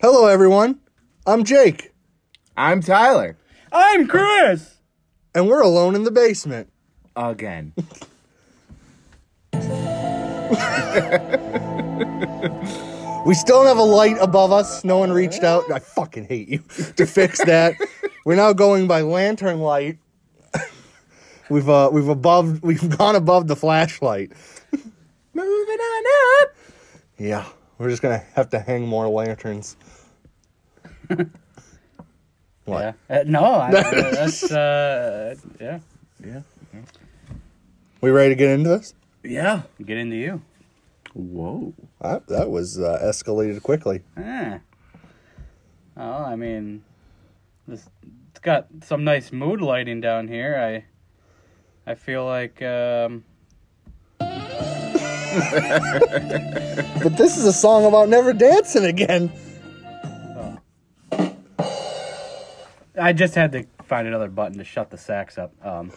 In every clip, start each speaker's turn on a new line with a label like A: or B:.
A: Hello, everyone. I'm Jake,
B: I'm Tyler.
C: I'm Chris.
A: and we're alone in the basement.
B: Again.
A: We still don't have a light above us. No one reached out. I fucking hate you to fix that. we're now going by lantern light. we've uh, we've above we've gone above the flashlight.
B: Moving on up.
A: Yeah, we're just gonna have to hang more lanterns. What?
C: Yeah. Uh, no, I, uh, that's uh, yeah.
A: We ready to get into this?
B: Yeah.
C: Get into you.
B: Whoa.
A: That, that was uh, escalated quickly.
C: Ah. Well, I mean, this, it's got some nice mood lighting down here. I, I feel like um,
A: But this is a song about never dancing again.
C: I just had to find another button to shut the sax up. Um,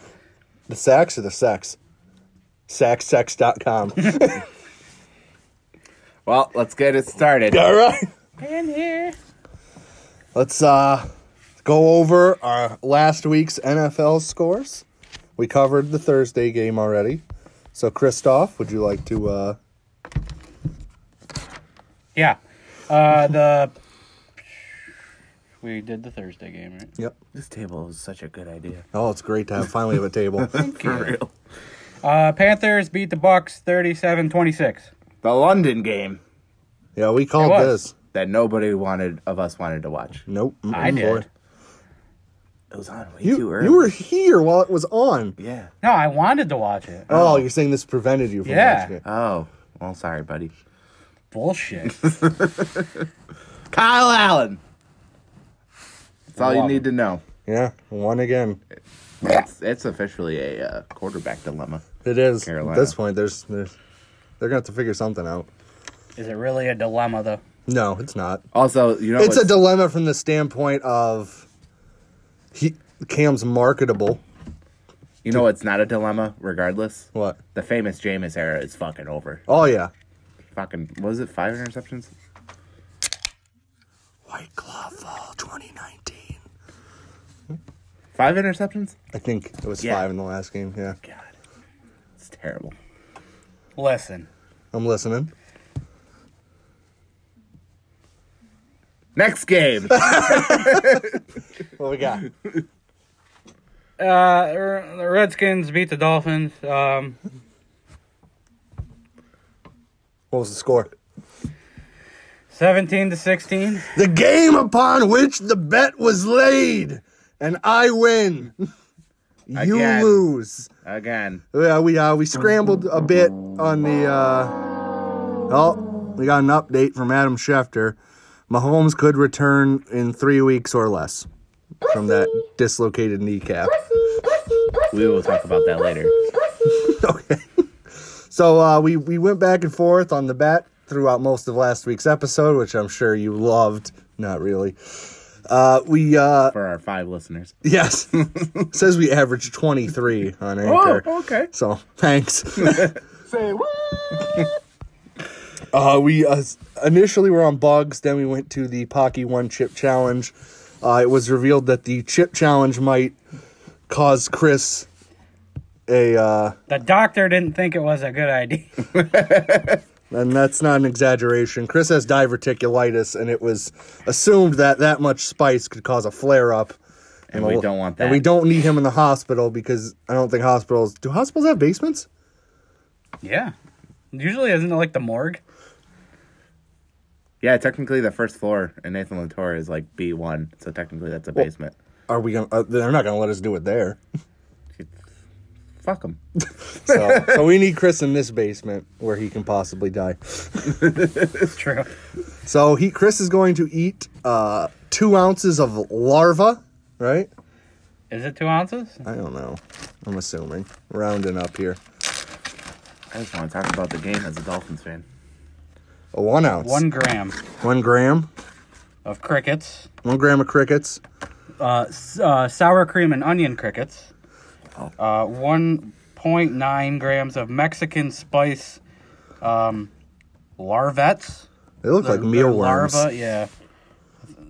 A: The sax or the sex? Saxsex.com.
B: Well, let's get it started.
A: All right.
C: in here.
A: Let's uh go over our last week's NFL scores. We covered the Thursday game already. So Christoph, would you like to uh
C: Yeah. Uh, the we did the Thursday game, right?
A: Yep.
B: This table is such a good idea.
A: Oh, it's great to have finally have a table.
B: For real.
C: Uh, Panthers beat the Bucks 37-26.
B: The London game
A: Yeah, we called
C: It was.
A: this.
B: that nobody wanted of us wanted to watch.
A: Nope.
C: I
A: Mm-mm,
C: did.
B: It was on way
A: You,
B: too early.
A: you were here while it was on.
B: Yeah.
C: No, I wanted to watch it.
A: Oh, you're saying this prevented you from
C: Yeah.
A: watching it.
B: Oh. Well, sorry, buddy.
C: Bullshit.
B: Kyle Allen. That's all you
C: Love
B: need
C: him.
B: to know.
A: Yeah, one again.
B: It's, it's officially a uh, quarterback dilemma.
A: It is.
B: Carolina.
A: At this point, there's there's they're gonna have to figure something out.
C: Is it really a dilemma though?
A: No, it's not.
B: Also, you know
A: it's a
B: what's-
A: dilemma from the standpoint of he Cam's marketable.
B: you know it's not a dilemma. Regardless,
A: What?
B: the famous Jameis era is fucking over.
A: Oh yeah.
B: Fucking what was it five interceptions?
A: White Claw Fall 2019.
B: Five interceptions?
A: I think it was
B: Yeah.
A: five in the last game. Yeah,
B: God, it's terrible.
C: Listen.
A: I'm listening.
B: Next game.
A: What we got?
C: Uh, R- the Redskins beat the Dolphins. Um,
A: What was the score?
C: seventeen to sixteen.
A: The game upon which the bet was laid, and I win. You
B: Again.
A: lose.
B: Again.
A: Yeah, we uh, we scrambled a bit on the. Uh, oh, we got an update from Adam Schefter. Mahomes could return in three weeks or less from that dislocated kneecap.
B: We will talk about that later.
A: okay. So uh, we we went back and forth on the bat throughout most of last week's episode, which I'm sure you loved. Not really. Uh, we uh,
B: For our five listeners.
A: yes says we averaged 23 on anchor.
B: Oh, okay.
A: So thanks. Say what? uh, we uh, s- initially were on bugs, then we went to the Pocky One Chip Challenge. Uh, it was revealed that the chip challenge might cause Chris a. Uh,
C: The doctor didn't think it was a good idea.
A: and that's not an exaggeration. Chris has diverticulitis, and it was assumed that that much spice could cause a flare up.
B: And we don't want
A: And we
B: that.
A: don't need him in the hospital because I don't think hospitals do hospitals have basements.
C: yeah. Usually, isn't it like the morgue?
B: Yeah, technically the first floor in Nathan Latour is like B one, so technically that's a basement.
A: Are we gonna? Uh, they're not gonna let us do it there.
B: Fuck him.
A: So, so we need Chris in this basement where he can possibly die.
C: It's true.
A: So he Chris is going to eat uh, two ounces of larva, right?
C: Is it two ounces?
A: I don't know. I'm assuming rounding up here.
B: I just want to talk about the game as a Dolphins fan.
A: A one ounce,
C: One gram
A: one gram,
C: of crickets,
A: one gram of crickets.
C: uh, s- uh, sour cream and onion crickets, uh, one point nine grams of Mexican spice, um, larvets.
A: They look like
C: They're- they're
A: mealworms.
C: larva,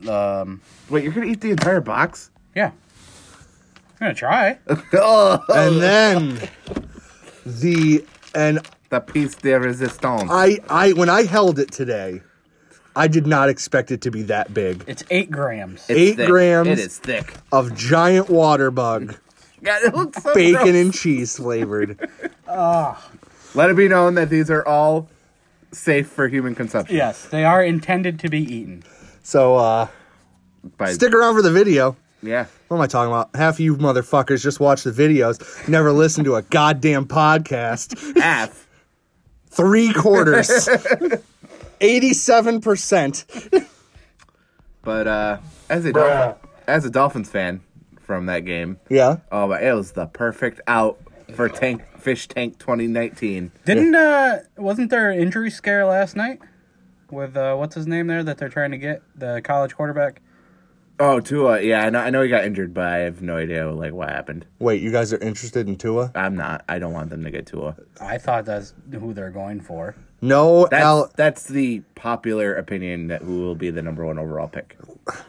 C: yeah. um,
B: Wait, you're gonna eat the entire box?
C: yeah. I'm gonna try.
B: oh,
A: And then the and
B: the piece de resistance.
A: I I when I held it today, I did not expect it to be that big
C: It's eight grams.
B: It's
A: eight
B: thick.
A: grams.
B: It is thick.
A: of giant water bug
B: God, it looks so
A: bacon
B: gross.
A: and cheese flavored.
B: Let it be known that these are all safe for human consumption.
C: yes, they are intended to be eaten.
A: So uh
B: By,
A: stick around for the video.
B: yeah.
A: What am I talking about? Half of you motherfuckers just watch the videos, never listen to a goddamn podcast.
B: Half.
A: Three quarters. 87%.
B: But uh, as a Dolphin, as a Dolphins fan from that game,
A: Yeah.
B: oh, but it was the perfect out for Tank Fish Tank 2019.
C: Didn't uh wasn't there an injury scare last night with uh what's his name there that they're trying to get the college quarterback?
B: Oh, Tua. Yeah, I know, I know he got injured, but I have no idea like what happened.
A: Wait, you guys are interested in Tua?
B: I'm not. I don't want them to get Tua.
C: I thought that's who they're going for.
A: No,
B: That's,
A: Al-
B: that's the popular opinion that who will be the number one overall pick.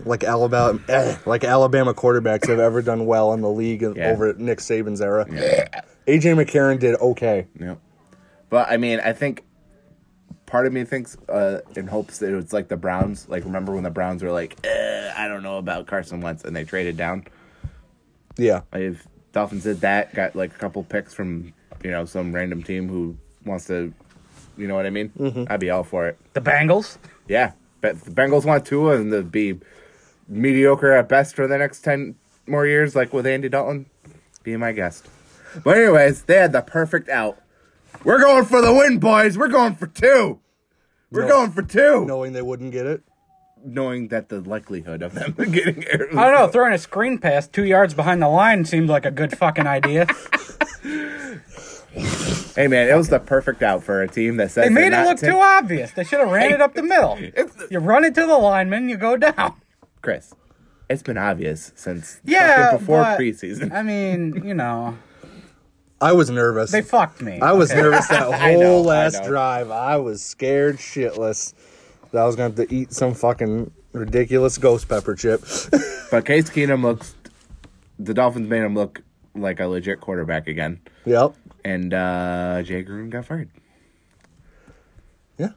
A: like Alabama, eh, like Alabama quarterbacks have ever done well in the league
B: Yeah.
A: over Nick Saban's era. AJ McCarron did okay.
B: Yep. But I mean, I think part of me thinks uh, in hopes that it's like the Browns. Like, remember when the Browns were like, eh, I don't know about Carson Wentz, and they traded down.
A: Yeah,
B: Like, if Dolphins did that, got like a couple picks from you know some random team who wants to, you know what I mean? I'd be all for it.
C: The Bengals?
B: Yeah, but the Bengals want Tua and to be mediocre at best for the next ten more years, like with Andy Dalton. Be my guest. But anyways, they had the perfect out. We're going for the win, boys. We're going for two. We're
A: No.
B: going for two.
A: knowing they wouldn't get it.
B: Knowing that the likelihood of them getting it.
C: I don't know, throwing a screen pass two yards behind the line seemed like a good fucking idea.
B: Hey man, it was the perfect out for a team that says
C: They made it look
B: too
C: too obvious. They should have ran it up the middle. You run it to the lineman, you go down.
B: Chris. It's been obvious since
C: Yeah,
B: fucking before
C: but-
B: preseason.
C: I mean, you know,
A: I was nervous.
C: they fucked me.
A: I was nervous that whole
B: know, I
A: last
B: know.
A: drive. I was scared shitless that I was going to have to eat some fucking ridiculous ghost pepper chip.
B: But Case Keenum looks. The Dolphins made him look like a legit quarterback again.
A: yep.
B: And uh, Jay Gruden got fired.
A: Yeah.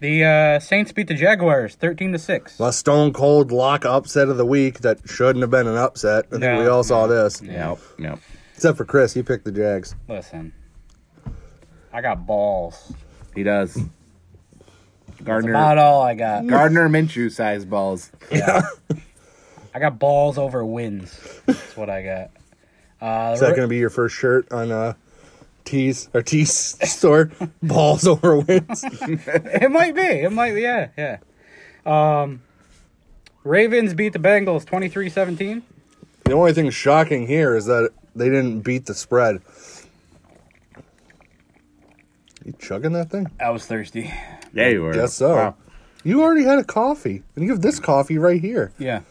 C: The uh, Saints beat the Jaguars thirteen to six.
A: The stone cold lock upset of the week that shouldn't have been an upset. I think
C: No,
A: we all saw this.
B: Nope, nope.
A: Except for Chris, he picked the Jags.
C: Listen, I got balls.
B: He does.
C: About
B: Gardner,
C: all I got.
B: Gardner Minshew size balls.
C: Yeah. I got balls over wins. That's what I got. Uh,
A: Is that going to be your first shirt on uh, T's or T's store? Balls over wins.
C: it might be. It might be. Yeah, yeah. Um, Ravens beat the Bengals 23-17.
A: the only thing shocking here is that they didn't beat the spread. You chugging that thing?
C: I was thirsty.
B: Yeah, you were.
A: Guess so.
B: Wow.
A: You already had a coffee, and you have this coffee right here.
C: Yeah.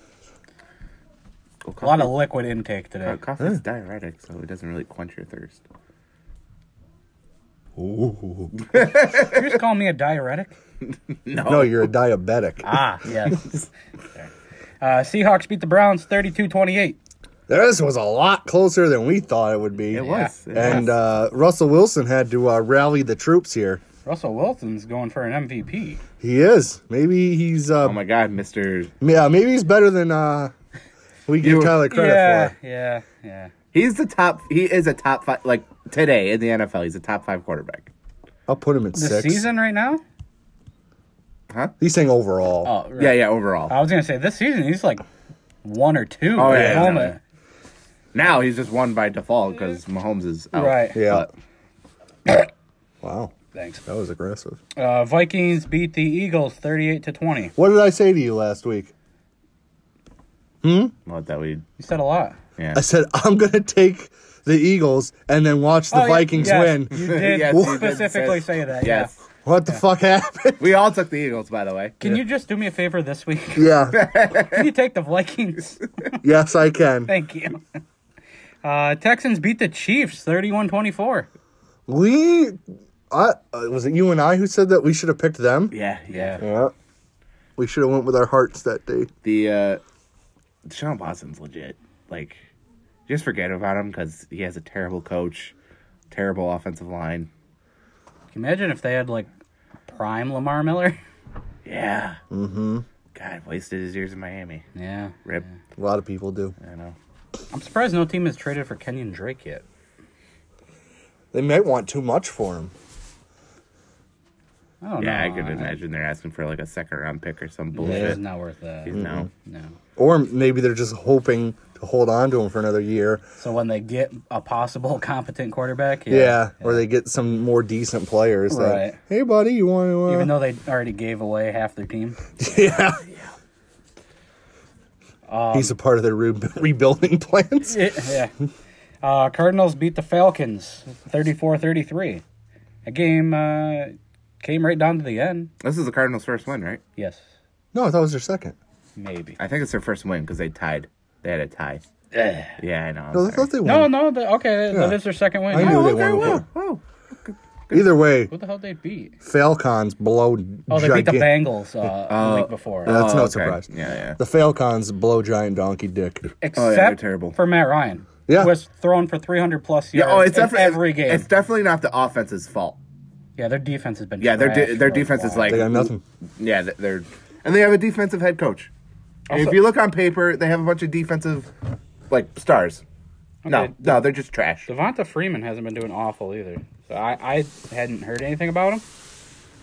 B: Well,
C: A lot
B: coffee,
C: of liquid intake today.
B: uh, coffee's diuretic, so it doesn't really quench your thirst.
C: Did you just call me a diuretic?
A: No, you're a diabetic.
C: Ah, yes. uh, Seahawks beat the Browns 32-28.
A: This was a lot closer than we thought it would be.
B: It was. It
A: And
B: was.
A: uh, Russell Wilson had to uh, rally the troops here.
C: Russell Wilson's going for an MVP.
A: He is. Maybe he's. Uh,
B: oh
C: Um,
B: my God, Mister.
A: yeah, maybe he's better than uh, we give
B: You-
A: Tyler credit
C: Yeah,
A: for.
C: yeah, yeah.
B: He's the top. He is a top five. Like today in the NFL, he's a top five quarterback.
A: I'll put him at
C: This
A: six.
C: season right now?
B: Huh?
A: He's saying overall.
C: Oh, right.
B: Yeah, yeah. Overall,
C: I was gonna say this season he's like one or two.
B: Oh,
C: at
B: yeah,
C: the
B: yeah,
C: moment.
B: now he's just won by default because Mahomes is out.
C: Right.
A: yeah.
B: But-
A: wow,
C: Thanks.
A: that was aggressive.
C: Uh, Vikings beat the Eagles thirty-eight to twenty. You
A: What did I say to you last week?
B: Well, that we.
C: said a lot.
B: Yeah.
A: I said I'm gonna take the Eagles and then watch the
C: Oh, yeah,
A: Vikings
C: yes,
A: win.
C: You did
B: Yes, you did
C: specifically
B: say-
C: say that.
B: Yes.
C: Yeah.
A: What the fuck happened?
B: We all took the Eagles, by the way.
C: Can you just do me a favor this week?
A: yeah.
C: Can you take the Vikings?
A: yes, I can.
C: Thank you. Uh, Texans beat the Chiefs 31-24.
A: We, I uh, was it you and I who said that we should have picked them?
B: Yeah, yeah.
A: Yeah. We should have went with our hearts that day.
B: The uh, Deshaun Watson's legit. Like, just forget about him because he has a terrible coach, terrible offensive line.
C: Can you imagine if they had like prime Lamar Miller?
B: Yeah. Mm-hmm. God wasted his years in Miami.
C: yeah.
B: Rip.
A: A lot of people do.
B: I know.
C: I'm surprised no team has traded for Kenyon Drake yet.
A: They might want too much for him.
C: I don't
B: Yeah,
C: know.
B: I could imagine they're asking for like a second round pick or some
C: Yeah,
B: bullshit.
C: it's not worth that.
B: No.
C: No.
A: Or maybe they're just hoping to hold on to him for another year.
C: So when they get a possible competent quarterback, yeah.
A: Yeah. Or they get some more decent players. that,
C: Right.
A: hey, buddy, you want to. Uh...
C: Even though they already gave away half their team.
A: yeah.
C: Um,
A: He's a part of their re- rebuilding plans.
C: yeah. Uh, Cardinals beat the Falcons 34-33. A game uh, came right down to the end.
B: This is the Cardinals' first win, right?
C: Yes,
A: No, I thought it was their second.
C: maybe.
B: I think it's their first win because they tied. They had a tie. Yeah, I know. I'm
A: No, I
B: sorry.
A: thought they won.
C: No, no. The, okay,
A: Yeah.
C: that is their second win.
A: I knew
C: Oh,
A: they won.
B: well,
A: before. Either way,
C: Who the hell they beat?
A: Falcons blow.
C: Oh, they beat the
A: gigan-
C: Bengals uh, the week before.
A: That's
B: Oh,
A: no
B: okay.
A: surprise.
B: Yeah, yeah.
A: The Falcons blow giant donkey dick.
C: Except
B: oh, yeah, they're terrible.
C: for Matt Ryan,
A: Yeah.
C: who has thrown for 300 plus yards
B: Yeah, oh, it's
C: in
B: definitely
C: every game.
B: It's definitely not the offense's fault.
C: yeah, their defense has been.
B: Yeah, their de-
C: trash
B: their
C: for a
B: defense is
C: while.
B: like
A: They got nothing.
B: Yeah, th- they're and they have a defensive head coach. And if you look on paper, they have a bunch of defensive like stars.
C: Okay.
B: No, no, they're just trash.
C: Devonta Freeman hasn't been doing awful either. So I, I hadn't heard anything about him.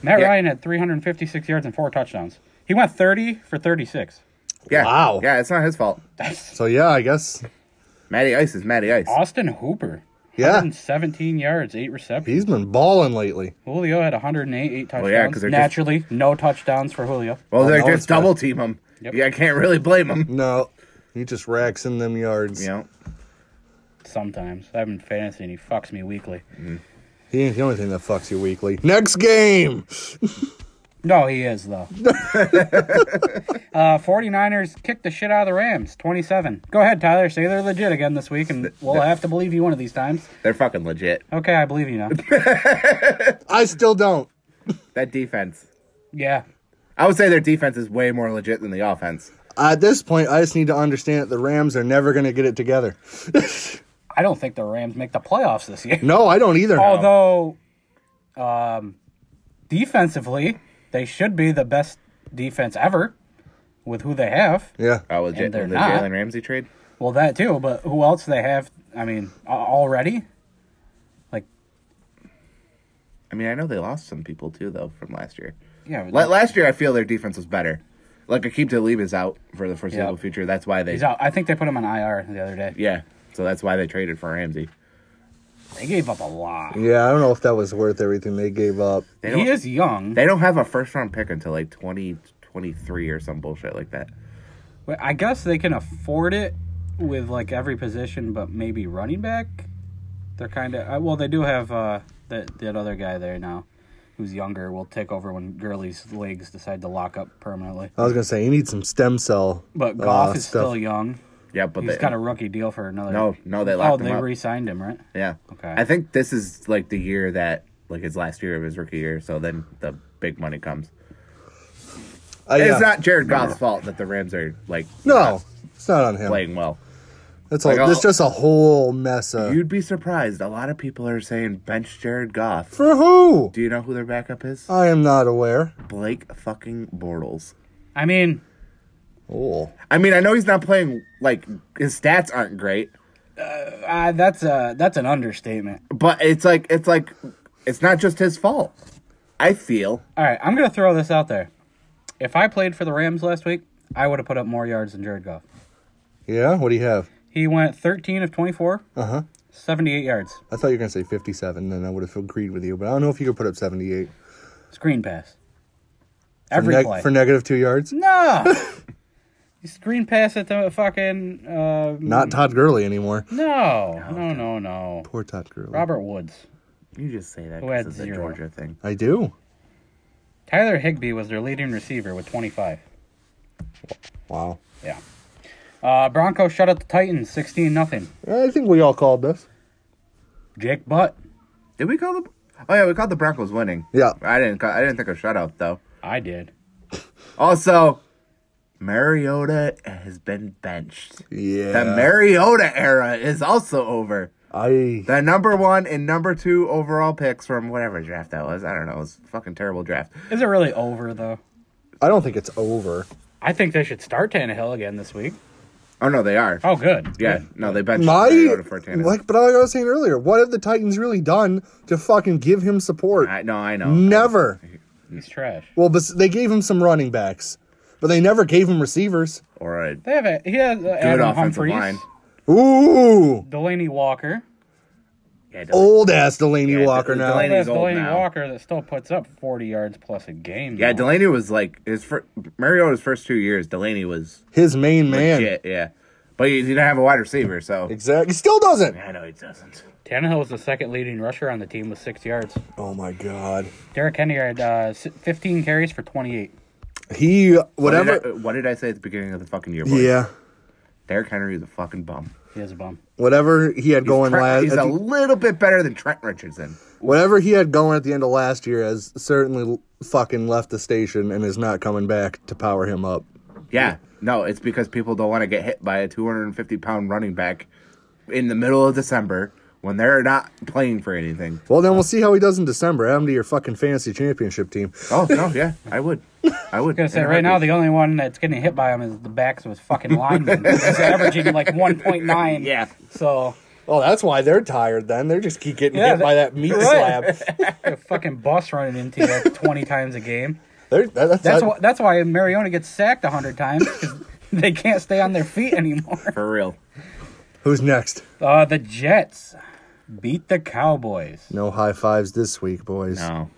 C: Matt
B: Yeah.
C: Ryan had 356 yards and four touchdowns. He went 30 for 36.
B: Yeah.
A: Wow.
B: Yeah, it's not his fault.
C: That's
A: So yeah, I guess
B: Matty Ice is Matty Ice.
C: Austin Hooper.
A: Yeah.
C: 117 yards, eight receptions.
A: he's been balling lately.
C: Julio had 108, eight touchdowns.
B: yeah, 'cause they're just-
C: Naturally, no touchdowns for Julio.
B: Well, they're
A: no, it's
B: just
A: bad.
B: double team him.
C: Yep.
B: Yeah, I can't really blame him.
A: No, he just racks in them yards.
B: You know,
C: Sometimes. I'm in fantasy and he fucks me weekly.
A: He ain't the only thing that fucks you weekly. Next game.
C: No, he is, though. uh, 49ers kicked the shit out of the Rams, 27. Go ahead, Tyler. Say they're legit again this week, and we'll have to believe you one of these times.
B: they're fucking legit.
C: Okay, I believe you now.
A: I still don't.
B: That defense.
C: Yeah.
B: I would say their defense is way more legit than the offense.
A: At this point, I just need to understand that the Rams are never going to get it together.
C: I don't think the Rams make the playoffs this year.
A: No, I don't either.
C: Although, um, defensively, they should be the best defense ever with who they have.
A: Yeah.
B: Oh, legit.
C: they're
B: the
C: not.
B: Jalen Ramsey trade.
C: Well, that too, but who else they have? I mean, a- already? Like,
B: I mean, I know they lost some people too, though, from last year.
C: yeah.
B: La- last year, I feel their defense was better. Like Akeem Talib is out for the foreseeable
C: Yep.
B: future. That's why they.
C: He's out. I think they put him on IR the other day.
B: Yeah, so that's why they traded for Ramsey.
C: They gave up a lot.
A: Yeah, I don't know if that was worth everything they gave up.
B: They don't.
C: He is young.
B: They don't have a first round pick until like twenty twenty three or some bullshit like that.
C: But I guess they can afford it with like every position, but maybe running back. They're kind of well. They do have uh, that that other guy there now, who's younger. Will take over when Gurley's legs decide to lock up permanently.
A: I was going to say, you need some stem cell.
C: But Goff
A: uh,
C: is
A: stuff.
C: still young.
B: Yeah, but
C: He's
B: they,
C: got a rookie deal for another.
B: No, no, they
C: oh,
B: locked him
C: they
B: up.
C: re-signed him, right?
B: yeah.
C: Okay.
B: I think this is like the year that like his last year of his rookie year. So then the big money comes.
C: Oh,
A: Uh, yeah.
B: It's not Jared Goff's fault that the Rams are like
A: No,
B: not
A: it's not on him.
B: playing well.
A: That's all.
B: Like, oh.
A: That's
B: I'll-
A: just a whole mess
C: Uh.
A: of.
B: You'd be surprised. A lot of people are saying bench Jared Goff.
A: For who?
B: Do you know who their backup is?
C: Uh.
A: I am not aware.
B: Blake fucking Bortles.
C: I mean,
A: Oh.
B: I mean, I know he's not playing like his stats aren't great,
C: uh, that's uh that's an understatement.
B: but it's like it's like it's not just his fault. I feel
C: All right, I'm gonna throw this out there. If I played for the Rams last week, I would have put up more yards than Jared Goff.
A: Yeah? What do you have?
C: He went 13 of 24,
A: Uh huh.
C: 78 yards,
A: I thought you were going to say 57, then I would have agreed with you, but I don't know if you could put up 78.
C: screen pass. Every
A: for, neg-
C: play.
A: for negative two yards?
C: no. you screen pass at the fucking uh,
A: Not Todd Gurley anymore.
C: no. No, no, no.
A: Poor Todd Gurley.
C: Robert Woods.
B: you just say that
C: Who had
B: because it's a
C: zero?
B: Georgia thing.
A: I do.
C: Tyler Higbee was their leading receiver with 25.
A: Wow.
C: Yeah. Uh, Broncos shut out the Titans 16 nothing.
A: I think we all called this.
C: Jake Butt.
B: Did we call the? Oh yeah, we called the Broncos winning.
A: Yeah.
B: I didn't. Call, I didn't think of shutout though.
C: I did.
B: Also, Mariota has been benched.
A: Yeah.
B: The Mariota era is also over.
A: I
B: The number one and number two overall picks from whatever draft that was. I don't know. It was a fucking terrible draft.
C: Is it really over though?
A: I don't think it's over.
C: I think they should start Tannehill again this week.
B: Oh no, they are.
C: Oh, good.
B: yeah,
C: Good.
B: no, they benched
A: My
B: Mariota for Tannehill.
A: like, but like I was saying earlier, what have the Titans really done to fucking give him support?
B: I no, I know.
A: Never.
C: He's trash.
A: Well, but they gave him some running backs, but they never gave him receivers.
B: Or a good
C: They have a, he has uh, Adam
B: offensive
C: Humphries,
B: line.
A: Ooh,
C: Delaney Walker.
B: Yeah, Del-
A: old ass Delaney
B: Yeah,
A: Walker now.
B: Delaney-
C: They have
B: old
C: Delaney
B: now.
C: Walker that still puts up 40 yards plus a game.
B: yeah,
C: now.
B: Delaney was like his fir- Mariota's first two years. Delaney was
A: His main man.
B: legit. Yeah, but he, he didn't have a wide receiver, so
A: Exactly. Still doesn't.
B: I know he doesn't.
C: Tannehill is the second leading rusher on the team with six yards.
A: Oh my god.
C: Derrick Henry had uh, s- 15 carries for 28.
A: He
B: What did,
A: whatever.
B: I, what did I say at the beginning of the fucking year? Boys?
A: Yeah.
B: Derrick Henry is a fucking bum.
C: He is a bum.
A: Whatever he had going
B: Trent-
A: last.
B: he's a little bit better than Trent Richardson.
A: whatever he had going at the end of last year has certainly l- fucking left the station and is not coming back to power him up.
B: Yeah, no, it's because people don't want to get hit by a 250 pound running back in the middle of December when they're not playing for anything.
A: Well, then we'll see how he does in December. Add him to your fucking fantasy championship team.
B: Oh no, yeah, I would, I would.
C: I was gonna say right now the only one that's getting hit by him is the backs of his fucking linemen. He's averaging like 1.9.
B: Yeah.
C: So
A: Well, that's why they're tired then. They're just keep getting
C: Yeah,
A: hit by that meat
C: right.
A: slab.
C: a fucking bus running into you like 20 times a game.
A: They're, that, that's
C: That's
A: that-
C: why. That's why Mariona gets sacked 100 times because they can't stay on their feet anymore.
B: for real.
A: Who's next?
C: Uh, the Jets beat the Cowboys.
A: No high fives this week, boys.
B: No,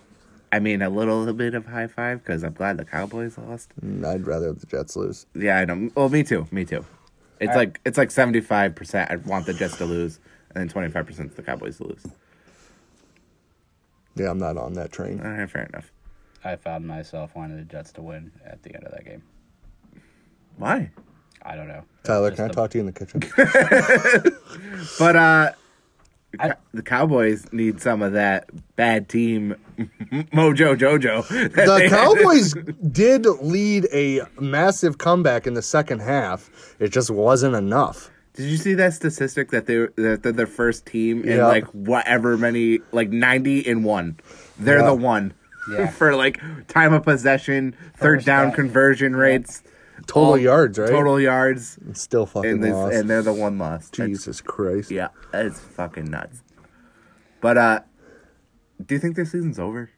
B: I mean a little bit of high five because I'm glad the Cowboys lost.
A: I'd rather the Jets lose.
B: Yeah, I know. Well, me too. Me too. It's like it's like 75. percent I want the Jets to lose, and then 25 percent the Cowboys to lose.
A: Yeah, I'm not on that train.
B: All right, fair enough.
C: I found myself wanting the Jets to win at the end of that game.
B: Why?
C: I don't know.
A: Tyler,
C: Just
A: can I
C: the-
A: talk to you in the kitchen?
B: But uh,
C: I-
B: the Cowboys need some of that bad team mojo jojo. that
A: the
B: they-
A: Cowboys did lead a massive comeback in the second half. It just wasn't enough.
B: Did you see that statistic that they that they're the first team in
A: Yeah.
B: like whatever many like 90 and one. They're
A: Yeah.
B: the one
C: Yeah.
B: for like time of possession, third
C: First
B: down
C: down.
B: conversion rates,
A: Total
B: all-
A: yards, right?
B: Total yards.
A: Still fucking
B: and, they,
A: lost.
B: and they're the one lost.
A: Jesus Christ.
B: Yeah, it's fucking nuts. But uh do you think their season's over?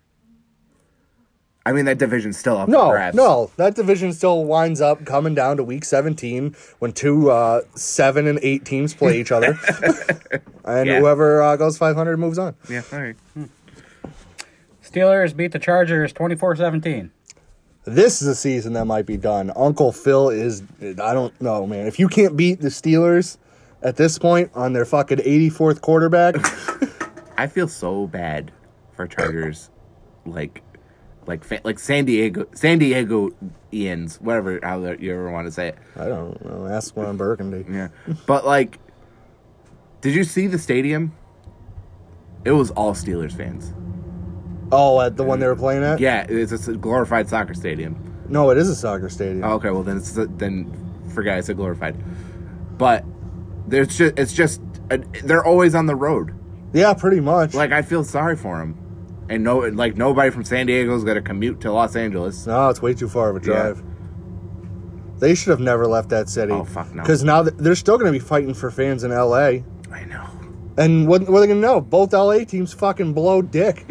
B: I mean, that division's still up.
A: No,
B: for grabs.
A: no, that division still winds up coming down to week 17 when two uh, seven and eight teams play each other, and
B: Yeah.
A: whoever uh, goes 500 moves on.
B: Yeah, all right.
C: Steelers beat the Chargers 24-17.
A: This is a season that might be done. Uncle Phil is, I don't know, man. If you can't beat the Steelers at this point on their fucking 84th quarterback,
B: I feel so bad for Chargers, like, like, fa- like San Diego, San Diego Ians, whatever how the- you ever want to say it.
A: I don't know. Ask Ron Burgundy.
B: Yeah, but like, did you see the stadium? It was all Steelers fans.
A: Oh, at the one they were playing at?
B: Yeah, it's a glorified soccer stadium.
A: No, it is a soccer stadium.
B: Oh, okay, well then it's then forget I said glorified. But there's just it's just they're always on the road.
A: Yeah, pretty much.
B: Like I feel sorry for them, and no like nobody from San Diego's got to commute to Los Angeles.
A: No, it's way too far of a
B: Yeah.
A: drive. They should have never left that city.
B: Oh, fuck no.
A: Because now th- they're still going to be fighting for fans in L.A.
B: I know.
A: And what, what are they going to know? Both L.A. teams fucking blow dick.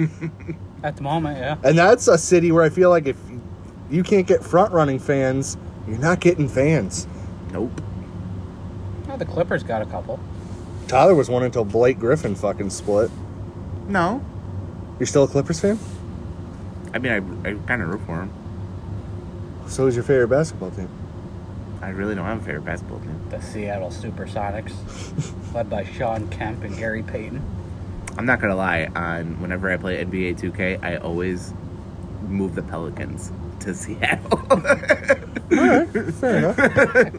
C: At the moment, yeah.
A: and that's a city where I feel like if you- you can't get front running fans, you're not getting fans.
B: Nope.
C: Well, the Clippers got a couple.
A: Tyler was one until Blake Griffin fucking split.
B: No.
A: You're still a Clippers fan?
B: I mean, I, I kind of root for him.
A: So is your favorite basketball team.
B: I really don't have a favorite basketball team.
C: The Seattle Supersonics, led by Sean Kemp and Gary Payton.
B: I'm not gonna lie. On whenever I play NBA 2K, I always move the Pelicans to Seattle.
A: Fair enough.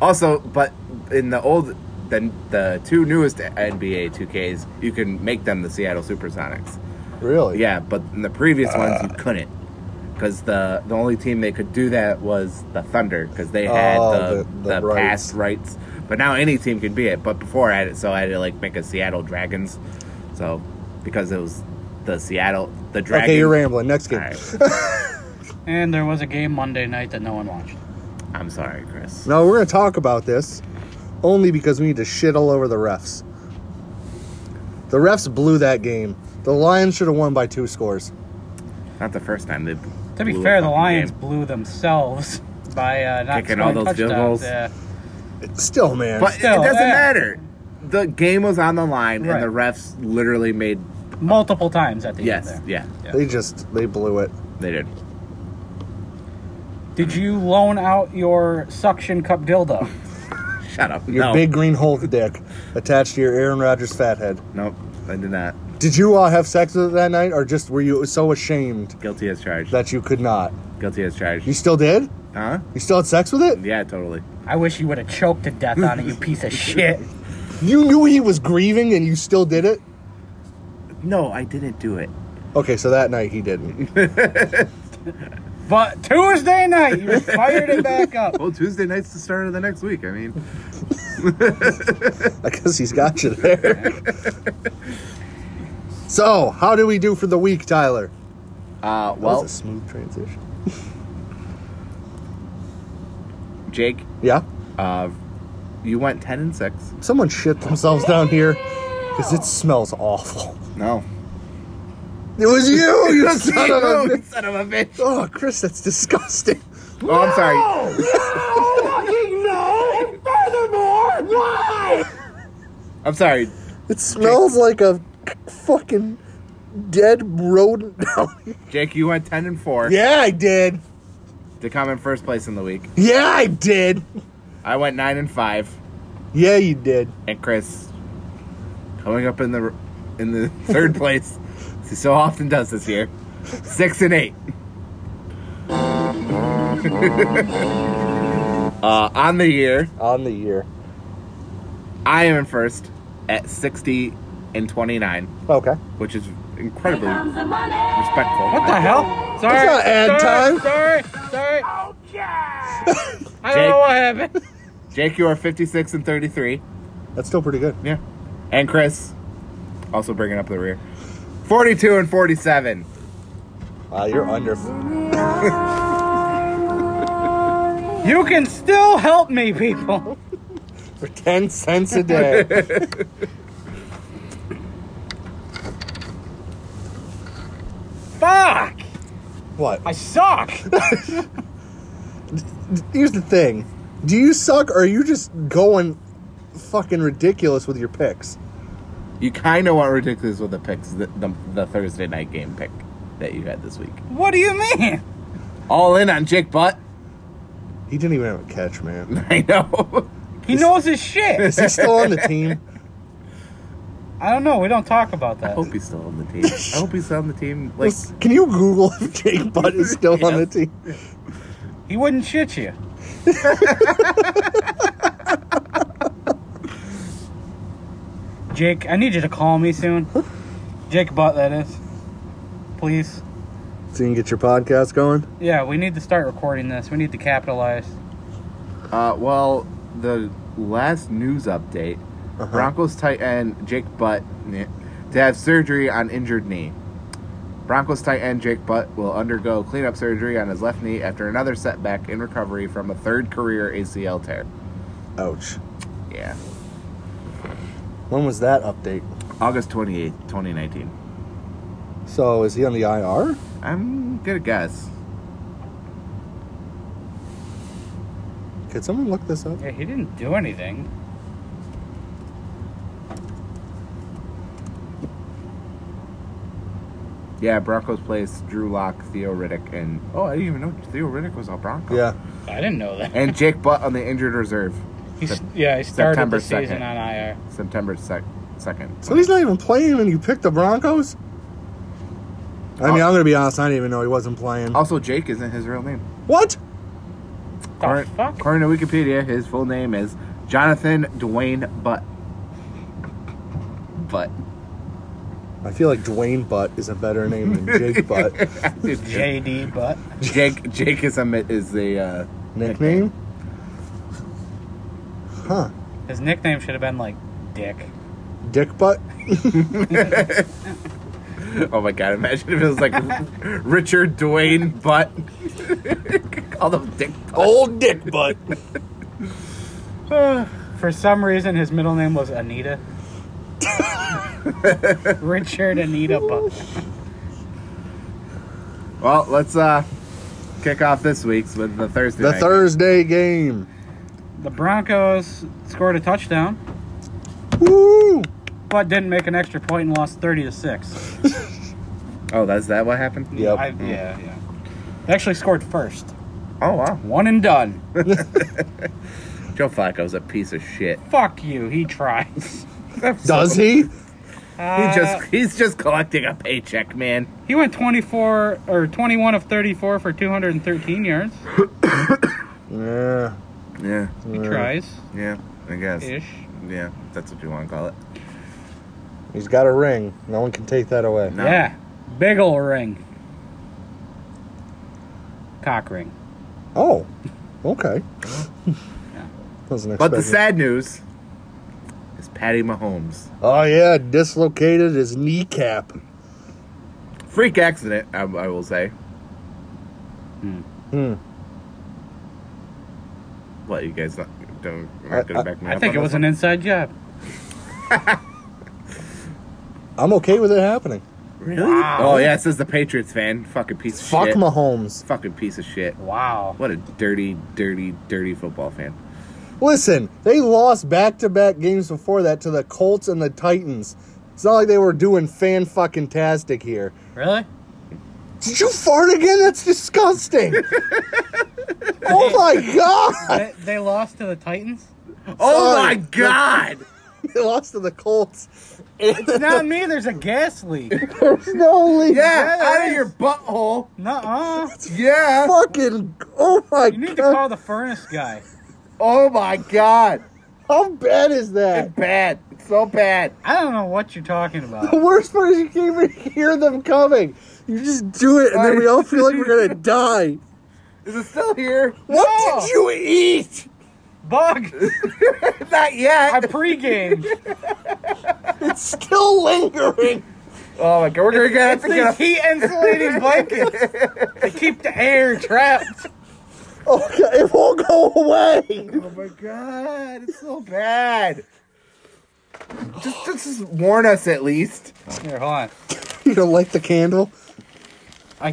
B: also, but in the old, then the two newest NBA 2Ks, you can make them the Seattle Supersonics.
A: Really? Uh.
B: Yeah, but in the previous ones, you couldn't. because the the only team they could do that was the Thunder because they had
A: Oh,
B: the,
A: the-
B: the,
A: the rights.
B: past rights. But now any team could be it. But before I had it, so I had to like make a Seattle Dragons. So because it was the Seattle the Dragons.
A: Okay, you're rambling. Next game.
B: All right.
C: And there was a game Monday night that no one watched.
B: I'm sorry, Chris.
A: No, we're gonna talk about this only because we need to shit all over the refs. The refs blew that game. The Lions should have won by two scores.
B: Not the first time they.
C: To be
B: blew a
C: fair, the
B: fucking
C: Lions
B: game.
C: blew themselves by uh, not
B: Kicking all
C: scoring
B: those field
C: touchdowns.
B: goals.
C: Yeah.
A: Still, man.
B: But
C: Still,
B: it doesn't
C: eh.
B: matter. The game was on the line,
C: Right.
B: and the refs literally made
C: multiple times at the
B: yes,
C: end. There.
B: yeah,
A: they just they blew it.
B: they did.
C: Did you loan out your suction cup dildo?
B: Shut up.
A: Your
B: no,
A: big green Hulk dick attached to your Aaron Rodgers fat head.
B: nope, I did not.
A: Did you uh, have sex with it that night, or just were you so ashamed
B: Guilty as charged.
A: that you could not?
B: Guilty as
A: You
B: charged.
A: still did?
B: Huh?
A: You still had sex with it?
B: Yeah, totally.
C: I wish you would have choked to death on it, you piece of shit.
A: You knew he was grieving and you still did it?
B: No, I didn't do it.
A: Okay, so that night he didn't.
C: But Tuesday night, you fired it back up.
B: Well, Tuesday night's the start of the next week. I mean,
A: I guess he's got you there. so, how do we do for the week, Tyler?
B: uh,
A: That was
B: well,
A: a smooth transition.
B: Jake,
A: Yeah,
B: uh, you went ten and six.
A: someone shit themselves down here because it smells awful.
B: No,
A: It was you, you son of a
B: You
A: bitch.
B: son of a bitch.
A: Oh, Chris, that's disgusting.
B: Oh, I'm sorry. I'm sorry.
A: It smells like a fucking dead rodent down here.
B: Jake, you went 10 and 4
A: Yeah, I did.
B: to come in first place in the week.
A: Yeah, I did.
B: I went 9 and 5
A: Yeah, you did.
B: and Chris coming up in the in the third place as he so often does this year. 6 and 8. uh, on the year,
A: On the year.
B: I am in first at 60 and 29,
A: Okay.
B: which is incredibly
D: comes the money.
B: respectful.
C: What the hell? Sorry.
A: It's not ad time.
C: sorry, Sorry. Sorry. I don't
B: Jake.
C: know what happened.
B: Jake, you are 56 and 33.
A: That's still pretty good.
B: Yeah. And Chris, also bringing up the rear. 42 and 47.
A: Wow, you're under.
C: You can still help me, people.
A: For 10 cents a day.
C: Fuck.
A: what?
C: I suck.
A: Here's the thing. Do you suck or are you just going fucking ridiculous with your picks?
B: You kind of went ridiculous with the picks, the, the, the Thursday night game pick that you had this week.
C: What do you mean?
B: All in on Jake Butt.
A: He didn't even have a catch, man.
B: I know.
C: He knows his shit.
A: Is he still on the team?
C: I don't know. We don't talk about
B: I
C: that.
B: hope he's still on the team. I hope he's still on the team. Like,
A: Can you Google if Jake Butt is still on the
B: Yes.
A: team?
C: He wouldn't shit you. Jake, I need you to call me soon. Jake Butt, that is. Please.
A: So you can get your podcast going?
C: Yeah, we need to start recording this. We need to capitalize.
B: uh, well, the last news update Broncos tight end Jake Butt eh, to have surgery on injured knee. Broncos tight end Jake Butt will undergo cleanup surgery on his left knee after another setback in recovery from a third career ACL tear.
A: Ouch.
B: Yeah.
A: When was that update?
B: August 28th, 2019.
A: So is he on the IR?
B: I'm gonna guess.
A: Could someone look this up?
C: Yeah, he didn't do anything.
B: Yeah, Broncos place Drew Lock, Theo Riddick, and oh, I didn't even know Theo Riddick was a Bronco.
A: Yeah.
C: I didn't know that.
B: And Jake Butt on the injured reserve,
C: He's,
B: Sep-
C: yeah, he started
B: September
C: the season
B: 2nd.
C: on IR.
B: September sec- second.
A: So he's not even playing when you picked the Broncos? I mean, I'm going to be honest. I didn't even know he wasn't playing.
B: Also, Jake isn't his real name.
A: What?
C: The
B: According-
C: fuck?
B: According to Wikipedia, his full name is Jonathan Dwayne Butt. Butt.
A: I feel like Dwayne Butt is a better name than Jake Butt.
C: JD Butt.
B: Jake Jake is a mi- is the uh,
A: Nickname? Huh.
C: His nickname should have been like Dick.
A: Dick Butt?
B: Oh my god! Imagine if it was like Richard Dwayne Butt. Call them Dick.
A: Old Dick Butt.
C: For some reason, his middle name was Anita. Richard Anita Butt.
B: Well, let's uh kick off this week's with the Thursday.
A: The
B: night.
A: Thursday game.
C: The Broncos scored a touchdown,
A: Woo!
C: but didn't make an extra point and lost thirty to six.
B: Oh, that's that what happened?
A: Yep.
C: I, yeah, yeah. They actually scored first.
B: Oh wow.
C: One and done.
B: Joe Flacco's a piece of shit.
C: Fuck you. He tries.
A: Does he?
B: He
C: Uh,
B: just he's just collecting a paycheck, man.
C: He went 24 or 21 of 34 for 213 yards.
A: Yeah.
B: Yeah.
C: He tries
B: Yeah. I guess.
C: ish.
B: Yeah. That's what you want to call it.
A: He's got a ring. No one can take that away.
B: No.
C: Yeah. Big ol' ring. Cock ring.
A: Oh. Okay. Wasn't
B: But the
A: expecting-
B: sad news is Patty Mahomes.
A: Oh yeah, dislocated his kneecap.
B: Freak accident, I, I will say.
A: Hmm.
B: What you guys not, don't
A: I-
B: not gonna
A: I-
B: back me
C: I
B: up
C: think
B: on this
C: it was
B: one?
C: an inside job.
A: I'm okay with it happening.
B: Really?
C: Wow.
B: Oh yeah, it says the Patriots fan. Fucking piece of
A: Fuck
B: shit.
A: Mahomes.
B: Fucking piece of shit.
C: Wow.
B: What a dirty, dirty, dirty football fan.
A: Listen, they lost back-to-back games before that to the Colts and the Titans. It's not like they were doing fan fucking tastic here.
C: Really?
A: Did you fart again? That's disgusting. oh my god!
C: They, they lost to the Titans?
B: Oh
A: Sorry.
B: my god!
A: They lost to the Colts. It's
C: Not me, there's a gas leak.
A: no league.
B: Yeah,
C: Yeah,
B: out
C: it
B: of your butthole.
C: Nuh uh.
B: Yeah.
A: Fucking. Oh my
C: You need to
A: god!
C: call the furnace guy.
B: Oh my god.
A: How bad is that?
B: Bad. It's so bad.
C: I don't know what you're talking
A: The
C: about.
A: worst part is you can't even hear them coming. You just do it, and then we all feel like we're gonna die.
B: Is it still here?
A: What
B: No.
A: did you eat?
C: Bug!
B: Not
C: I
B: yet.
C: pre-gamed.
A: It's still lingering.
B: Oh my god, we're gonna have to get
C: These
B: a
C: heat insulating blankets. They keep the air trapped.
A: Oh, God, it won't go away.
B: Oh my god, it's so bad. Just, just, just warn us at least.
C: Here, hold on.
A: You don't light the candle?
C: I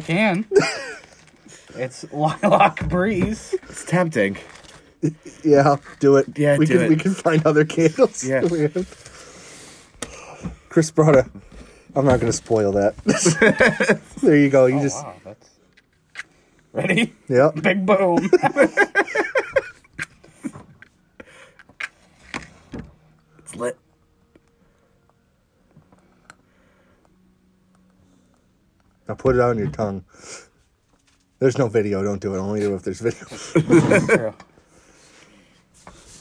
C: can. it's lilac breeze.
B: It's tempting.
A: Yeah, do it.
B: Yeah,
A: we
B: do
A: can
B: it.
A: we can find other candles.
B: Yeah.
A: We have- Chris brought a. I'm not gonna spoil that. there you go.
B: Oh,
A: You just
C: Wow, that's ready.
A: yeah.
C: Big boom.
B: It's lit.
A: Now put it on your tongue. There's no video. Don't do it. Only do it if there's video.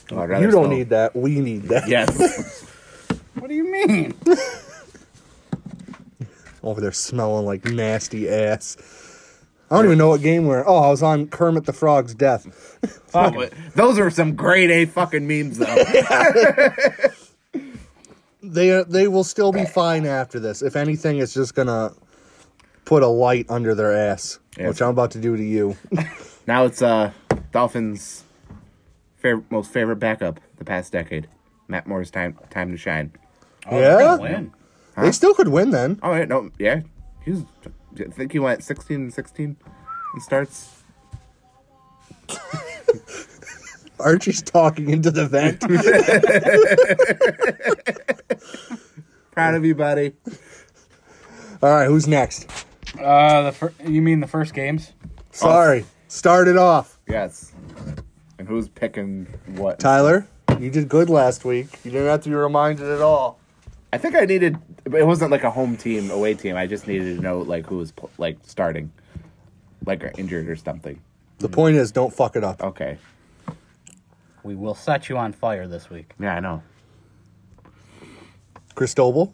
B: Oh, I'd rather
A: You don't
B: smell-
A: need that. We need that.
B: Yes.
C: what do you mean?
A: Over there smelling like nasty ass. I don't even know what game we're. in. Oh, I was on Kermit the Frog's death.
C: Fuck
B: But
C: it.
B: those are some grade A fucking memes though.
A: They uh, they will still be fine after this. If anything, it's just gonna put a light under their ass,
B: Yeah.
A: which I'm about to do to you.
B: now it's uh Dolphins' favorite, most favorite backup the past decade. Matt Moore's time time to shine.
C: Oh,
A: Yeah?
C: they win.
A: They still could win then.
B: Oh yeah, no, yeah. He was, I think he went 16 and 16 and starts.
A: Archie's talking into the vent.
B: Proud of you, buddy.
A: All right, who's next?
C: Uh, the fir- you mean the first games?
A: Sorry, start it off.
B: Yes. And who's picking what?
A: Tyler, you did good last week. You didn't have to be reminded at all.
B: I think I needed. It wasn't like a home team, away team. I just needed to know like who was pl- like starting, like or injured or something.
A: The point is, don't fuck it up.
B: Okay.
C: We will set you on fire this week.
B: Yeah, I know.
A: Cristobal,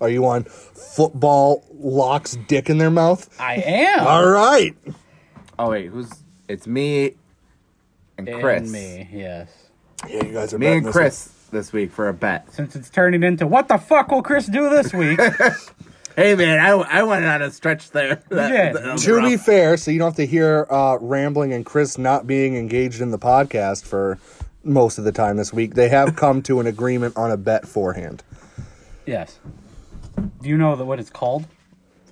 A: Are you on football locks dick in their mouth?
C: I am.
A: All right.
B: Oh wait, who's? It's me and
C: And
B: Chris.
C: me, yes.
A: Yeah, you guys are
B: Me
A: betting
B: and
A: this
B: Chris this week for a bet.
C: Since it's turning into what the fuck will Chris do this week?
B: Hey man, I, I went on a stretch there.
C: did.
A: one.
B: was
A: To be
B: rough.
A: fair, so you don't have to hear uh, rambling and Chris not being engaged in the podcast for most of the time this week. They have come to an agreement on a bet forehand.
C: yes. Do you know the, what it's called?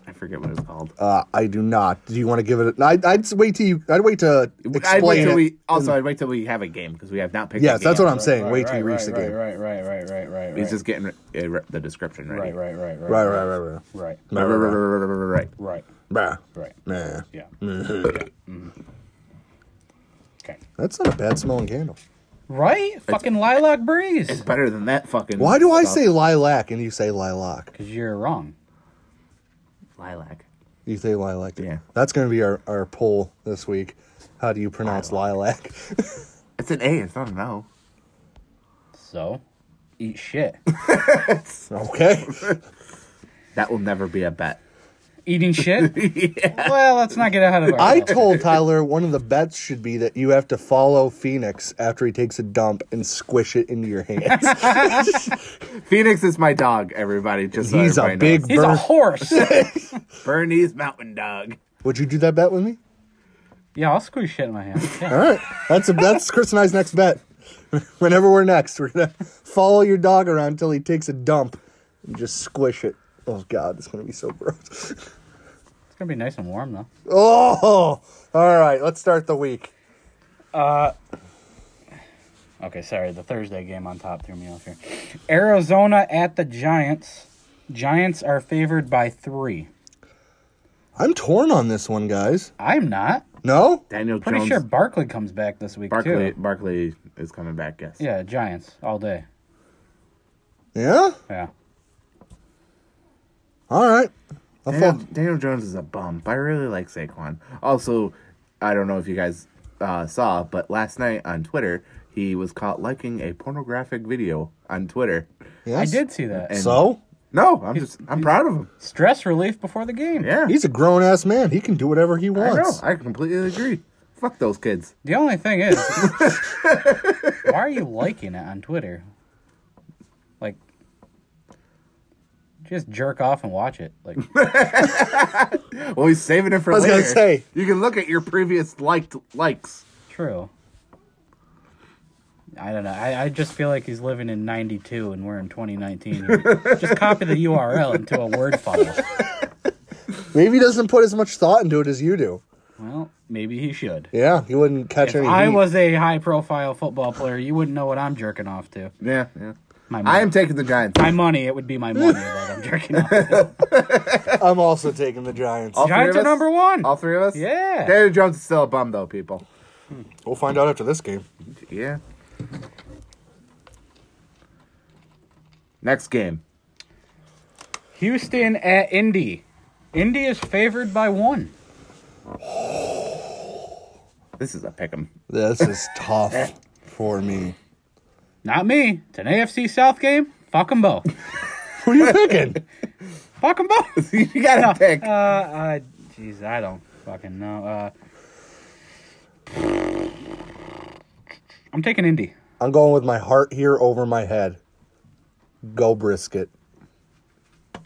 B: I forget what it's called.
A: Uh, I do not. Do you want to give it? A, I, I'd wait till you. I'd wait to explain
B: I'd wait till
A: it.
B: we also I'd wait till we have a game because we have not picked.
A: yes,
B: a
A: that's
B: game.
A: what I'm saying.
C: Right,
A: wait till
C: right,
A: you reach
C: right,
A: the
C: right,
A: game.
C: Right, right, right, right, right,
B: He's
C: right.
B: just getting uh, re- the description ready.
C: right, right, right, right,
A: Right, right, right, right,
C: right,
B: Right, right, right, right, right, right, right.
C: right,
A: right.
C: right.
A: Nah.
C: Yeah. Mm-hmm. Okay.
A: That's not a bad smelling candle.
C: Right? Fucking lilac
B: It's
C: breeze.
B: better than that fucking.
A: Why do I
B: stuff.
A: say lilac and you say lilac?
C: Because you're wrong.
B: lilac?
A: You say lilac.
B: Yeah.
A: That's going to be our, our poll this week. How do you pronounce lilac?
B: It's an A. It's not an O.
C: So, eat shit.
A: okay.
B: That will never be a bet.
C: Eating shit? Well, let's not get ahead of
A: I
C: ourselves.
A: told Tyler one of the bets should be that you have to follow Phoenix after he takes a dump and squish it into your hands.
B: Phoenix is my dog. Everybody, just so
A: He's a
B: everybody knows.
A: big
C: He's a
A: bird.
C: horse.
B: Bernese Mountain Dog.
A: Would you do that bet with me?
C: yeah, I'll squeeze shit in my hand. Yeah.
A: All right. That's a, that's Chris and I's next bet. Whenever we're next, we're gonna follow your dog around until he takes a dump and just squish it. Oh God, it's gonna be so gross.
C: It's going to be nice and warm, though.
A: Oh, all right. Let's start the week.
C: Okay, sorry. The Thursday game on top threw me off here. Arizona at the Giants. Giants are favored by three.
A: I'm torn on this one, guys.
C: I'm not.
A: No,
B: Daniel
C: Pretty
B: Jones.
C: sure Barkley comes back this week,
B: Barkley.
C: too.
B: Barkley is coming back. Yes.
C: Yeah, Giants all day.
A: yeah.
C: Yeah.
A: All right. I'll
B: Daniel,
A: fall.
B: Daniel Jones is a bum, but I really like Saquon. Also, I don't know if you guys uh, saw, but last night on Twitter, he was caught liking a pornographic video on Twitter.
C: I
A: Yes.
C: did see that.
A: So
B: No, I'm just I'm proud of him.
C: Stress relief before the game.
B: Yeah,
A: he's a grown ass man. He can do whatever he
B: I know.
A: wants.
B: I completely agree. Fuck those kids.
C: The only thing is, why are you liking it on Twitter? Like, just jerk off and watch it. Like,
B: Well, he's saving it for
A: I was
B: later.
A: gonna say.
B: you can look at your previous liked likes.
C: true. I don't know. I, I just feel like he's living in 92 and we're in 2019. here. just copy the URL into a Word file.
A: Maybe he doesn't put as much thought into it as you do.
C: Well, maybe he should.
A: Yeah, he wouldn't catch
C: If
A: any.
C: I
A: heat.
C: was a high profile football player, you wouldn't know what I'm jerking off to.
B: Yeah, yeah.
C: My money.
B: I am taking the Giants.
C: my money, it would be my money that I'm jerking off to.
A: I'm also taking the Giants.
B: All three
C: Giants
B: of
C: are
B: us?
C: number one.
B: All three of us.
C: Yeah.
B: Daniel Jones is still a bum though, people.
A: We'll find out after this game.
B: Yeah. Next game.
C: Houston at Indy. Indy is favored by one.
B: This is a pick'em.
A: This is tough for me.
C: Not me. It's an AFC South game. Fuck 'em both.
A: Who are you picking?
C: Fuck 'em both.
B: you gotta pick.
C: Uh, uh, jeez, I don't fucking know. Uh, I'm taking Indy.
A: I'm going with my heart here over my head. Go brisket.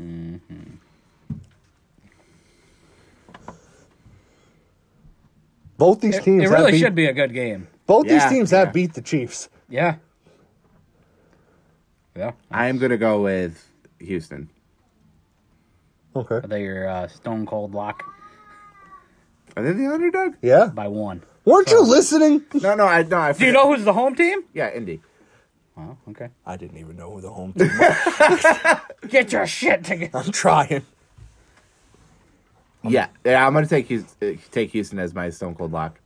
A: Mm-hmm. Both these teams.
C: It
A: have
C: really
A: beat-
C: should be a good game.
A: Both
B: Yeah,
A: these teams
B: yeah.
A: have beat the Chiefs.
C: Yeah. Yeah.
B: I am gonna go with Houston.
A: Okay.
C: Are they your uh, stone cold lock
B: Are they the underdog?
A: Yeah.
C: by one?
A: Weren't you listening?
B: No, no, I no, I
C: Do you know who's the home team?
B: Yeah, Indy.
C: Wow. Okay.
A: I didn't even know who the home team.
C: Get your shit together.
A: I'm trying.
B: Yeah, yeah, I'm gonna take Houston, take Houston as my Stone Cold lock.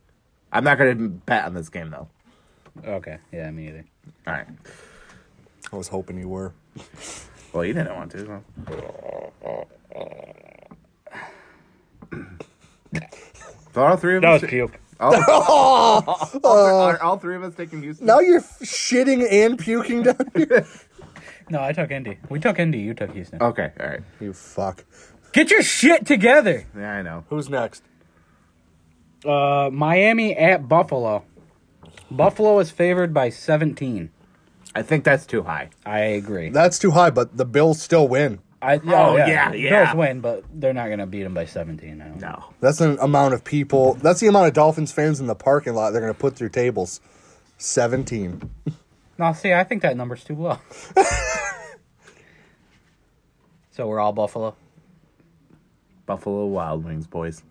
B: I'm not gonna bet on this game though.
C: Okay. Yeah, me either.
B: All right.
A: I was hoping you were.
B: Well, you didn't want to. Huh? So all three of us.
C: puke.
B: all, three, all three of us taking Houston.
A: Now you're f- shitting and puking down here.
C: No, I took Indy. We took Indy. You took Houston.
B: Okay, all right.
A: You fuck.
C: Get your shit together.
B: Yeah, I know.
A: Who's next?
C: Uh, Miami at Buffalo. Buffalo is favored by 17.
B: I think that's too high.
C: I agree.
A: That's too high, but the Bills still win.
C: I,
B: Oh, yeah, yeah.
C: Bills win, but they're not going to beat them by 17. I don't
B: No.
A: That's an amount of people. That's the amount of Dolphins fans in the parking lot they're going to put through tables. 17.
C: No, see, I think that number's too low. so we're all Buffalo.
B: Buffalo Wild Wings, boys.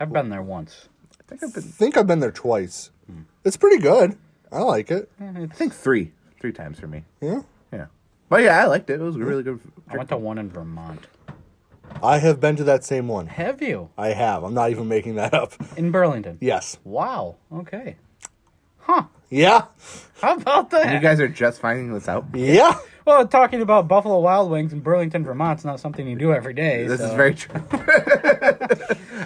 C: I've been there once.
B: I think I've been
A: think I've been there twice. It's pretty good. I like it.
B: I think three. Three times for me.
A: Yeah.
B: Yeah. But yeah, I liked it. It was a really good.
C: I went to one in Vermont.
A: I have been to that same one.
C: Have you?
A: I have. I'm not even making that up.
C: In Burlington.
A: Yes.
C: Wow. Okay.
A: Yeah.
C: How about that?
B: You guys are just finding this out.
A: Yeah.
C: well, talking about Buffalo Wild Wings in Burlington, Vermont's not something you do every day.
B: This is
C: so-
B: very true.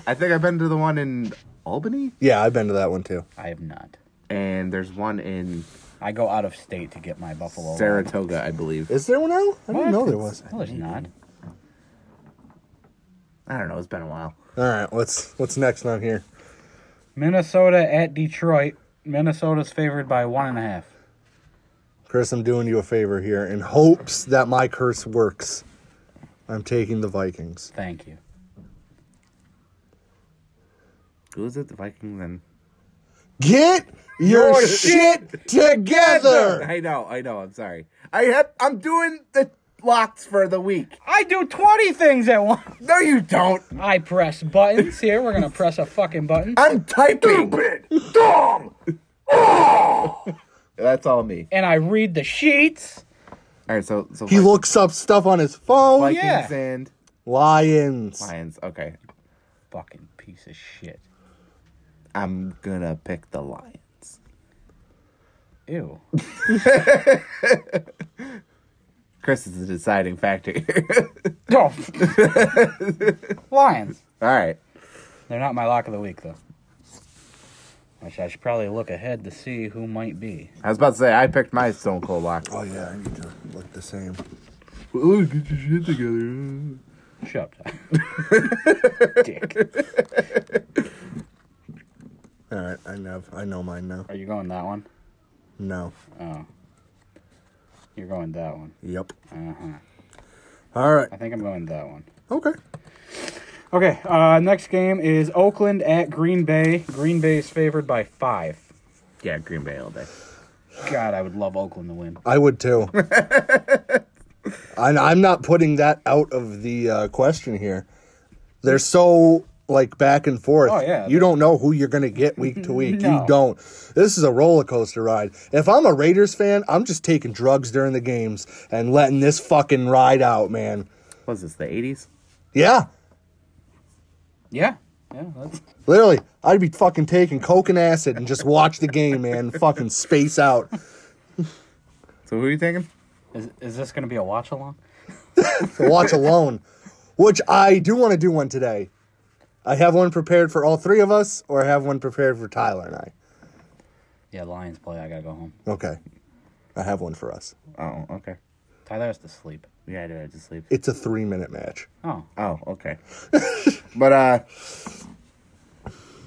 B: I think I've been to the one in Albany,
A: Yeah, I've been to that one too.
C: I have not.
B: and there's one in
C: I go out of state to get my Buffalo.
B: Saratoga, I believe.
A: Is there one now? I
C: What?
A: didn't know there was.
C: No, there's not.
B: I don't know. It's been a while.
A: All right, what's what's next on here?
C: Minnesota at Detroit. Minnesota's favored by one and a half.
A: Chris, I'm doing you a favor here in hopes that my curse works. I'm taking the Vikings.
C: Thank you.
B: Who is it? The Vikings and.
A: Get your
B: Your
A: shit together.
B: I know. I know. I'm sorry. I have. I'm doing the locks for the week.
C: I do 20 things at once.
B: No, you don't.
C: I press buttons here. We're gonna press a fucking button,
B: I'm typing. Stupid. Dumb. That's all me.
C: and I read the sheets.
B: All right. So so
A: He
B: Vi-
A: looks up stuff on his phone.
B: Vikings
C: yeah.
B: and
A: Lions.
B: Lions. Okay.
C: Fucking piece of shit.
B: I'm gonna pick the Lions.
C: Ew.
B: Chris is the deciding factor. here.
C: Oh. Lions.
B: all right.
C: They're not my lock of the week though. Which I should probably look ahead to see who might be.
B: I was about to say I picked my Stone Cold lock.
A: Oh yeah, I need to look the same.
B: Ooh, get your shit together.
C: Shut up. Dick.
A: All right, I know I know mine now.
C: Are you going that one?
A: No.
C: You're going that one.
A: Yep.
C: Mm-hmm.
A: All right.
C: I think I'm going that one.
A: Okay.
C: Okay, uh, next game is Oakland at Green Bay. Green Bay is favored by five.
B: Yeah, Green Bay all day.
C: God, I would love Oakland to win.
A: I would too. and I'm not putting that out of the uh, question here. They're so like back and forth.
C: Oh, yeah.
A: You don't know who you're going to get week to week.
C: No.
A: You don't. This is a roller coaster ride. If I'm a Raiders fan, I'm just taking drugs during the games and letting this fucking ride out, man.
B: Was this the 80s?
A: Yeah.
C: Yeah. Yeah, that's
A: Literally, I'd be fucking taking coke and acid and just watch the game, man. Fucking space out.
B: So who are you taking?
C: Is, is this going to be a watch along?
A: to watch alone, which I do want to do one today. I have one prepared for all three of us, or I have one prepared for Tyler and I.
C: Yeah, Lions play. I got to go home.
A: Okay. I have one for us.
B: Oh, okay.
C: Tyler has to sleep.
B: Yeah, I do. I just sleep.
A: It's a three minute match.
C: Oh,
B: Oh, okay. but uh,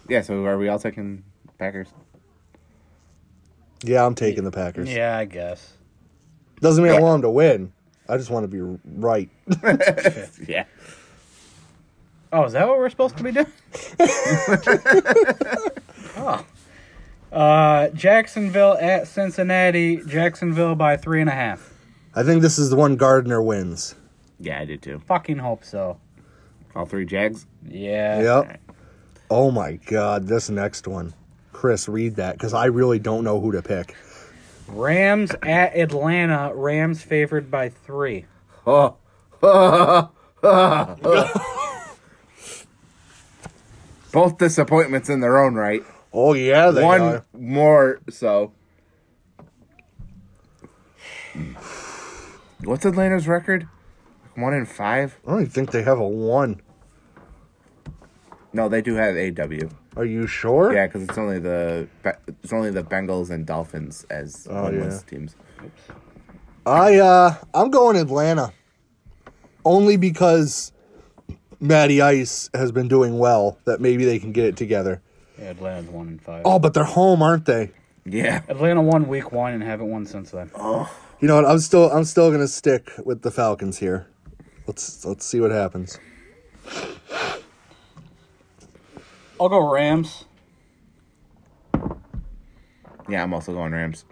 B: yeah. So are we all taking Packers?
A: Yeah, I'm taking the Packers.
C: yeah, I guess.
A: Doesn't mean I want them to win. I just want to be right.
B: Yeah.
C: Oh, is that what we're supposed to be doing? oh. Uh, Jacksonville at Cincinnati. Jacksonville by three and a half.
A: I think this is the one Gardner wins.
B: Yeah, I do too.
C: Fucking hope so.
B: All three Jags.
C: Yeah.
A: Yep. Oh my God, this next one. Chris, read that because I really don't know who to pick.
C: Rams at Atlanta. Rams favored by three.
B: Oh. Both disappointments in their own right.
A: Oh, yeah, they
B: One
A: are.
B: more so. What's Atlanta's record? One in five?
A: I don't even think they have a one.
B: No, they do have AW.
A: Are you sure?
B: Yeah, because it's only the it's only the Bengals and Dolphins as
A: Oh,
B: winless
A: yeah.
B: teams.
A: I uh I'm going Atlanta. Only because Matty Ice has been doing well that maybe they can get it together.
C: Atlanta's one and five.
A: Oh, but they're home, aren't they?
B: Yeah.
C: Atlanta won week one and haven't won since then.
A: You know what? I'm still I'm still gonna stick with the Falcons here. Let's let's see what happens.
C: I'll go Rams.
B: Yeah, I'm also going Rams.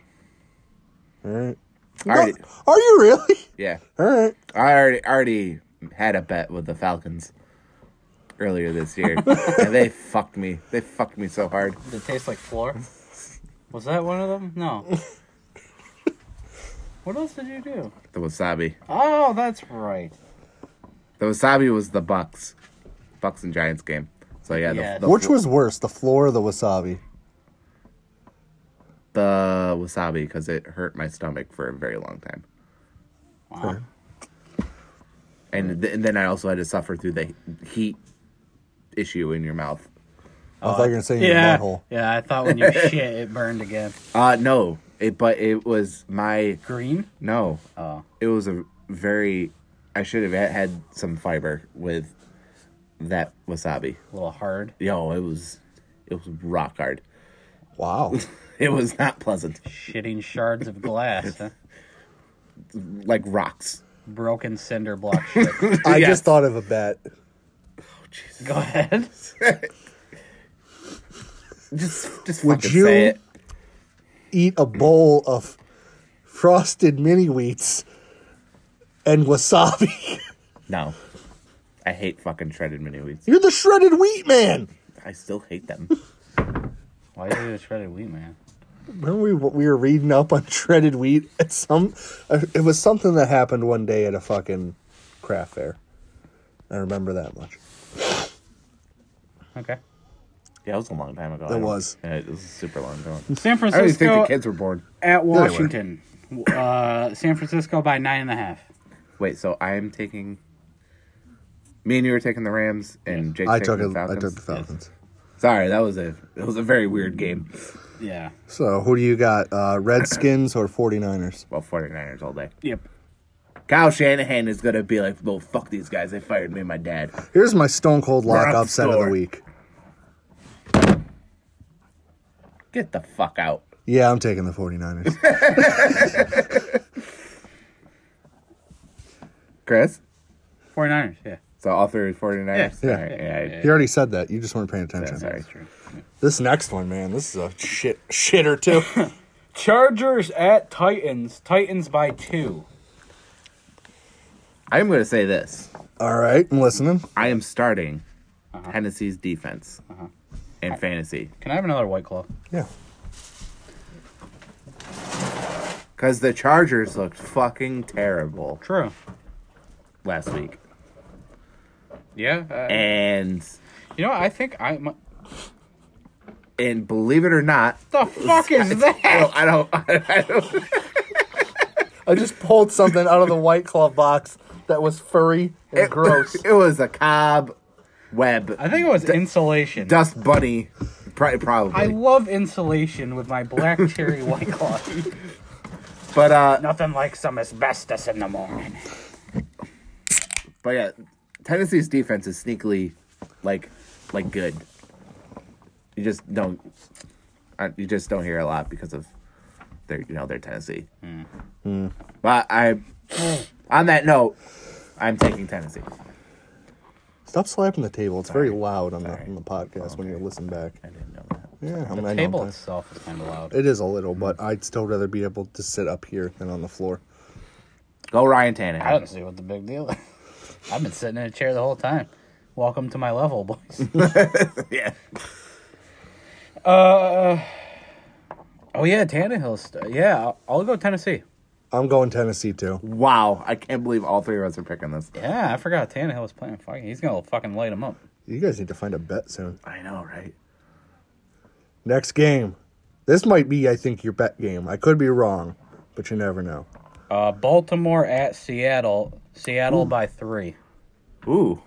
A: All right.
B: I already,
A: Are you really?
B: yeah.
A: All right.
B: I already already had a bet with the Falcons earlier this year. and they fucked me. They fucked me so hard.
C: Does it taste like floor? Was that one of them? No. what else did you do?
B: The wasabi.
C: Oh, that's right.
B: The wasabi was the Bucks. Bucks and Giants game. So yeah,
C: Yeah.
B: the, the,
A: Which was worse, the floor or the wasabi?
B: the wasabi because it hurt my stomach for a very long time.
C: Wow.
B: And, th- and then I also had to suffer through the heat issue in your mouth.
A: I thought you were gonna say in your
C: Yeah.
A: butthole.
C: Yeah, I thought when you shit, it burned again.
B: Uh no, it but it was my
C: Green?
B: no.
C: Oh.
B: It was a very I should have had some fiber with that wasabi.
C: A little hard.
B: Yo, it was it was rock hard.
A: Wow.
B: It was not pleasant.
C: Shitting shards of glass. Huh?
B: Like rocks.
C: Broken cinder block shit.
A: I
B: Yes.
A: just thought of a bet.
C: Go ahead.
B: Just just
A: Would
B: fucking
A: you-
B: say it.
A: Eat a bowl of frosted mini wheats and wasabi.
B: No. I hate fucking shredded mini wheats.
A: You're the shredded wheat man.
B: I still hate them.
C: Why is it a shredded wheat, man?
A: Remember we we were reading up on shredded wheat at some. uh, It was something that happened one day at a fucking craft fair. I remember that much.
C: Okay.
B: Yeah, it was a long time ago.
A: It was.
B: Yeah, it was super long ago. I don't
C: San
B: even think
C: Francisco
B: the kids were born.
C: at Washington. Uh, San Francisco by nine and a half.
B: Wait, so I'm taking. Me and you were taking the Rams, and Jake
A: I
B: taking
A: took it.
B: the
A: I
B: Falcons.
A: took the Falcons.
B: Sorry, that was a it was a very weird game.
C: Yeah.
A: So who do you got? Uh, Redskins or 49ers?
B: Well, 49ers all day.
C: Yep.
B: Kyle Shanahan is gonna be like, "Well, fuck these guys. They fired me, and my dad."
A: Here's my Stone Cold
B: We're
A: Lock
B: up
A: upset of the
B: store.
A: week.
B: Get the fuck out.
A: Yeah, I'm taking the 49ers.
B: Chris.
C: 49ers, yeah.
B: So all three 49ers.
A: Yeah. Yeah.
B: All right, yeah,
A: you already said that. You just weren't paying attention.
B: yeah, Sorry.
C: That's true.
A: This next one, man, this is a shit shitter too.
C: Chargers at Titans. Titans by two.
B: I'm gonna say this.
A: All right, I'm listening.
B: I am starting Tennessee's defense in fantasy
C: Can I have another white claw?
A: Yeah.
B: because the Chargers looked fucking terrible
C: True.
B: last week,
C: Yeah.
B: and
C: Uh, you know, I think I. My,
B: and believe it or not,
C: the fuck is that?
B: no, I don't. I don't
A: I just pulled something out of the White Claw box that was furry and gross.
B: It was a cob web.
C: I think it was insulation.
B: dust bunny. Probably, probably.
C: I love insulation with my black cherry white claw.
B: but uh,
C: Nothing like some asbestos in the morning.
B: but yeah, Tennessee's defense is sneakily, like, like good. You just don't. uh, You just don't hear a lot because of their, you know, their Tennessee. But I, on that note, I'm taking Tennessee.
A: Stop slapping the table. It's very loud on the,
B: Sorry.
A: on the podcast when you listen back.
B: I didn't know that.
A: Yeah, I'm
C: The
A: not
C: table itself is kind of loud.
A: It is a little, but I'd still rather be able to sit up here than on the floor.
B: Go Ryan
C: I
B: Tannehill.
C: don't see what the big deal is. I've been sitting in a chair the whole time. Welcome to my level, boys.
B: yeah.
C: oh yeah, Tannehill's. St- yeah, I'll, I'll go Tennessee.
A: I'm going Tennessee too.
B: Wow, I can't believe all three of us are picking this.
C: Yeah, I forgot Tannehill was playing. Fucking, he's gonna fucking light him up.
A: You guys need to find a bet soon.
B: I know, right?
A: Next game. This might be, I think, your bet game. I could be wrong, but you never know.
C: Uh, Baltimore at Seattle. Seattle by three.
B: Ooh.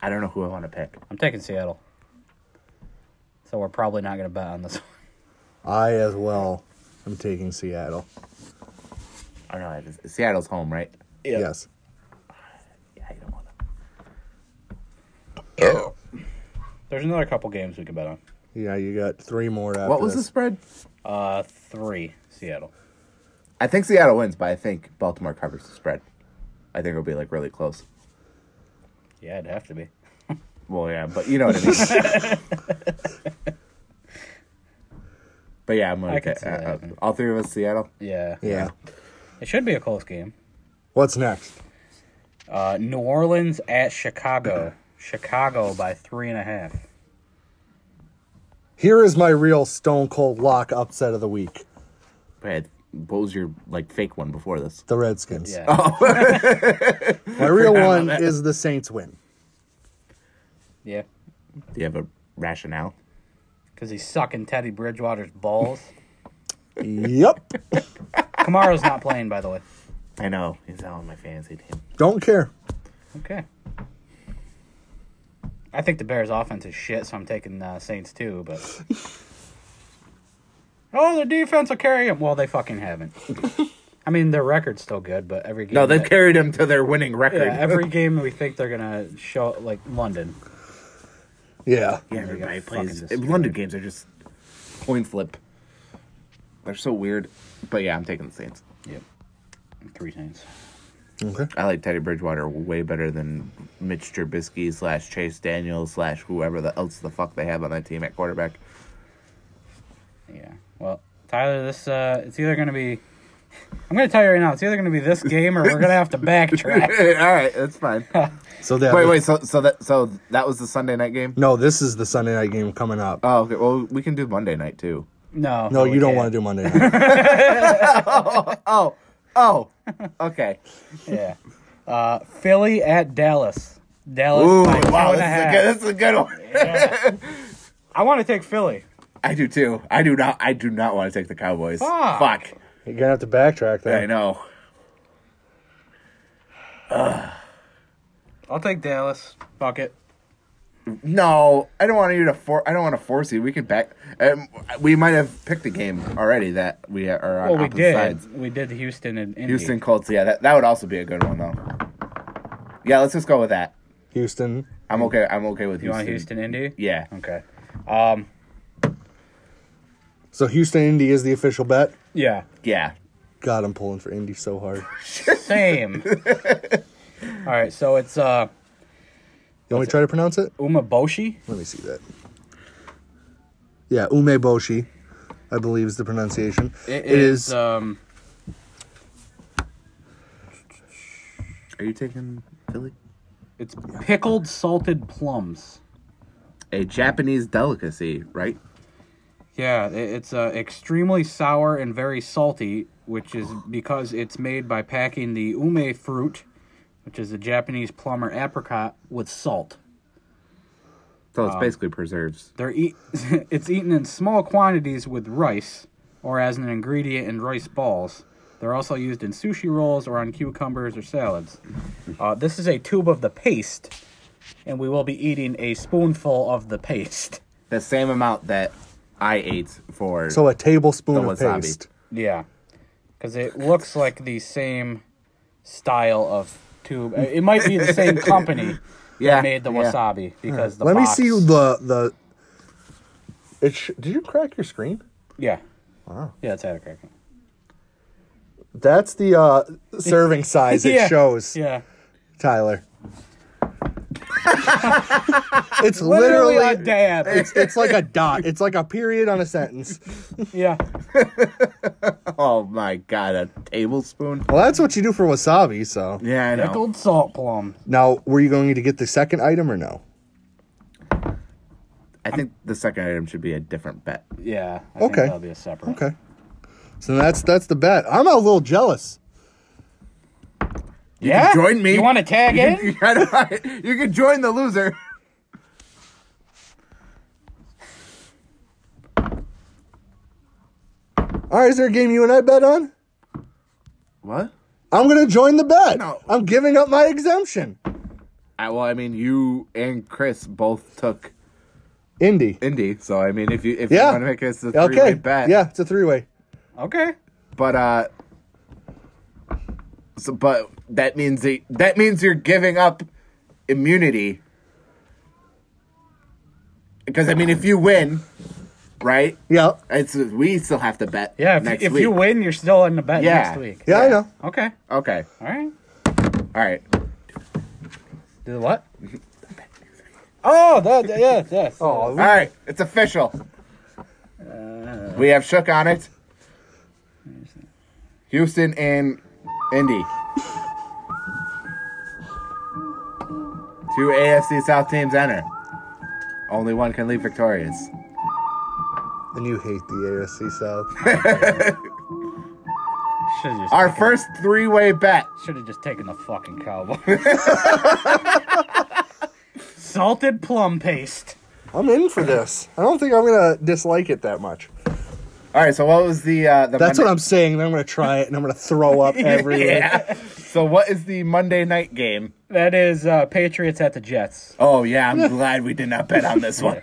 B: I don't know who I want to pick.
C: I'm taking Seattle. So we're probably not gonna bet on this. one.
A: I as well. I'm taking Seattle.
B: I know. Oh, it is- Seattle's home, right?
D: Yeah.
A: Yes.
B: Yeah, you don't want to.
C: There's another couple games we could bet on.
A: Yeah, you got three more after
B: What was the
A: this.
B: spread?
C: Uh, three Seattle.
B: I think Seattle wins, but I think Baltimore covers the spread. I think it'll be like really close.
C: Yeah, it'd have to be.
B: Well, yeah, but you know what I mean. but yeah, I'm gonna
C: I can
B: get
C: see
B: uh,
C: that
B: uh,
C: happening.
B: all three of us Seattle.
C: Yeah.
A: Yeah.
C: It should be a close game.
A: What's next?
C: Uh, New Orleans at Chicago. Chicago by three and a half.
A: Here is my real Stone Cold lock upset of the week:
B: Brad, what was your like fake one before this?
A: the Redskins.
C: Yeah.
A: My real one is the Saints win.
C: Yeah.
B: Do you have a rationale?
C: Because he's sucking Teddy Bridgewater's balls.
A: yep.
C: Kamara's not playing, by the way.
B: I know he's not on my fantasy team.
A: Don't care.
C: Okay. I think the Bears' offense is shit, so I'm taking uh, Saints too. But oh, their defense will carry them. Well, they fucking haven't. I mean, their record's still good, but every game
B: No, they've
C: that-
B: carried him to their winning record.
C: yeah, every game we think they're gonna show like London.
A: Yeah.
B: Yeah,
C: They
B: everybody
C: got fucking
B: plays.
C: destroyed.
B: London games are just coin flip. They're so weird. But yeah, I'm taking the Saints.
C: Yep, three Saints.
A: Okay.
B: I like Teddy Bridgewater way better than Mitch Trubisky slash Chase Daniels slash whoever the else the fuck they have on that team at quarterback.
C: Yeah. Well, Tyler, this uh, it's either gonna be. I'm gonna tell you right now, it's either gonna be this game or we're gonna have to
B: All
C: backtrack.
B: right, that's fine.
A: So that.
B: Wait, wait. So, so that so that was the Sunday night game.
A: No, this is the Sunday night game coming up.
B: Oh, okay. Well, we can do Monday night too.
C: No,
A: no,
C: we
A: you don't want
C: can't.
A: to do Monday night.
B: Oh, oh, okay.
C: Yeah. Uh, Philly at Dallas. Dallas.
B: Ooh,
C: by two
B: wow,
C: and
B: this is
C: a
B: a
C: half.
B: good. This is a good one.
C: I want to take Philly.
B: I do too. I do not. I do not want to take the Cowboys.
C: Fuck.
B: Fuck.
A: You're gonna have to backtrack that.
B: I know.
C: I'll take Dallas. Fuck it.
B: No, I don't want you to for. I don't want to force you. We can back. Um, we might have picked a game already that we are on
C: Well, we
B: opposite
C: did.
B: sides.
C: We did Houston and Indy.
B: Houston Colts. Yeah, that, that would also be a good one though. Yeah, let's just go with that.
A: Houston.
B: I'm okay. I'm okay with
C: You
B: Houston.
C: want Houston Indy?
B: Yeah.
C: Okay. Um.
A: So Houston Indy is the official bet.
C: Yeah.
B: Yeah.
A: God, I'm pulling for Indy so hard.
C: Same. All right. So it's uh
A: You want me to try to pronounce it?
C: Umeboshi.
A: Let me see that. Yeah, Umeboshi, I believe is the pronunciation.
C: it
B: uh,
C: is, um.
B: Are you taking Philly?
C: It's pickled salted plums.
B: A Japanese delicacy, right?
C: Yeah, i- it's uh, extremely sour and very salty, which is because it's made by packing the ume fruit, which is a Japanese plum or apricot, with salt.
B: So
C: Oh.
B: it's basically preserves.
C: They're eat- it's eaten in small quantities with rice or as an ingredient in rice balls. They're also used in sushi rolls or on cucumbers or salads. Uh, this is a tube of the paste, and we will be eating a spoonful of the paste.
B: The same amount that I ate for.
A: so a tablespoon
B: The
A: of
B: wasabi.
A: paste.
C: Yeah, because it looks like the same style of tube. Uh, It might be the same company
B: yeah,
C: that made the
B: yeah.
C: wasabi because the
A: Let
C: box-
A: me see the the. It sh- did you crack your screen?
C: Yeah. Wow. Yeah, it's had a crack.
A: That's the uh, serving size it
C: yeah.
A: shows,
C: Yeah.
A: Tyler. it's literally,
C: Literally, a dab.
A: it's, it's like a dot. It's like a period on a sentence.
C: yeah.
B: Oh my god, a tablespoon.
A: Well, that's what you do for wasabi. So
B: Yeah, I know.
C: Pickled salt plum.
A: now, were you going to get the second item or no?
B: I think the second item should be a different bet.
C: Yeah. I Think
A: Okay.
C: that'll be a separate.
A: Okay. So that's that's the bet. I'm a little jealous.
C: Yeah.
B: join me.
C: You want to tag in?
B: you can join the loser.
A: All right, is there a game you and I bet on?
B: What?
A: I'm gonna join the bet.
B: No.
A: I'm giving up my exemption.
B: I, well, I mean, you and Chris both took
A: Indy.
B: Indy, so I mean, if you if
A: Yeah.
B: you want to make this a three way
A: Okay.
B: bet,
A: Yeah, it's a three way.
C: Okay.
B: But uh so, but that means that, that means you're giving up immunity. Because I mean if you win, right?
A: Yep.
B: It's we still have to bet
C: Yeah. If,
B: next
C: if
B: week.
C: you win, you're still in the bet
B: Yeah.
C: next week.
A: Yeah, I know.
C: Okay.
B: Okay.
C: All right.
B: All right.
C: Do the what? oh, that, that- yeah, yes.
A: Oh,
B: All right, it's official. we have Shook on it. Houston and Indy. Two AFC South teams enter. Only one can leave victorious.
A: and you hate the AFC South.
C: Should have just
B: Our first three way bet.
C: should have just taken the fucking Cowboys. Salted plum paste.
A: I'm in for this. I don't think I'm gonna dislike it that much.
B: All right, so what was the uh, the
A: That's
B: Monday-
A: what I'm saying. and I'm gonna try it, and I'm gonna throw up everywhere.
B: Yeah. So what is the Monday night game?
C: That is uh, Patriots at the Jets.
B: Oh yeah, I'm glad we did not bet on this one.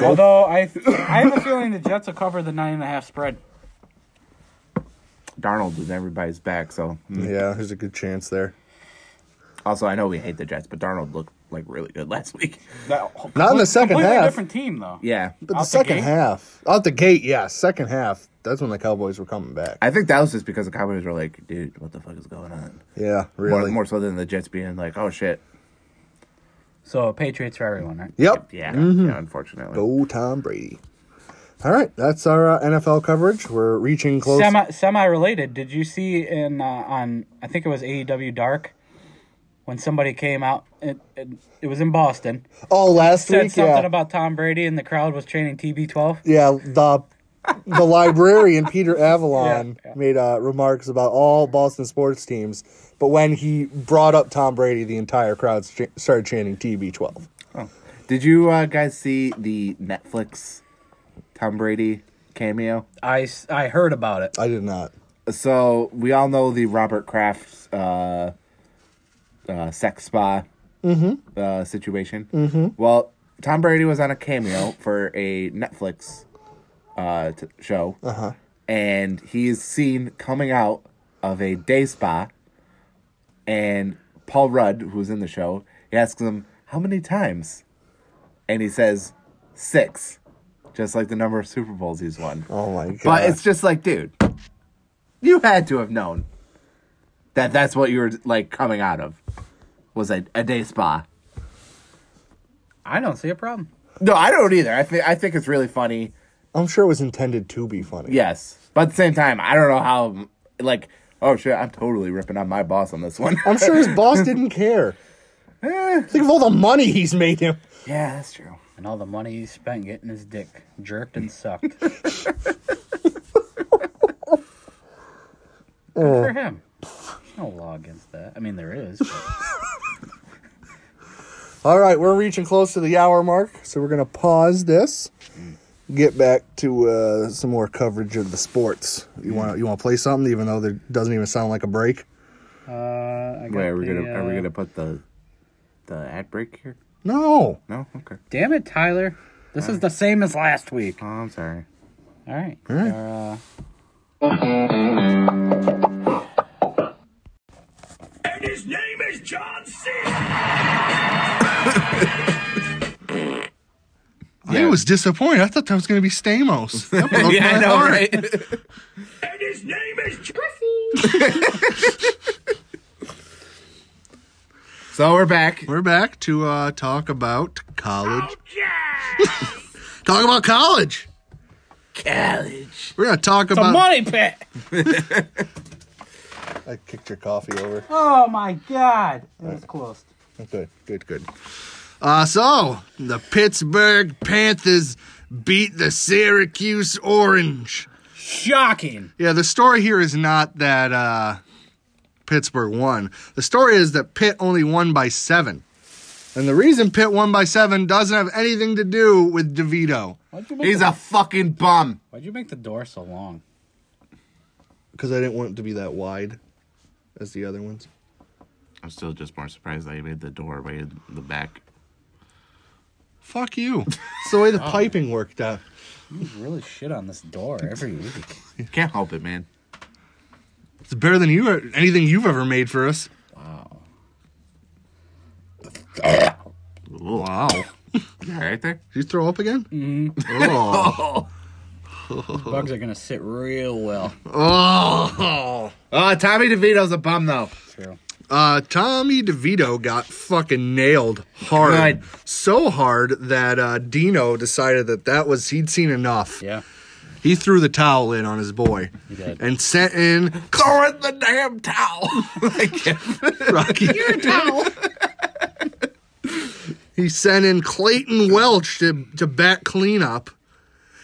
C: Although I, I have a feeling the Jets will cover the nine and a half spread.
B: Darnold is everybody's back, so mm.
A: Yeah, there's a good chance there.
B: also I know we hate the Jets, but Darnold looked like really good last week.
A: Not in the second
C: completely
A: half.
C: Different team though.
B: Yeah.
A: But the
C: Out the
A: second
C: gate?
A: half, out the gate, yeah, second half. That's when the Cowboys were coming back.
B: I think that was just because the Cowboys were like, dude, what the fuck is going on?
A: yeah,
B: More,
A: really.
B: more so than the Jets being like, oh shit.
C: So Patriots for everyone, right?
A: Yep.
B: Yeah. yeah unfortunately.
A: Go Tom Brady. All right, that's our uh, NFL coverage. We're reaching close.
C: Semi semi related. Did you see in uh, on I think it was AEW Dark when somebody came out? It, it, it was in Boston.
A: oh, last
C: Said
A: week,
C: something
A: yeah,
C: about Tom Brady and the crowd was chanting TB12.
A: yeah, the the librarian Peter Avalon made uh, remarks about all Boston sports teams, but when he brought up Tom Brady, the entire crowd st- started chanting TB12.
B: Did you uh, guys see the Netflix Tom Brady cameo?
C: I s- I heard about it.
A: I did not.
B: So we all know the Robert Kraft uh, uh, sex spa uh, situation. Mm-hmm. Well, Tom Brady was on a cameo for a Netflix uh, t- show, uh-huh. and he's seen coming out of a day spa. And Paul Rudd, who's in the show, he asks him how many times, and he says six, just like the number of Super Bowls he's won.
A: Oh my god!
B: But it's just like, dude, you had to have known that that's what you were like coming out of was a, a day spa.
C: I don't see a problem.
B: No, I don't either. I think I think it's really funny.
A: I'm sure it was intended to be funny.
B: Yes, but at the same time, I don't know how. Like, oh shit, I'm totally ripping on my boss on this one.
A: I'm sure his boss didn't care.
B: Eh.
A: Think of all the money he's made him.
B: yeah, that's true.
C: And all the money he spent getting his dick jerked and sucked. Good
B: Oh.
C: for him. There's no law against that. I mean, there is. but-
A: All right, we're reaching close to the hour mark, so we're going to pause this. Get back to uh, some more coverage of the sports.
B: Mm.
A: You want you want to play something, even though there doesn't even sound like a break.
C: Uh, I got
B: Wait, are we
C: the,
B: gonna are we
C: uh,
B: gonna put the the ad break here?
A: No,
B: No, okay.
C: Damn it, Tyler. This is the same as last week.
B: Oh, I'm sorry.
C: All right.
A: right.
C: Our, uh,
D: And his name is John C.
A: I was disappointed. I thought that was going to be Stamos.
B: yeah, I know, right?
D: And his name is John
B: so we're back.
A: We're back to uh, talk about college.
D: Yeah!
A: Talk about college.
B: College.
A: We're going to talk about.
C: money pit.
A: I kicked your coffee over.
C: Oh my god. It
B: Uh,
C: was close.
A: Good, good, good. Uh, so the Pittsburgh Panthers beat the Syracuse Orange.
C: Shocking.
A: Yeah, the story here is not that uh, Pittsburgh won. The story is that Pitt only won by seven. And the reason Pitt won by seven doesn't have anything to do with DeVito.
C: Why'd you make,
B: He's
C: the,
B: a fucking bum.
C: why'd you make the door so long?
A: Because I didn't want it to be that wide as the other ones.
B: I'm still just more surprised that you made the doorway in the back.
A: Fuck you. That's the way the piping worked out.
C: really shit on this door every week.
B: Can't help it, man.
A: It's better than you anything you've ever made for us.
B: Wow. you all right there?
A: Did you throw up again? Oh.
C: Bugs are gonna sit real well.
A: oh.
B: Oh, Tommy DeVito's a bum though.
C: True.
A: Uh, Tommy DeVito got fucking nailed hard.
B: Good.
A: So hard that uh, Dino decided that that was, he'd seen enough.
C: Yeah.
A: He threw the towel in on his boy
C: did.
A: and sent in
B: Throw in the damn towel. Like,
A: Rocky. he sent in Clayton Welch to, to bat cleanup.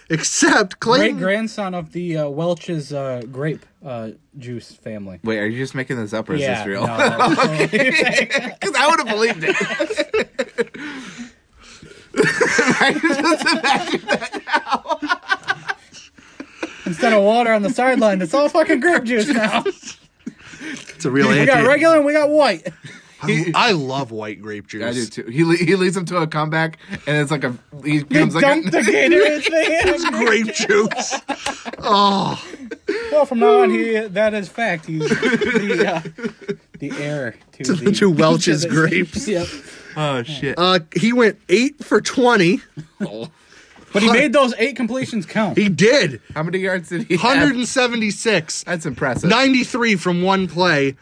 A: Except
C: Great
A: Clayton.
C: grandson of the uh, Welch's uh, grape uh, juice family.
B: Wait, are you just making this up or is this real?
C: no, that was-
B: Because I would have believed it. I just imagine
C: instead of water on the sideline, it's all fucking grape juice now.
A: It's a real
C: We got
A: anti-
C: regular and we got white.
A: I, I love white grape juice.
B: I do too. He le- he leads him to a comeback, and it's like a he
C: They
B: becomes like
C: dumped
B: a,
C: the Gatorade thing. in.
A: Grape juice. Oh,
C: Well, from now on, he that is fact. He's the, uh, the heir to, the,
A: to Welch's grapes.
C: Yep.
B: oh shit.
A: Uh, he went eight for twenty.
C: But he made those eight completions count.
A: He did
B: How many yards did he? have?
A: 176,
B: That's impressive.
A: 93 from one play,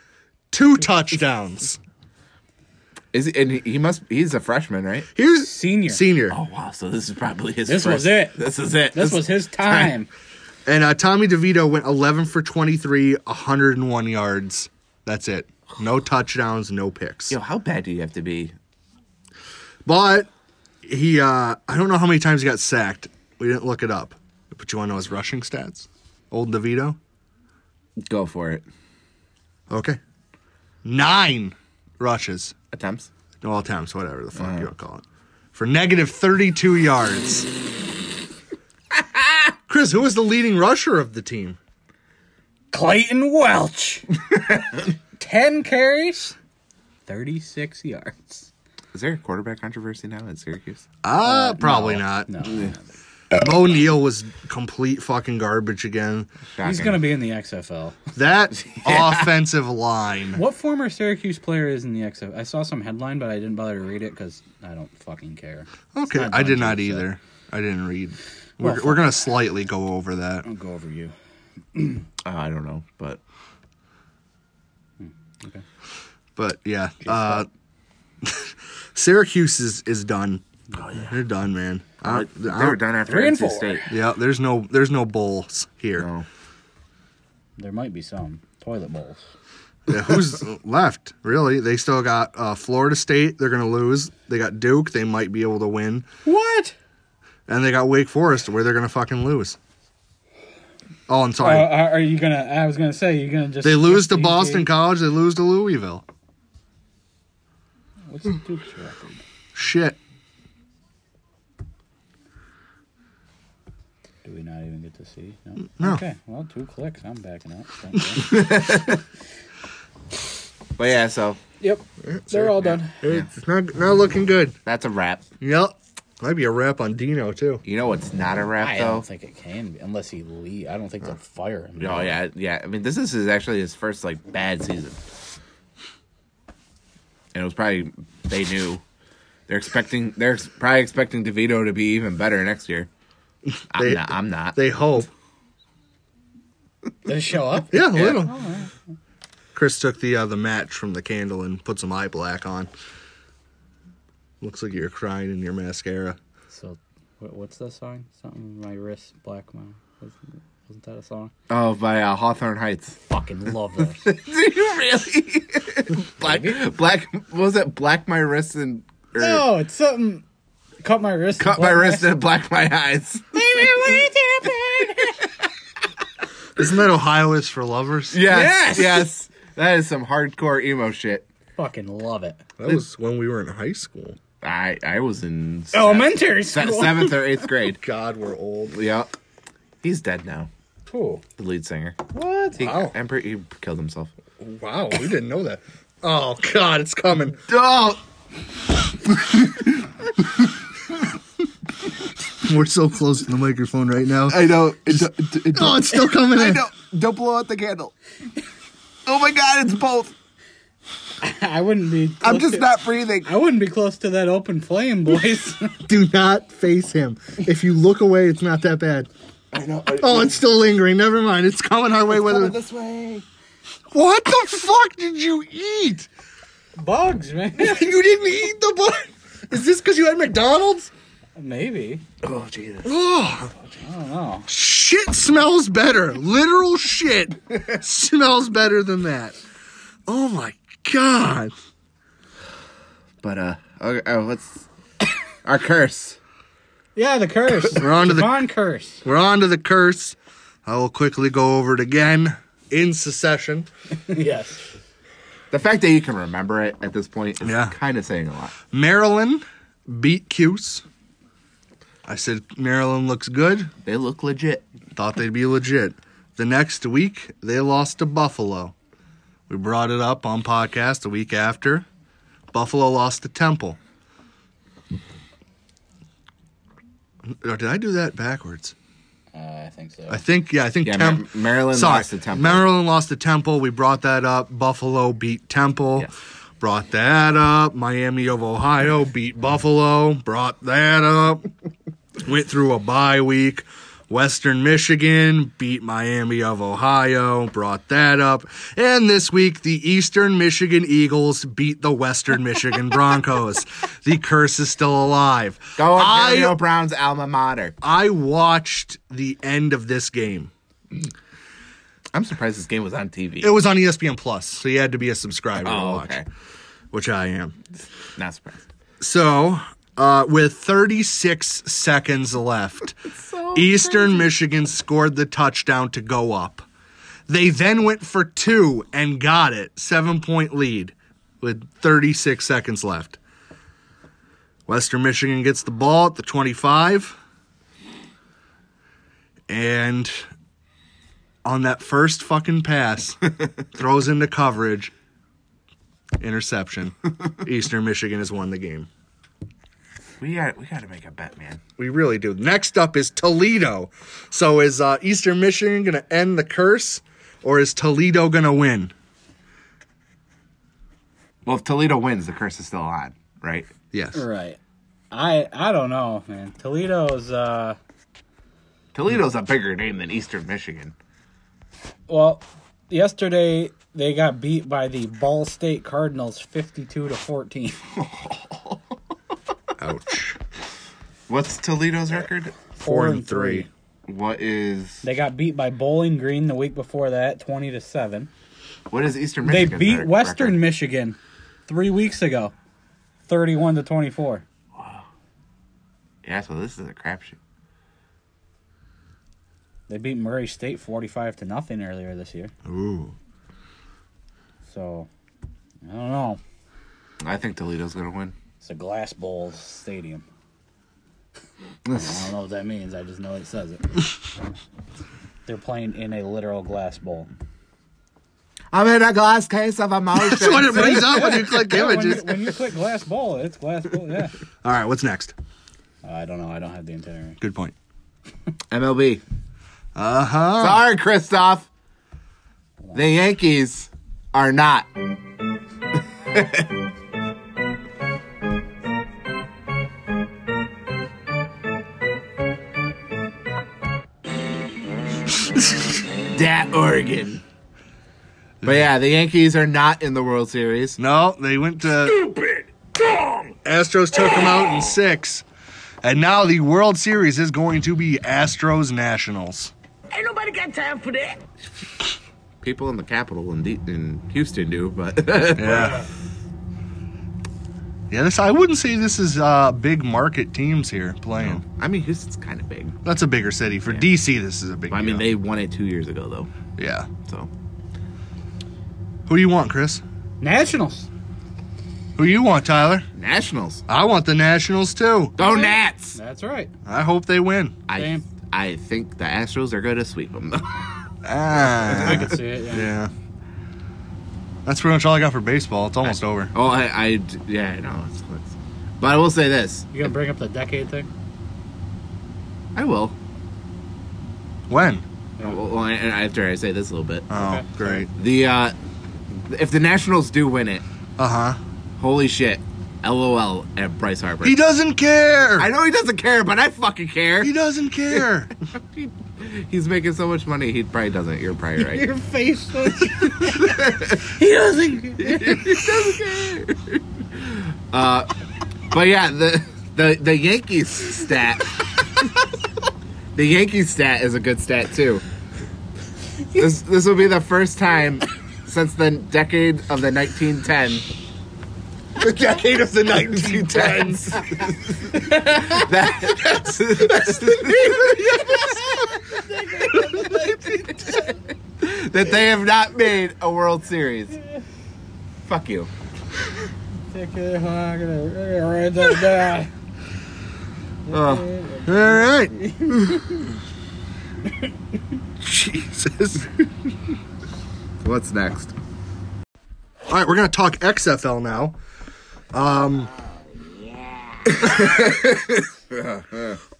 A: two touchdowns.
B: Is he, and he, he must he's a freshman, right?
A: Here's
C: Senior.
A: Senior.
B: Oh wow, so this is probably his.
C: This
B: first-
C: was it.
B: This is it.
C: This was his time.
A: And uh, Tommy DeVito went 11 for 23, 101 yards. That's it. No touchdowns, no picks.
B: Yo, how bad do you have to be?
A: But he, uh, I don't know how many times he got sacked. We didn't look it up. But you want to know his rushing stats? Old DeVito?
B: Go for it.
A: Okay. Nine rushes.
B: Attempts.
A: No all attempts, whatever the fuck you want to call it. For negative 32 yards. Chris, who was the leading rusher of the team?
C: Clayton Welch. 10 carries, 36 yards.
B: Is there a quarterback controversy now at Syracuse?
A: Uh, probably not.
C: No.
A: Bo Neal was complete fucking garbage again.
C: He's going to be in the XFL.
A: That offensive line.
C: What former Syracuse player is in the XFL? I saw some headline, but I didn't bother to read it because I don't fucking care.
A: Okay,
C: not
A: I did
C: done
A: not
C: yet, so-
A: either. I didn't read. We're,
C: Well,
A: we're gonna slightly go over that.
C: I'll go over you.
B: Uh, I don't know, but
C: Okay.
A: But yeah, uh, Syracuse is is done.
C: Oh,
A: They're done, man. I
B: they
A: don't- I
B: were
A: don't-
B: done after
C: Uh, Three and
B: NC
C: four.
B: State.
A: Yeah, there's no there's no bowls here.
B: No.
C: There might be some toilet bowls.
A: Yeah, who's left? Really? They still got uh, Florida State. They're gonna lose. They got Duke. They might be able to win.
C: What?
A: And they got Wake Forest, where they're gonna fucking lose. Oh, I'm
C: Uh,
A: sorry.
C: are are you gonna? I was gonna say you're gonna just.
A: they lose to
C: skip these
A: Boston
C: games?
A: College. They lose to Louisville.
C: What's Duke's record?
A: Shit.
C: Do we not even get to see? No.
A: No.
C: Okay. Well, two clicks. I'm backing out. Thank you.
B: But yeah, so
C: yep. They're all done.
A: It's not not looking good.
B: that's a wrap.
A: Yep. Might be a wrap on Dino too.
B: You know what's not a wrap
C: I
B: though?
C: don't think it can be unless he leave. I don't think they'll fire him.
B: Oh yeah, yeah. I mean, this is his, actually his first like bad season, and it was probably they knew they're expecting they're ex- probably expecting DeVito to be even better next year. I'm
A: They-
B: not. I'm not.
A: They hope.
C: Does it show up?
A: Yeah, Oh, a little. Chris took the uh, the match from the candle and put some eye black on. Looks like you're crying in your mascara.
C: So, what, what's that song? Something my wrist, black my. Wasn't, wasn't that a song?
B: oh, by uh, Hawthorne Heights.
C: Fucking love that.
B: Do you really? black, black. What was it? Black my wrist and or
C: no, it's something. Cut my wrist.
B: cut my wrist and black my eyes.
A: Isn't that Ohio is for lovers?
B: Yes, yes, That is some hardcore emo shit.
C: Fucking love it.
A: That was when we were in high school.
B: I I was in se-
C: Elementary
B: se-
C: school.
B: seventh or eighth grade.
A: God, we're old.
B: Yeah. He's dead now.
C: Cool.
B: The lead singer.
C: What?
B: He,
A: Wow.
B: Emperor, he killed himself.
A: Wow, we didn't know that. Oh God, it's coming.
B: Oh!
A: We're so close to the microphone right now.
B: I know. It, do- it, it,
A: oh, it's still coming
B: I
A: in.
B: know. Don't blow out the candle. Oh my God! It's both.
C: I wouldn't be.
B: I'm
C: close
B: just
C: to-
B: not breathing.
C: I wouldn't be close to that open flame, boys.
A: Do not face him. If you look away, it's not that bad.
B: I know.
A: Oh, it's still lingering. Never mind. It's coming our way. Whether
B: this way.
A: what the fuck did you eat?
C: Bugs, man.
A: You didn't eat the bun. Is this because you had McDonald's?
C: Maybe.
B: Oh Jesus!
A: Oh,
C: I don't know.
A: shit smells better. Literal shit smells better than that. Oh my god.
B: But uh, okay, oh, let's our curse.
C: Yeah, the curse.
A: We're on to the
C: Javon curse.
A: We're on to the curse. I will quickly go over it again in succession.
C: yes.
B: The fact that you can remember it at this point is
A: Yeah.
B: kind of saying a lot.
A: Maryland beat Cuse. I said Maryland looks good.
B: They look legit.
A: Thought they'd be legit. The next week, they lost to Buffalo. We brought it up on podcast the week after. Buffalo lost to Temple. Or did I do that backwards?
C: Uh, I think so.
A: I think yeah, I think
B: Yeah,
A: Temp-
B: Ma- Maryland
A: Sorry,
B: lost to Temple.
A: Maryland lost to Temple. We brought that up. Buffalo beat Temple.
B: Yes.
A: Brought that up. Miami of Ohio beat Buffalo. Brought that up. Went through a bye week. Western Michigan beat Miami of Ohio. Brought that up. And this week, the Eastern Michigan Eagles beat the Western Michigan Broncos. the curse is still alive.
B: Go
A: I
B: Antonio Brown's alma mater.
A: I watched the end of this game.
B: I'm surprised this game was on TV.
A: It was on E ESPN Plus, so you had to be a subscriber to
B: oh,
A: watch,
B: okay.
A: which I am.
B: Not surprised.
A: So, uh, with 36 seconds left, Eastern Michigan scored the touchdown to go up. They then went for two and got it, seven point lead with 36 seconds left. Western Michigan gets the ball at the 25. And on that first fucking pass, throws into coverage, interception. Eastern Michigan has won the game.
B: We got we got to make a bet, man.
A: We really do. Next up is Toledo. So is uh, Eastern Michigan going to end the curse, or is Toledo going to win?
B: Well, if Toledo wins, the curse is still on, right?
A: Yes.
C: right. I I don't know, man. Toledo's uh
B: Toledo's a bigger name than Eastern Michigan.
C: well, yesterday they got beat by the Ball State Cardinals 52 to 14.
A: Ouch.
B: What's Toledo's record?
A: Four and three.
B: What is
C: They got beat by Bowling Green the week before that, 20 to 7.
B: what is Eastern
C: They
B: Michigan?
C: beat Western Michigan 3 weeks ago, 31 to 24.
B: Yeah, so this is a crapshoot.
C: They beat Murray State 45 to nothing earlier this year.
A: Ooh.
C: So, I don't know.
B: I think Toledo's gonna win.
C: It's a glass bowl stadium. I don't know what that means. I just know it says it. They're playing in a literal glass bowl.
B: I'm in a glass case of emotions.
A: That's what it brings up when you click
C: Yeah, when, you,
A: images.
C: when you click glass bowl, it's glass bowl. Yeah. Uh,
A: All right. What's next?
C: I don't know. I don't have the itinerary.
A: Good point.
B: MLB.
A: Uh huh.
B: Sorry, Christoph. The Yankees are not. that Oregon. But yeah, the Yankees are not in the World Series.
A: No, they went to
D: Stupid. Dumb.
A: Astros took them out in six, and now the World Series is going to be Astros Nationals.
D: Ain't nobody got time for that.
B: People in the capital in, D- in Houston do, but
A: Yeah. Yeah, this I wouldn't say this is uh, big market teams here playing.
B: I mean Houston's kind of big.
A: That's a bigger city. For DC, this is a big.
B: I mean
A: deal.
B: they won it two years ago though,
A: Yeah.
B: so
A: Who do you want, Chris?
C: Nationals.
A: Who you want, Tyler?
B: Nationals.
A: I want the Nationals too.
B: Go Nats!
C: That's right.
A: I hope they win.
B: I
C: Same.
B: I think the Astros are going to sweep them though.
C: I
A: Ah.
C: can see it. Yeah.
A: yeah. That's pretty much all I got for baseball. It's almost over.
B: oh, I, I d- yeah, I know. It's, it's, but I will say this:
C: You gonna bring up the decade thing?
B: I will.
A: When?
B: Well, and after I say this a little bit,
A: Oh, great.
B: the uh, if the Nationals do win it,
A: Uh huh.
B: holy shit, LOL at Bryce Harper.
A: He doesn't care.
B: I know he doesn't care, but I fucking care.
A: he doesn't care.
B: He's making so much money, he probably doesn't. You're probably right.
C: Your face.
B: he doesn't. he doesn't care. Uh, but yeah, the the the Yankees stat. the Yankees stat is a good stat too. This this will be the first time since the decade of the 1910
A: the decade of the
B: 1910s. that, that's, that's the that they have not made a World Series. Fuck you. Oh,
A: All right. Jesus.
B: what's next?
A: All right, we're gonna talk XFL now. Um,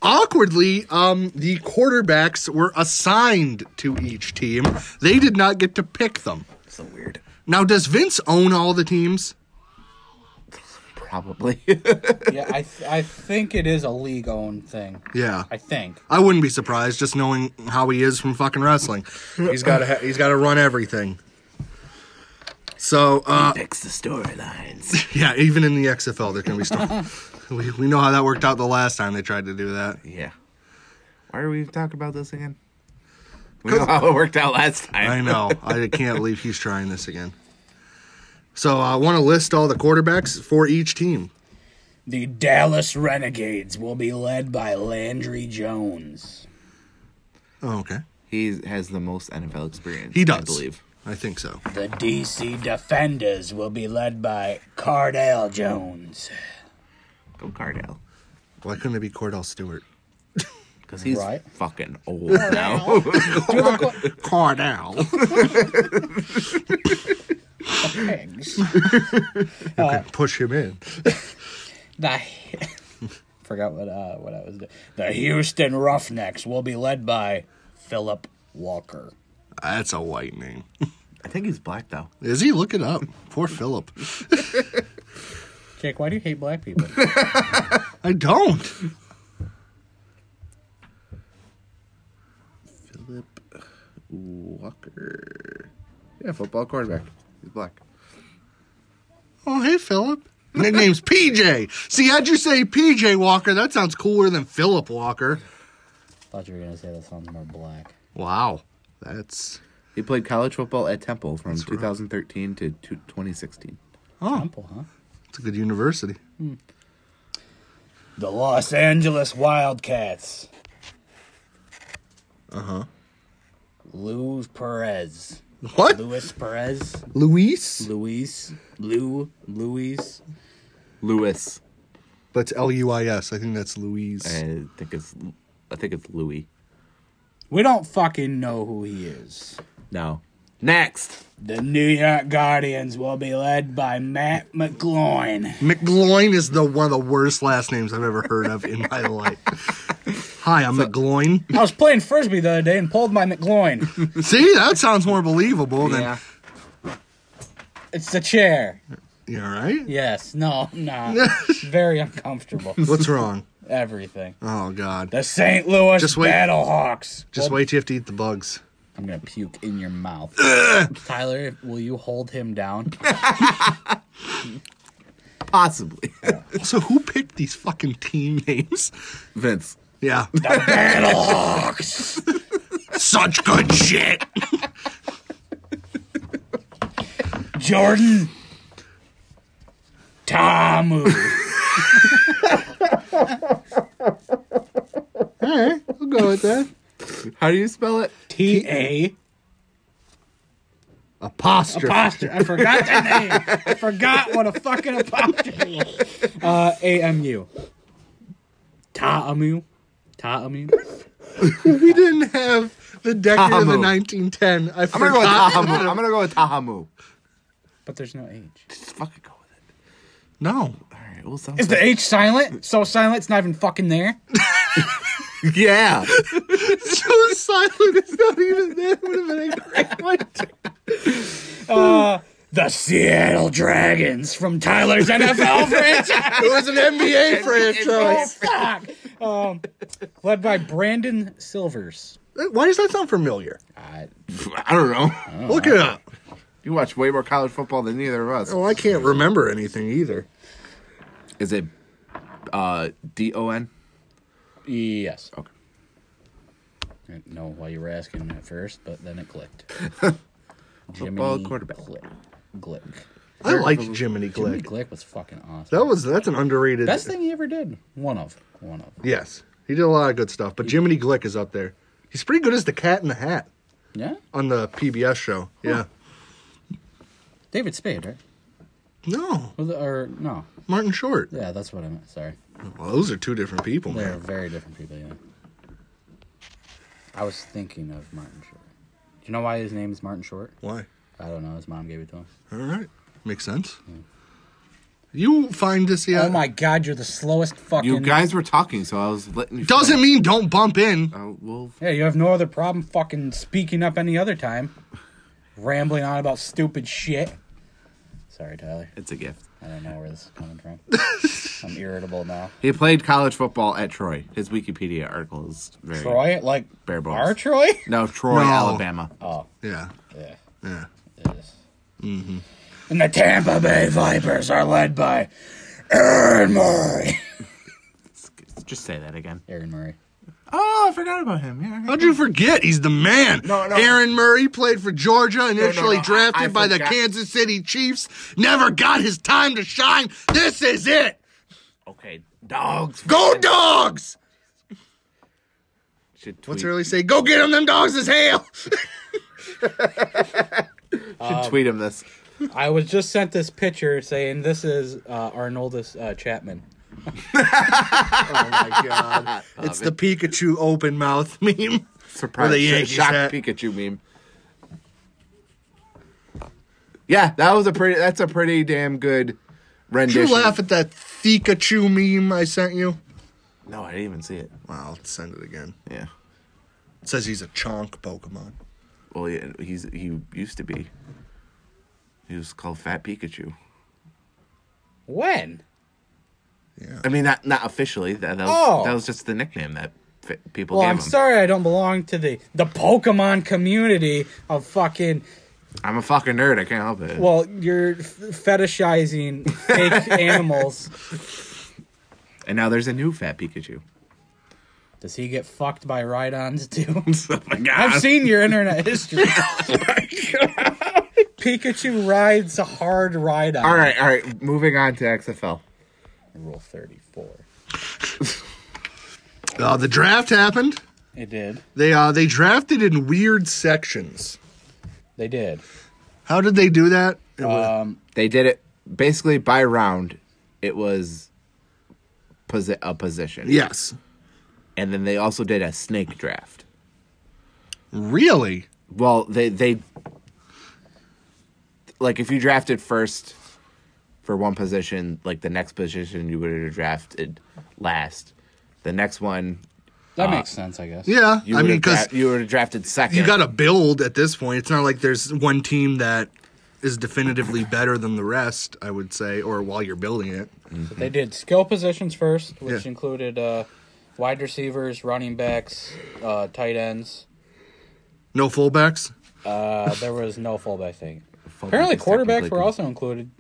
A: awkwardly, um, the quarterbacks were assigned to each team. They did not get to pick them.
B: So weird.
A: Now, does Vince own all the teams?
B: Probably.
C: yeah, I th- I think it is a league owned thing.
A: Yeah.
C: I think.
A: I wouldn't be surprised, just knowing how he is from fucking wrestling. He's got to. Ha- he's got to run everything. So uh,
B: Fix the storylines.
A: yeah, even in the XFL, there can be stuff. we, we know how that worked out the last time they tried to do that.
B: Yeah. Why are we talking about this again? We know how it worked out last time.
A: I know. I can't believe he's trying this again. So I want to list all the quarterbacks for each team.
C: The Dallas Renegades will be led by Landry Jones.
A: Oh, okay.
B: He has the most NFL experience.
A: He does.
B: I believe.
A: I think so.
C: The DC Defenders will be led by Cardell Jones.
B: Go Cardell.
A: Why couldn't it be Cordell Stewart?
B: Because he's
C: Right.
B: fucking old now.
A: Cardell.
C: Thanks.
A: Push him in.
C: The forgot what uh, what I was doing. The Houston Roughnecks will be led by Philip Walker.
A: That's a white name.
B: I think he's black though.
A: Is he? Look it up. Poor Philip.
C: Jake, why do you hate black people?
A: I don't.
B: Philip Walker. Yeah, football quarterback. He's black.
A: Oh, hey, Philip. Nickname's PJ. See, how'd you say PJ Walker? That sounds cooler than Philip Walker.
C: Thought you were gonna say that sounds more black.
A: Wow. That's.
B: He played college football at Temple from 2013 to two- 2016.
A: Oh,
C: Temple, huh?
A: it's a good university.
C: The Los Angeles Wildcats. Uh Uh-huh. huh. Lou Perez.
A: What?
C: Luis Perez.
A: Luis?
C: Luis. Lou. Luis.
B: Lewis.
A: But it's L U I S. I think that's Louise.
B: I think it's. I think it's Louis.
C: We don't fucking know who he is.
B: No. Next.
C: The New York Guardians will be led by Matt McGloin.
A: McGloin is the one of the worst last names I've ever heard of in my life. Hi, I'm McGloin.
C: I was playing frisbee the other day and pulled my McGloin.
A: See, that sounds more believable than.
B: Yeah.
C: It's the chair.
A: You all right?
C: Yes. No. Nah. Very uncomfortable.
A: What's wrong?
C: Everything.
A: Oh, God.
C: The St. Louis
A: Just wait.
C: Battlehawks.
A: Just wait till you have to eat the bugs.
C: I'm gonna puke in your mouth. Tyler, will you hold him down?
B: Possibly.
A: So, who picked these fucking team names?
B: Vince.
A: Yeah.
C: Battlehawks.
A: Such good shit.
C: Jordan. Tamu.
A: We'll go with that.
B: How do you spell it?
C: T A.
A: Apostrophe.
C: Apostrophe. I forgot that name. I forgot what a fucking apostrophe is. Uh, A M U. Ta'amu. Ta'amu.
A: we didn't have the decade of the
B: Tahamu.
A: 1910. I
B: I'm gonna go with
A: forgot.
B: Tahamu. I'm gonna go with Tahamu.
C: But there's no H.
B: Just fucking go with it.
A: No.
B: All right. We'll sound
C: Is the H silent? So silent it's not even fucking there?
B: yeah.
A: so silent. It's not even that would have been a great one.
C: The Seattle Dragons from Tyler's NFL franchise,
A: It was an NBA franchise.
C: Oh, Um, led by Brandon Silvers.
A: Why does that sound familiar?
C: I-
B: I don't know.
A: Look it up.
B: You watch way more college football than either of us.
A: Oh, I can't remember anything either.
B: Is it uh, D O N?
C: yes.
B: Okay.
C: I didn't know why you were asking at first, but then it clicked.
B: Football quarterback.
C: Glick. Glick.
A: I liked Jiminy
C: Jiminy
A: Glick.
C: Glick was fucking awesome.
A: That was that's an underrated.
C: Best thing he ever did. One of. One of.
A: Yes, he did a lot of good stuff. But Jiminy Glick is up there. He's pretty good as the Cat in the Hat
C: Yeah?
A: on the PBS show. Yeah.
C: David Spade, right?
A: No,
C: Was it- or, no.
A: Martin Short.
C: Yeah, that's what I meant. Sorry.
A: Well, those are two different people,
C: They're
A: man.
C: very different people, yeah. I was thinking of Martin Short. Do you know why his name is Martin Short?
A: Why?
C: I don't know. His mom gave it to him.
A: All right, makes sense. You find this yet?
C: Oh my god, you're the slowest fucking.
B: You guys were talking, so I was letting you.
A: Doesn't mean don't bump in.
B: Uh, well,
C: Yeah, you have no other problem fucking speaking up any other time. Rambling on about stupid shit. Sorry, Tyler.
B: it's a gift.
C: I don't know where this is coming from. I'm irritable now.
B: He played college football at Troy. His Wikipedia article is very
C: Troy? Like,
B: bare bones.
C: our Troy?
B: No, Troy,
A: No.
B: Alabama.
C: Oh,
A: Yeah,
C: yeah.
A: yeah.
C: It is. Mm-hmm. And the Tampa Bay Vipers are led by Aaron Murray.
B: Just say that again.
C: Aaron Murray.
B: Oh, I forgot about him. Yeah.
A: How'd you forget? He's the man.
B: No, no.
A: Aaron Murray played for Georgia, initially
B: no, I-
A: drafted
B: I
A: by the
B: forgot.
A: Kansas City Chiefs. Never got his time to shine. This is it.
B: Okay, dogs.
A: Go dogs!
B: Should tweet,
A: What's it really say? Go get him. Them dogs is hell.
B: should tweet him this.
C: I was just sent this picture saying this is uh, Arnoldus uh, Chapman.
A: it's the Pikachu open mouth meme.
B: Surprise!
A: With a
B: sh-
A: Yankees
B: shock
A: hat.
B: Pikachu meme. Yeah, that was a pretty. That's a pretty damn good
A: Did you
B: rendition.
A: laugh at that Pikachu meme I sent you?
B: no, I didn't even see it.
A: Well, I'll send it again.
B: Yeah.
A: It says he's a chonk Pokemon.
B: Well, yeah, he's he used to be. He was called Fat Pikachu.
C: When?
A: Yeah.
B: I mean, not not officially. That that was,
C: Oh.
B: that was just the nickname that fi- people
C: Well,
B: gave
C: I'm
B: him.
C: sorry I don't belong to the the Pokemon community of fucking.
B: I'm a fucking nerd. I can't help it.
C: Well, you're f- fetishizing fake animals.
B: and now there's a new Fat Pikachu.
C: Does he get fucked by Rhydons too?
B: oh my god! Oh
C: I've seen your internet history. Pikachu rides a hard Rhydon.
B: All right, all right. Moving on to XFL.
C: Rule 34.
A: Uh, the draft happened.
C: It did.
A: They uh they drafted in weird sections.
C: They did.
A: How did they do that? It was-
B: They did it basically by round. It was posi- a position.
A: yes.
B: And then they also did a snake draft.
A: Really?
B: Well, they they like if you drafted first for one position, like the next position you would have drafted last. The next one Uh,
C: That makes sense, I guess.
A: Yeah.
B: you
A: I
B: would
A: mean,
B: have
A: because
B: you would have drafted second.
A: you got to build at this point. It's not like there's one team that is definitively better than the rest. I would say, or while you're building it,
C: They did skill positions first, which
A: Yeah.
C: included uh, wide receivers, running backs, uh, tight ends.
A: no fullbacks.
C: Uh, there was no fullback thing. Apparently,
B: is
C: quarterbacks
B: technically-
C: were also included.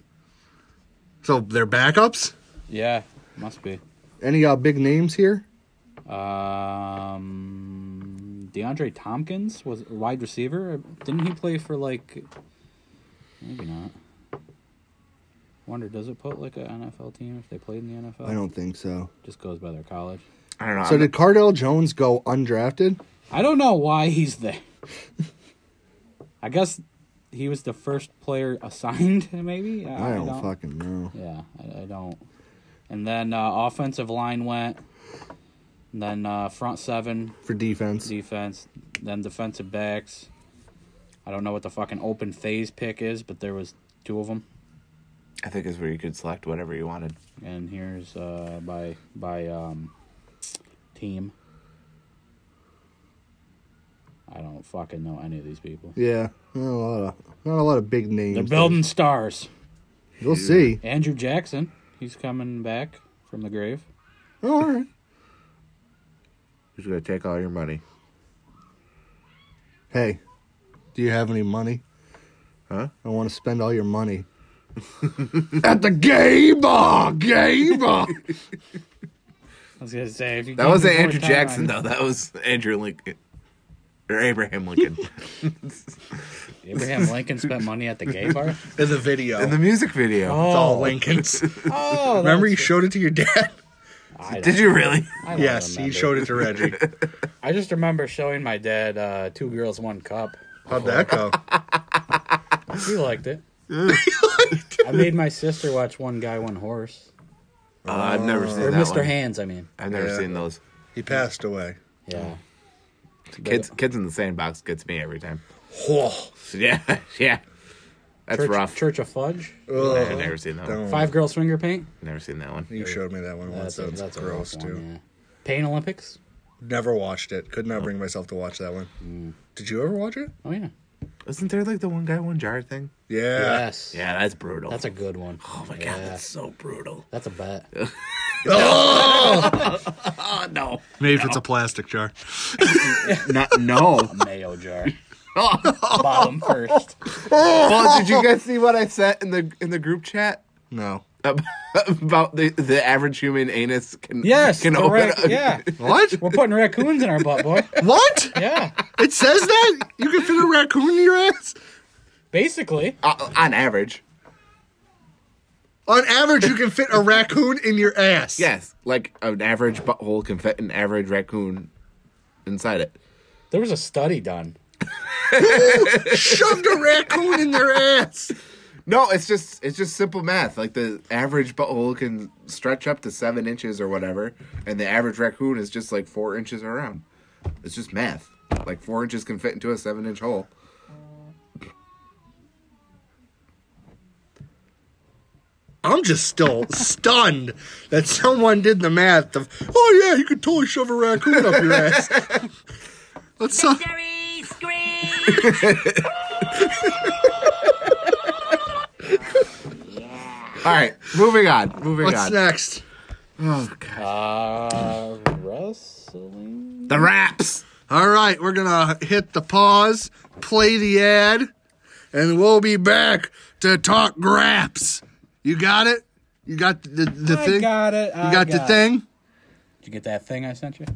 A: So they're backups.
C: Yeah, must be.
A: Any uh, big names here?
C: Um, DeAndre Tompkins was a wide receiver. Didn't he play for like? Maybe not. Wonder does it put like an NFL team if they played in the NFL?
A: I don't think so.
C: Just goes by their college.
B: I don't know.
A: So did Cardell Jones go undrafted?
C: I don't know why he's there. I guess he was the first player assigned, maybe.
A: I don't, fucking know.
C: Yeah, I, I don't. And then uh, offensive line went. And then uh, front seven
A: For defense,
C: defense, then defensive backs. I don't know what the fucking open phase pick is, but there was two of them.
B: I think is where you could select whatever you wanted.
C: And here's uh, by by um, team. I don't fucking know any of these people.
E: Yeah, not a lot of not a lot of big names.
C: They're building stars.
E: We'll see.
C: Andrew Jackson, he's coming back from the grave.
E: Oh, all right.
B: Who's gonna take all your money?
E: Hey, do you have any money?
B: Huh?
E: I want to spend all your money at the gay bar. Gay bar.
C: I was gonna say if you
B: That
C: came
B: wasn't
C: before
B: Andrew
C: time,
B: Jackson though. That was Andrew Lincoln or Abraham Lincoln
C: Abraham Lincoln spent money at the gay bar.
E: In the video.
B: in the music video.
E: it's all Lincolns. Oh,
C: Oh,
E: Remember, you showed it to your dad.
C: I
B: Did you really?
C: I don't
E: Yes, he
C: remember.
E: showed it to Reggie.
C: I just remember showing my dad uh, Two Girls, One Cup.
E: How'd that go?
C: He liked it. I made my sister watch One Guy, One Horse.
B: Uh, I've never seen
C: Or
B: that
C: Mr.
B: one.
C: Hands, I mean.
B: I've never
E: Yeah.
B: seen those.
E: He passed away.
C: Yeah.
B: Kids, kids in the sandbox gets me every time.
E: Oh,
B: Yeah, yeah. That's
C: Church,
B: rough. Oh.
C: Church of Fudge.
B: I've never seen that one.
E: don't-
C: Five Girls Finger Paint.
B: Never seen that one.
E: you showed me that one once. That's,
C: a rough
E: gross,
C: one,
E: too.
C: yeah. Pain Olympics.
E: Never watched it. Could not bring myself to watch that one. Did you ever watch it?
C: Oh, yeah.
B: Isn't there like the one guy, one jar thing?
E: Yeah.
C: Yes.
B: Uh, Yeah, that's brutal.
C: That's a good one.
B: oh my god,
C: Yeah.
B: that's so brutal.
C: That's a bet.
B: Oh no,
E: Maybe if it's a plastic jar.
B: not no.
C: Mayo jar. Bottom first.
B: well, did you guys see what I sent in the in the group chat
E: No.
B: Ab- about the the average human anus can
C: Yes.
B: can
C: correct.
B: open? a-
C: yeah.
E: What?
C: We're putting raccoons in our butt, boy.
E: what?
C: Yeah.
E: It says that? You can fit a raccoon in your ass?
C: Basically.
B: Uh, on average.
E: On average, you can fit a raccoon in your ass.
B: Yes, like an average butthole can fit an average raccoon inside it.
C: There was a study done.
E: Shoved a raccoon in their ass.
B: No, it's just it's just simple math. Like the average butthole can stretch up to seven inches or whatever, and the average raccoon is just like four inches around. It's just math. Like four inches can fit into a seven inch hole.
E: I'm just still stunned that someone did the math of, oh yeah, you could totally shove a raccoon up your ass. Let's not.
F: Jerry Scream!
B: All right, moving on. Moving
E: What's
B: on.
E: next?
C: Uh, wrestling?
B: The raps.
E: All right, we're gonna hit the pause, play the ad, and we'll be back to talk graps. You got it? You got the the
C: I
E: thing?
C: got it.
E: you got, the thing?
C: Did you get that thing I sent you?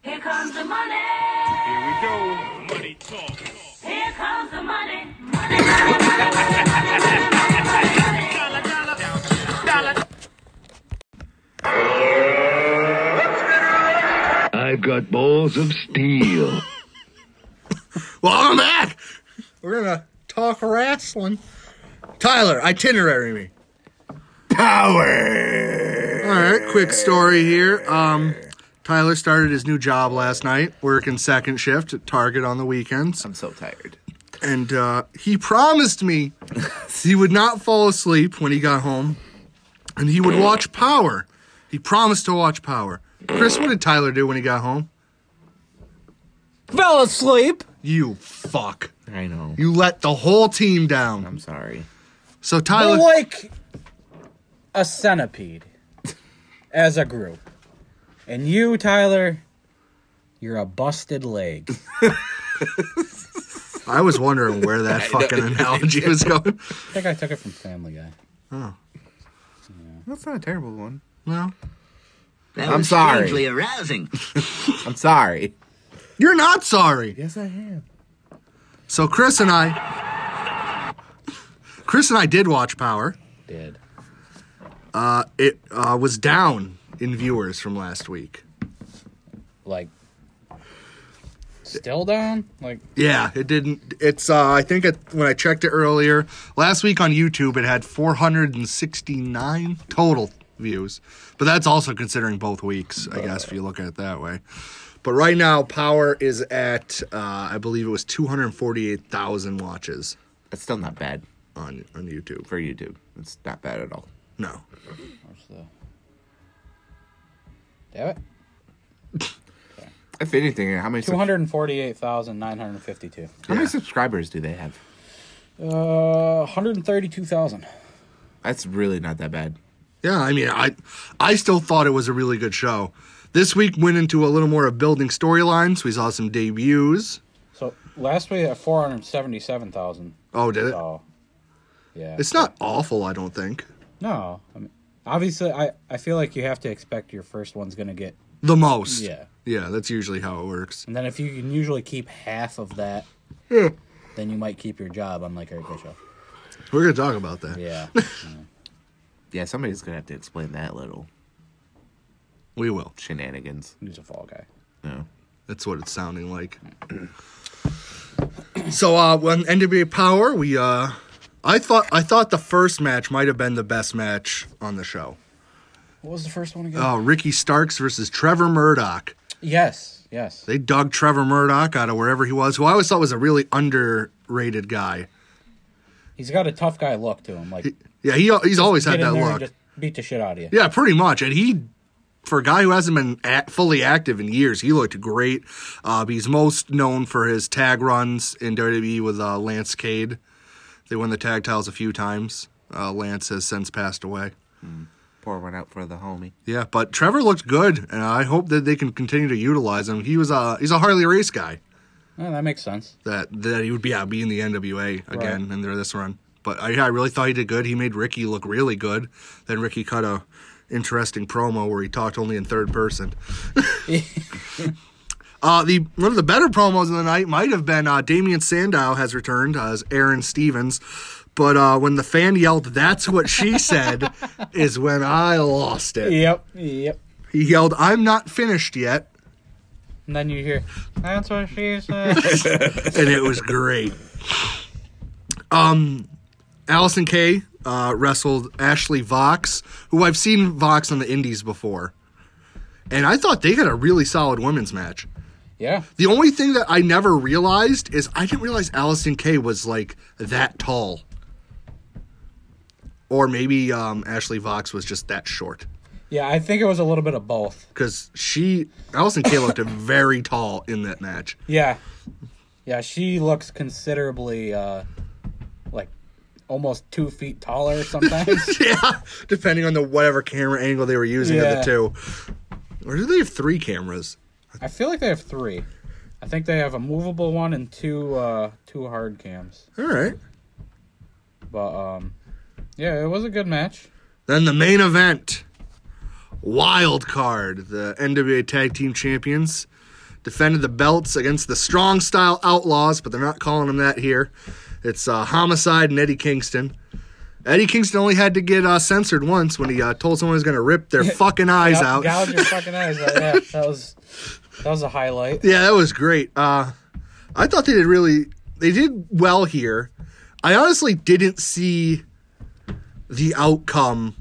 F: Here comes the money! Here we go. Money talk. Here comes the money. Money, money, money, money, money, money, money, money, money.
G: I've got balls of steel.
E: Well, I'm back. We're gonna talk wrestling. Tyler, itinerary me. Power. All right, quick story here. Um, Tyler started his new job last night, working second shift at Target on the weekends.
B: I'm so tired.
E: and uh, he promised me he would not fall asleep when he got home, and he would watch Power. He promised to watch Power. Chris, what did Tyler do when he got home?
C: Fell asleep.
E: You fuck!
B: I know.
E: You let the whole team down.
B: I'm sorry.
E: So
C: We're
E: Tyler,
C: like a centipede as a group. And you, Tyler, you're a busted leg.
E: I was wondering where that fucking analogy was going.
C: I think I took it from Family Guy.
B: That's not a terrible one.
E: No,
H: That
B: I'm
H: was
B: sorry.
H: Strangely arousing.
B: I'm sorry.
E: you're not sorry.
B: Yes, I am.
E: So Chris and I, Chris and I did watch Power.
C: Did.
E: It uh, was down in viewers from last week.
C: Like, still down? Like,
E: Yeah, it didn't. It's uh, I think it, when I checked it earlier last week on YouTube, it had 469 total views, but that's also considering both weeks, I guess, if you look at it that way. But right now, Power is at uh, I believe it was 248,000 watches
B: That's still not bad
E: on on YouTube.
B: for YouTube. It's not bad at all.
E: No,
C: where's the. Damn it.
B: If anything, how many, sub-
C: Two hundred and forty-eight thousand nine hundred fifty-two.
B: how many subscribers do they have?
C: Uh, one hundred thirty-two thousand.
B: That's really not that bad.
E: Yeah, I mean, I I still thought it was a really good show. This week went into a little more of building storylines. We saw some debuts.
C: So last week at four hundred seventy-seven thousand.
E: Oh, did it?
C: So, yeah.
E: It's not awful, I don't think.
C: no. I mean, obviously, I I feel like you have to expect your first one's gonna get,
E: The most.
C: Yeah.
E: Yeah, that's usually how it works.
C: and then if you can usually keep half of that, then you might keep your job. Unlike Eric Bischoff.
E: We're going to talk about that.
C: Yeah.
B: Yeah, somebody's gonna have to explain that little
E: We will.
B: shenanigans.
C: He's a fall guy.
B: No.
E: That's what it's sounding like. so uh when NWA Power, we uh I thought I thought the first match might have been the best match on the show.
C: What was the first one again?
E: Oh, Ricky Starks versus Trevor Murdoch.
C: yes. Yes.
E: They dug Trevor Murdoch out of wherever he was, who I always thought was a really underrated guy.
C: He's got a tough guy look to him. Like
E: Yeah, he he's always had
C: get in
E: that
C: there and
E: look.
C: just beat the shit out of you.
E: Yeah, pretty much. And he, for a guy who hasn't been act, fully active in years, he looked great. Uh, he's most known for his tag runs in WWE with uh, Lance Cade. They won the tag titles a few times. Uh, Lance has since passed away.
B: Pour one out for the homie.
E: Yeah, but Trevor looked good, and I hope that they can continue to utilize him. He was a he's a Harley race guy.
C: Yeah, Oh, that makes sense.
E: that that he would be yeah, be in the NWA again in their this run. But I, I really thought he did good. He made Ricky look really good. Then Ricky cut a interesting promo where he talked only in third person. uh, the one of the better promos of the night might have been uh, Damian Sandow has returned as Aaron Stevens. But uh, when the fan yelled, "That's what she said," is when I lost it.
C: Yep. Yep.
E: He yelled, "I'm not finished yet,"
C: And then you hear, that's what she said.
E: and it was great. Um, Allison Kay uh, wrestled Ashley Vox, who I've seen Vox on the Indies before, and I thought they had a really solid women's match.
C: yeah.
E: The only thing that I never realized is I didn't realize Allison Kay was like that tall, or maybe um, Ashley Vox was just that short.
C: Yeah, I think it was a little bit of both.
E: Because she, Allison Kay looked very tall in that match.
C: Yeah. Yeah, she looks considerably uh like almost two feet taller sometimes.
E: yeah, depending on the whatever camera angle they were using of
C: Yeah.
E: the two. Or do they have three cameras?
C: I feel like they have three. I think they have a movable one and two uh two hard cams.
E: All right.
C: But um yeah, it was a good match.
E: Then the main event, Wild Card, the NWA Tag Team Champions, defended the belts against the Strong Style Outlaws, but they're not calling them that here. It's uh, Homicide and Eddie Kingston. Eddie Kingston only had to get uh, censored once when he uh, told someone he was going to rip their fucking eyes
C: Gou-
E: out.
C: Gouge your fucking eyes out. Yeah, that was that was a highlight.
E: Yeah, that was great. Uh, I thought they did really they did well here. I honestly didn't see the outcome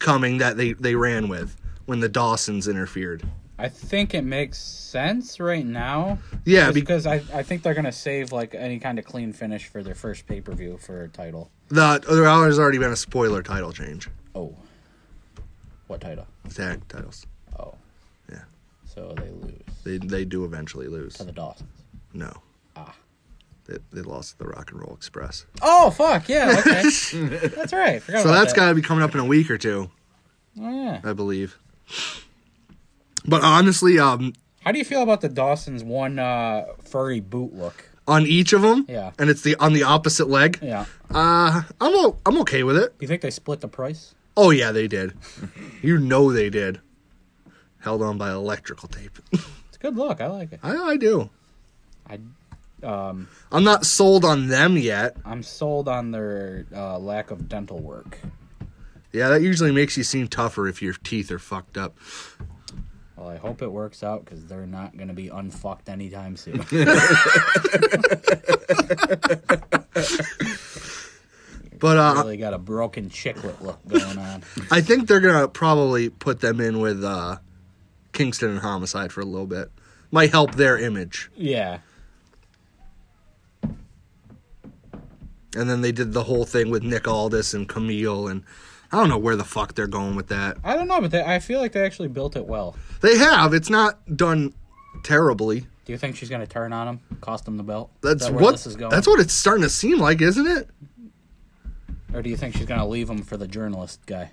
E: coming that they they ran with when the Dawsons interfered.
C: I think it makes sense right now.
E: Yeah,
C: just
E: be-
C: because I, I think they're gonna save like any kind of clean finish for their first pay per view for a title.
E: The there has already been a spoiler title change.
C: Oh. What title?
E: Tag titles.
C: Oh.
E: Yeah.
C: So they lose
E: They they do eventually lose.
C: to the Dawsons.
E: No. They, they lost the Rock and Roll Express.
C: Oh fuck yeah! Okay, that's right. Forgot
E: So
C: about
E: that's
C: that.
E: got to be coming up in a week or two,
C: Oh, yeah.
E: I believe. But honestly, um,
C: How do you feel about the Dawson's one uh, furry boot look?
E: on each of them,
C: Yeah.
E: and it's the on the opposite leg.
C: Yeah.
E: Uh, I'm o- I'm okay with it.
C: You think they split the price?
E: Oh yeah, they did. you know they did. Held on by electrical tape.
C: It's a good look. I like it.
E: I, I do.
C: I
E: I'm not sold on them yet.
C: I'm sold on their uh, lack of dental work.
E: Yeah, that usually makes you seem tougher if your teeth are fucked up.
C: Well, I hope it works out because they're not going to be unfucked anytime soon.
E: But uh,
C: really got a broken chiclet look going on.
E: I think they're gonna probably put them in with uh, Kingston and Homicide for a little bit. Might help their image.
C: Yeah.
E: And then they did the whole thing with Nick Aldis and Camille, and I don't know where the fuck they're going with that.
C: I don't know, but they, I feel like they actually built it well.
E: They have. It's not done terribly.
C: Do you think she's gonna turn on him, cost him the belt? Is
E: That's
C: that where
E: what
C: this is going.
E: that's what it's starting to seem like, isn't it?
C: Or do you think she's gonna leave him for the journalist guy?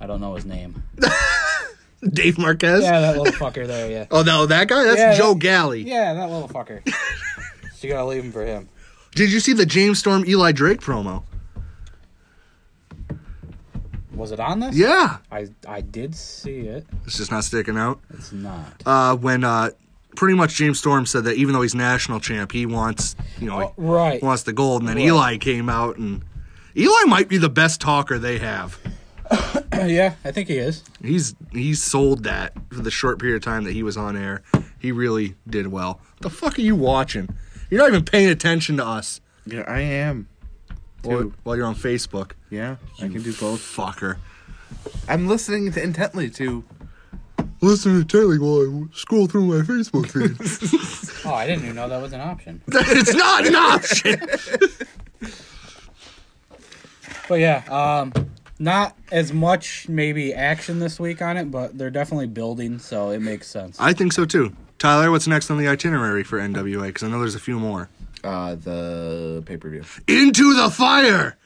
C: I don't know his name.
E: Dave Marquez.
C: Yeah, that little fucker there. Yeah.
E: Oh no, that guy. That's
C: Yeah,
E: Joe
C: that-
E: Galley.
C: Yeah, that little fucker. she gotta leave him for him.
E: Did you see the James Storm Eli Drake promo?
C: Was it on this?
E: Yeah,
C: I I did see it.
E: it's just not sticking out.
C: It's not.
E: Uh, when uh, pretty much James Storm said that even though he's national champ, he wants you know
C: Oh,
E: he
C: right.
E: wants the gold, and then Eli came out and Eli might be the best talker they have.
C: yeah, I think he is.
E: He's he's sold that for the short period of time that he was on air. He really did well. the fuck are you watching? You're not even paying attention to us
B: Yeah, I am.
E: while,
B: Dude.
E: while you're on Facebook.
B: Yeah, I can do both.
E: Fucker.
B: I'm listening to intently to.
E: Listen to Taylor while I scroll through my Facebook feed.
C: Oh, I didn't even know that was an option.
E: it's not an option.
C: But yeah, um, not as much maybe action this week on it, but they're definitely building, so it makes sense.
E: I think so too. Tyler, what's next on the itinerary for NWA? Because I know there's a few more.
B: Uh, the pay per view.
E: Into the Fire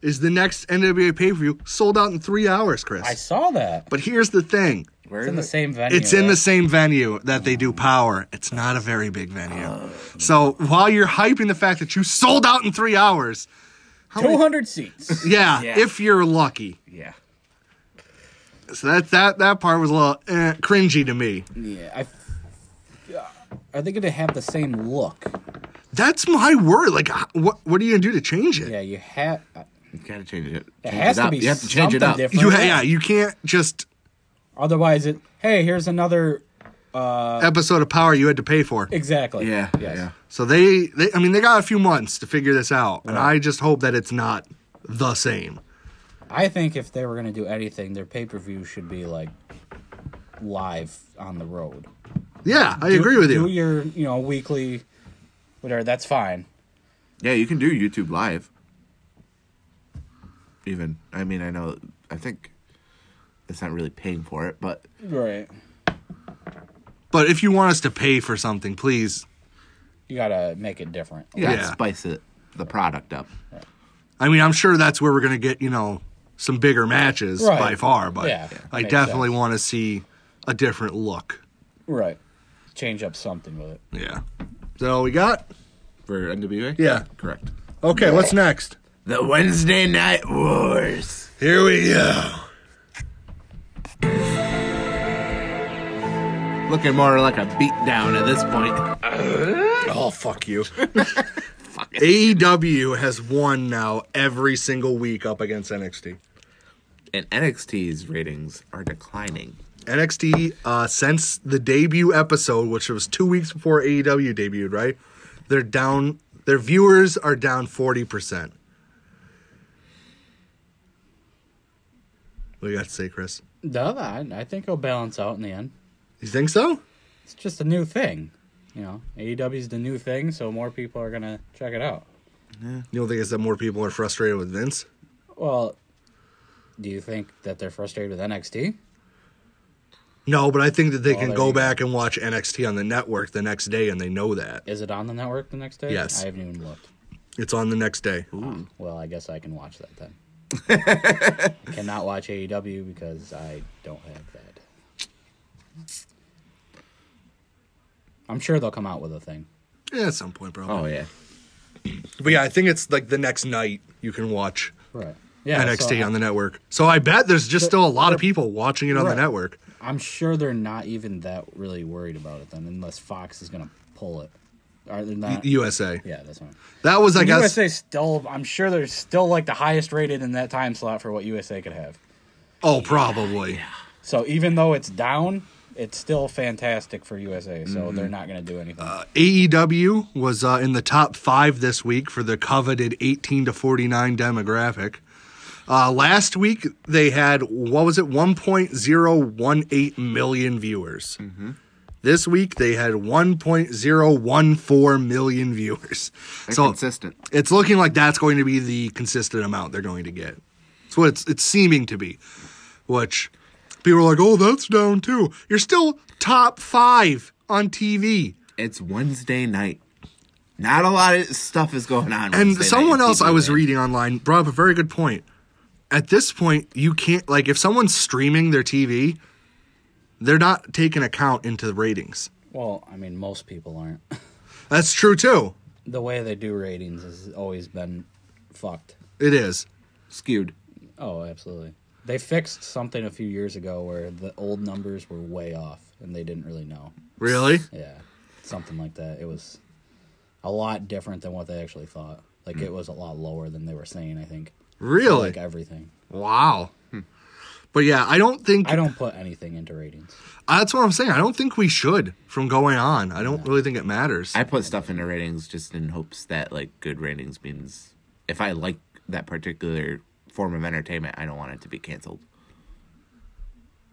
E: is the next NWA pay per view. Sold out in three hours, Chris.
C: I saw that.
E: but here's the thing
B: Where
C: It's in the
B: is it?
C: same venue.
E: it's in the
C: right?
E: same venue that they do power. It's not a very big venue. so while you're hyping the fact that you sold out in three hours, how many-
C: 200 seats.
E: yeah,
B: Yeah.
E: if you're lucky.
B: Yeah.
E: So that that that part was a little eh, cringy to me.
C: yeah, I. Are they going to have the same look?
E: That's my word. Like, h- what what are you gonna do to change it?
C: Yeah, you have.
B: You gotta change it.
C: It
B: Change
C: has
B: it
C: to
B: up.
C: be
B: You have to change it
C: something
B: up.
C: different.
E: You ha- yeah, you can't just
C: Otherwise, it. Hey, here's another.
E: episode of Power you had to pay for.
C: Exactly.
B: Yeah.
C: Yes.
B: Yeah.
E: So they, they I mean, they got a few months to figure this out, and I just hope that it's not the same.
C: I think if they were going to do anything, their pay per view should be like live on the road.
E: Yeah, I agree with
C: Do
E: you.
C: your, you know, weekly, whatever. That's fine.
B: Yeah, you can do YouTube Live. Even, I mean, I know, I think it's not really paying for it, but
C: Right.
E: But if you want us to pay for something, please.
C: You gotta make it different.
B: you gotta
E: Yeah.
B: spice it, the product up.
E: I mean, I'm sure that's where we're gonna get you know some bigger matches
C: Right.
E: by far, but
C: Yeah,
E: I
C: makes
E: definitely
C: sense.
E: want to see a different look.
C: Right. Change up something with it.
E: Yeah. So we got
B: For NWA?
E: Yeah.
B: Correct.
E: okay. What's next?
B: The Wednesday Night Wars.
E: Here we go.
B: Looking more like a beatdown at this point.
E: Oh fuck you. AEW has won now every single week up against NXT.
B: And NXT's ratings are declining.
E: NXT uh, since the debut episode, which was two weeks before AEW debuted, right? They're down. Their viewers are down forty percent. What do you got to say, Chris?
C: No, I, I think it'll balance out in the end.
E: You think so?
C: It's just a new thing. You know, AEW's the new thing, so more people are gonna check it out.
E: You don't think it's that more people are frustrated with Vince?
C: Well, do you think that they're frustrated with NXT?
E: No, but I think that they can
C: Oh, there
E: go
C: you go.
E: back and watch NXT on the network the next day, and they know that
C: Is it on the network the next day?
E: Yes. Hmm.
C: I haven't even looked.
E: it's on the next day.
C: Well, I guess I can watch that then. I cannot watch AEW because I don't have that. I'm sure they'll come out with a thing.
E: Yeah, at some point, probably.
B: Oh, yeah.
E: But yeah, I think it's like the next night you can watch
C: Right. Yeah.
E: NXT
C: so
E: on the network. So I bet there's just still a lot of people watching it on
C: Right.
E: the network.
C: I'm sure they're not even that really worried about it then, unless Fox is going to pull it. Are they not?
E: USA.
C: yeah, that's fine.
E: That was, I guess.
C: USA still, I'm sure they're still like the highest rated in that time slot for what USA could have.
E: Oh, probably.
C: So even though it's down, it's still fantastic for USA. So
E: Mm-hmm.
C: they're not going to do anything.
E: AEW E was uh, in the top five this week for the coveted 18 to 49 demographic. Uh, last week they had what was it 1.018 million viewers. This week they had 1.014 million viewers. So
B: consistent.
E: it's looking like that's going to be the consistent amount they're going to get. It's what it's it's seeming to be. Which people are like, oh, that's down too. You're still top five on TV.
B: It's Wednesday night. Not a lot of stuff is going on.
E: And
B: Wednesday night
E: someone
B: in
E: else I
B: TV
E: was
B: land.
E: reading online brought up a very good point. At this point, you can't like if someone's streaming their TV, they're not taking account into the ratings.
C: Well, I mean, most people aren't.
E: That's true too.
C: The way they do ratings has always been fucked.
E: It is.
B: skewed.
C: Oh, absolutely. They fixed something a few years ago where the old numbers were way off and they didn't really know.
E: Really?
C: Yeah, something like that. It was a lot different than what they actually thought. Like
E: Hmm.
C: it was a lot lower than they were saying. I think.
E: Really?
C: Like everything.
E: Wow. But yeah, I don't think
C: I don't put anything into ratings.
E: that's what I'm saying. I don't think we should from going on. I don't really think it matters.
B: I put stuff into ratings just in hopes that like good ratings means if I like that particular form of entertainment, I don't want it to be canceled.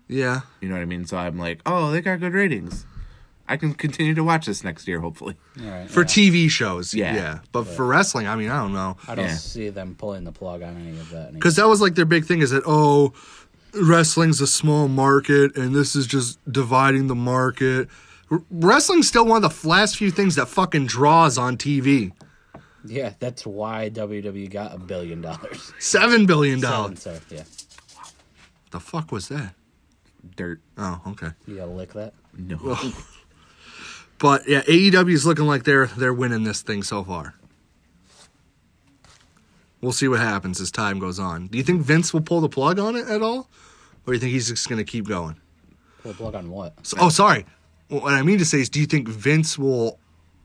E: yeah.
B: You know what I mean? So I'm like, oh, they got good ratings. I can continue to watch this next year, hopefully.
C: All right.
E: For TV shows.
B: Yeah.
E: But for wrestling, I mean, I don't know.
C: I don't
B: Yeah.
C: see them pulling the plug on any of that. Anymore.
E: Because that was like their big thing is that, oh, wrestling's a small market and this is just dividing the market. R- wrestling's still one of the last few things that fucking draws on TV.
C: Yeah, that's why WWE got a billion dollars.
E: $7 billion.
C: Seven, sorry. Yeah,
E: The fuck was that?
B: Dirt.
E: Oh, okay.
C: you gotta lick that.
B: No.
E: But yeah, AEW's looking like they're they're winning this thing so far. We'll see what happens as time goes on. Do you think Vince will pull the plug on it at all? Or do you think he's just going to keep going?
C: Pull the plug on what?
E: So, oh, sorry. What I mean to say is, do you think Vince will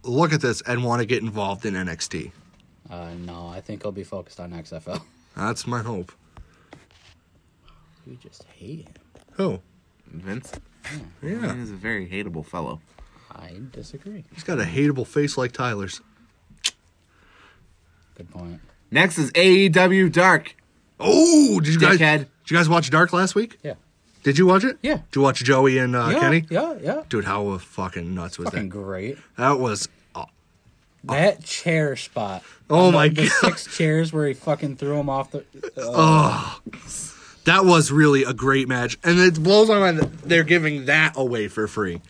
E: look at this and want to get involved in NXT?
C: Uh, no, I think he'll be focused on XFL.
E: That's my hope.
C: You just hate him.
E: Who?
B: Vince?
E: Yeah.
B: He's Hmm. a very hateable fellow.
C: I disagree.
E: He's got a hateable face like Tyler's.
C: Good point.
B: Next is AEW Dark.
E: Oh, did you guys?
B: Dickhead.
E: Did you guys watch Dark last week?
C: Yeah.
E: Did you watch it?
C: Yeah.
E: Did you watch Joey and uh,
C: yeah,
E: Kenny?
C: Yeah, yeah.
E: Dude, how fucking nuts was
C: Fucking
E: that?
C: great.
E: That was. uh,
C: That chair spot.
E: Oh
C: On the-
E: my
C: the
E: God. Oh,
C: six chairs where he fucking threw him off the. Uh,
E: That was really a great match, and it blows my mind that they're giving that away for free.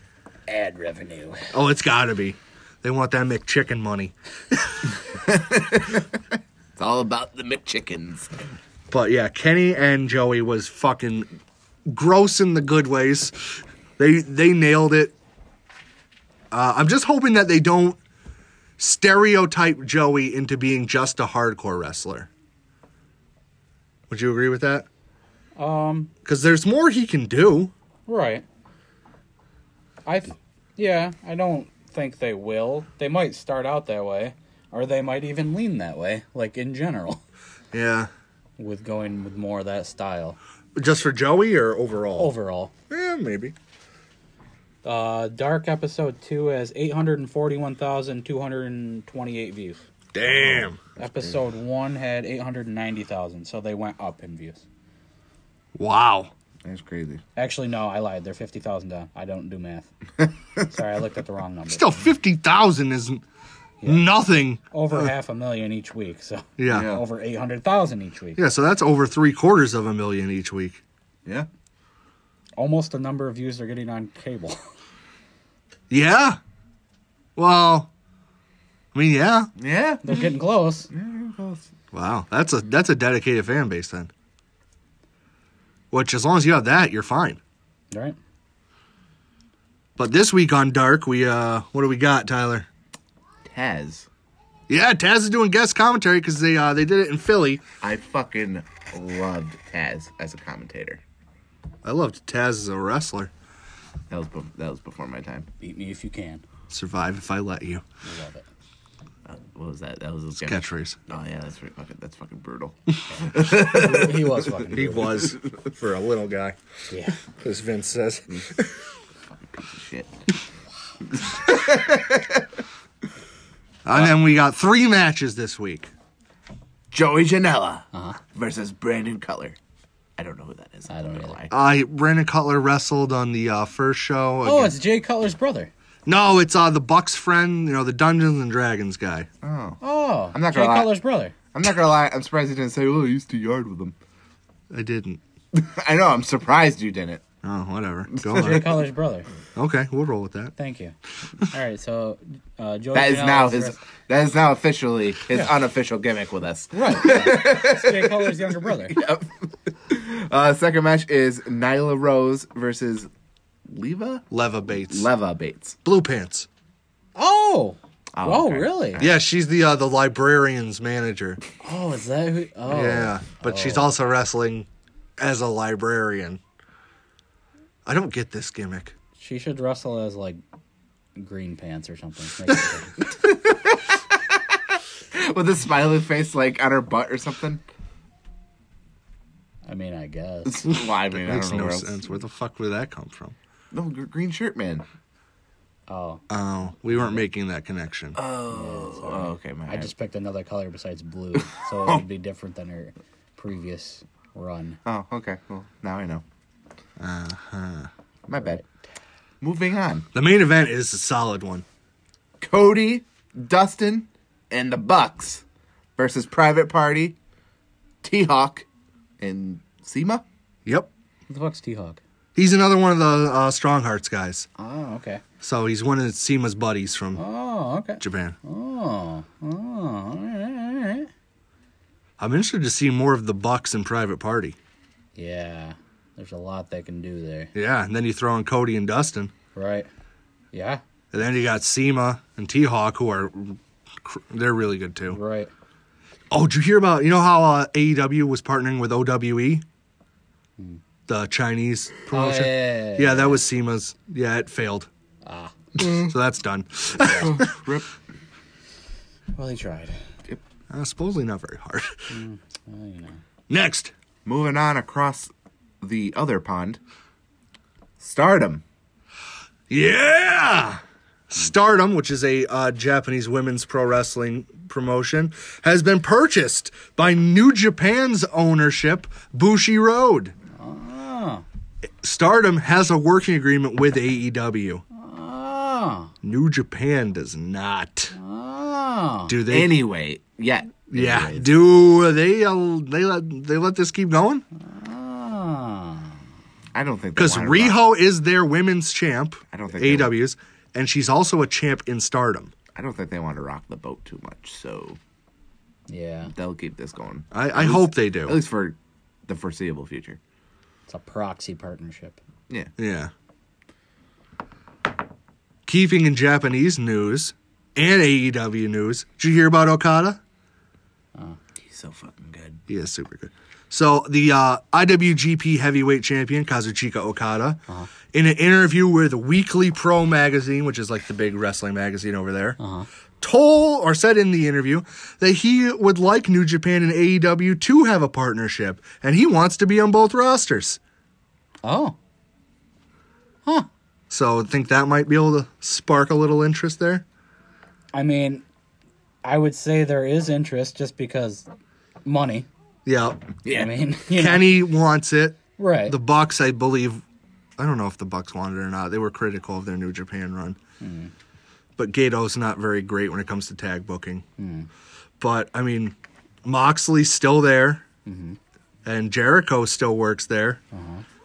C: ad revenue.
E: Oh, it's got to be. They want that McChicken money.
B: It's all about the McChickens.
E: But yeah, Kenny and Joey was fucking gross in the good ways. They they nailed it. Uh, I'm just hoping that they don't stereotype Joey into being just a hardcore wrestler. Would you agree with that?
C: Um.
E: Because there's more he can do.
C: Right. I. th- Yeah, I don't think they will. They might start out that way, or they might even lean that way. Like in general,
E: Yeah.
C: with going with more of that style
E: Just for Joey or overall?
C: overall.
E: Yeah, maybe.
C: Uh, Dark episode two has eight hundred and forty-one thousand two hundred and twenty-eight views.
E: Damn.
C: Episode one had eight hundred and ninety thousand, so they went up in views.
E: Wow.
B: That's crazy.
C: Actually, no, I lied. They're fifty thousand down. I don't do math. Sorry, I looked at the wrong number.
E: Still, 50,000 is n- nothing.
C: over half a million each week, so
E: Uh, Yeah. yeah.
B: Yeah.
C: over eight hundred thousand each week.
E: so that's over three quarters of a million each week.
B: Yeah.
C: Almost the number of views they're getting on cable.
E: Yeah. Well, I mean, yeah.
B: Yeah.
C: they're getting close.
E: Wow, that's a that's a dedicated fan base then. Which, as long as you have that, you're fine.
C: Right?
E: But this week on Dark, we uh, what do we got, Tyler?
B: Taz.
E: Yeah, Taz is doing guest commentary because they uh, they did it in Philly.
B: I fucking loved Taz as a commentator.
E: I loved Taz as a wrestler.
B: That was bef- that was before my time.
C: Beat me if you can.
E: Survive if I let you.
C: I love it.
B: What was that? That was his gimmick.
E: Catchphrase.
B: Oh yeah, that's pretty fucking that's fucking brutal.
C: He was fucking.
E: He
C: brutal.
E: was for a little guy,
C: Yeah.
E: as Vince says.
B: Shit.
E: And then we got three matches this week.
B: Joey Janela versus Brandon Cutler. I don't know who that is.
C: I don't
B: know.
C: either.
E: I Brandon Cutler wrestled on the uh, first show.
C: Oh,
E: against-
C: it's Jay Cutler's brother.
E: No, it's uh the Bucks friend, you know, the Dungeons and Dragons guy.
C: Oh,
B: I'm not
C: Jay
B: gonna lie.
C: Cutler's brother.
B: I'm not gonna lie. I'm surprised you didn't say, "Oh, I used to yard with him."
E: I didn't.
B: I know. I'm surprised you didn't.
E: Oh, whatever. Go
C: Jay
E: on.
C: Cutler's brother.
E: okay, we'll roll with that.
C: Thank you. All right, so uh, Joey.
B: That is
C: Janela's
B: now his.
C: rest-
B: That is now officially his unofficial gimmick with us.
C: Jay Cutler's younger brother.
B: Uh, second match is Nyla Rose versus Leva
E: Leva Bates.
B: Leva Bates.
E: Blue Pants.
C: Oh.
B: Oh,
C: Oh,
B: okay.
C: really?
E: Yeah, she's the uh, the librarian's manager.
C: Oh, is that who? Oh.
E: Yeah, but she's also wrestling as a librarian. I don't get this gimmick.
C: She should wrestle as like green pants or something. Make it big.
B: With a smiley face like on her butt or something.
C: I mean, I guess.
B: well, I mean, I
E: Makes
B: don't know
E: no
B: where else.
E: sense. Where the fuck would that come from?
B: No, gr- green shirt man.
C: Oh,
B: Uh,
C: Uh.
E: Oh, we weren't making that connection.
B: Oh, okay, man.
C: I just picked another color besides blue, so it would be different than her previous run.
B: Oh, okay. Well, now I know. Uh-huh. My bad. Moving on.
E: the main event is a solid one.
B: Cody, Dustin, and the Bucks versus Private Party, T Hawk, and Seema.
E: Yep.
C: What the fuck's T Hawk?
E: He's another one of the uh, Strong Hearts guys.
C: Oh, okay.
E: So he's one of Seema's buddies from
C: Oh, okay.
E: Japan.
C: Oh, oh, all right, all right.
E: I'm interested to see more of the Bucks in Private Party.
C: Yeah, there's a lot they can do there,
E: Yeah, and then you throw in Cody and Dustin.
C: right? Yeah,
E: And then you got Seema and T Hawk, who are cr- they're really good too.
C: right.
E: Oh, did you hear about you know how uh, AEW was partnering with OWE, the Chinese
C: Oh, yeah,
E: promotion?
C: yeah, yeah,
E: Yeah, that was SEMA's. Yeah, it failed. Ah. so that's done.
B: Rip.
C: yeah. Well, he tried.
E: Uh, supposedly not very hard.
C: Mm, Well, you know.
E: Next,
B: Moving on across the other pond. Stardom.
E: yeah, Stardom, which is a uh, Japanese women's pro wrestling promotion, has been purchased by New Japan's ownership, Bushi Road.
B: Ah.
C: Oh,
E: Stardom has a working agreement with AEW.
C: oh,
E: New Japan does not.
B: Ah.
C: oh.
E: Do they?
B: Anyway, yeah.
E: yeah. Do they? Uh, they let they let this keep going?
C: oh.
B: I don't think they
E: Because
B: wanted Raw.
E: Riho is their women's champ.
B: I don't think they will.
E: AW's, and she's also a champ in Stardom.
B: I don't think they want to rock the boat too much, so
C: Yeah,
B: they'll keep this going.
E: I, I hope they
B: At
E: do.
B: least for the foreseeable future.
C: it's a proxy partnership.
B: Yeah.
E: Yeah. Keeping in Japanese news and AEW news, did you hear about Okada?
B: Oh, He's so fucking good.
E: He is super good. So the uh, IWGP Heavyweight Champion Kazuchika Okada,
B: Uh-huh.
E: in an interview with Weekly Pro Magazine, which is like the big wrestling magazine over there,
B: Uh-huh.
E: told or said in the interview that he would like New Japan and AEW to have a partnership, and he wants to be on both rosters.
C: Oh,
E: So I think that might be able to spark a little interest there.
C: I mean, I would say there is interest just because money.
E: Yeah,
B: Yeah.
C: I mean, you know,
E: Kenny wants it.
C: right?
E: The Bucks, I believe, I don't know if the Bucks wanted it or not. They were critical of their New Japan run. But Gato's not very great when it comes to tag booking. But I mean, Moxley's still there, and Jericho still works there.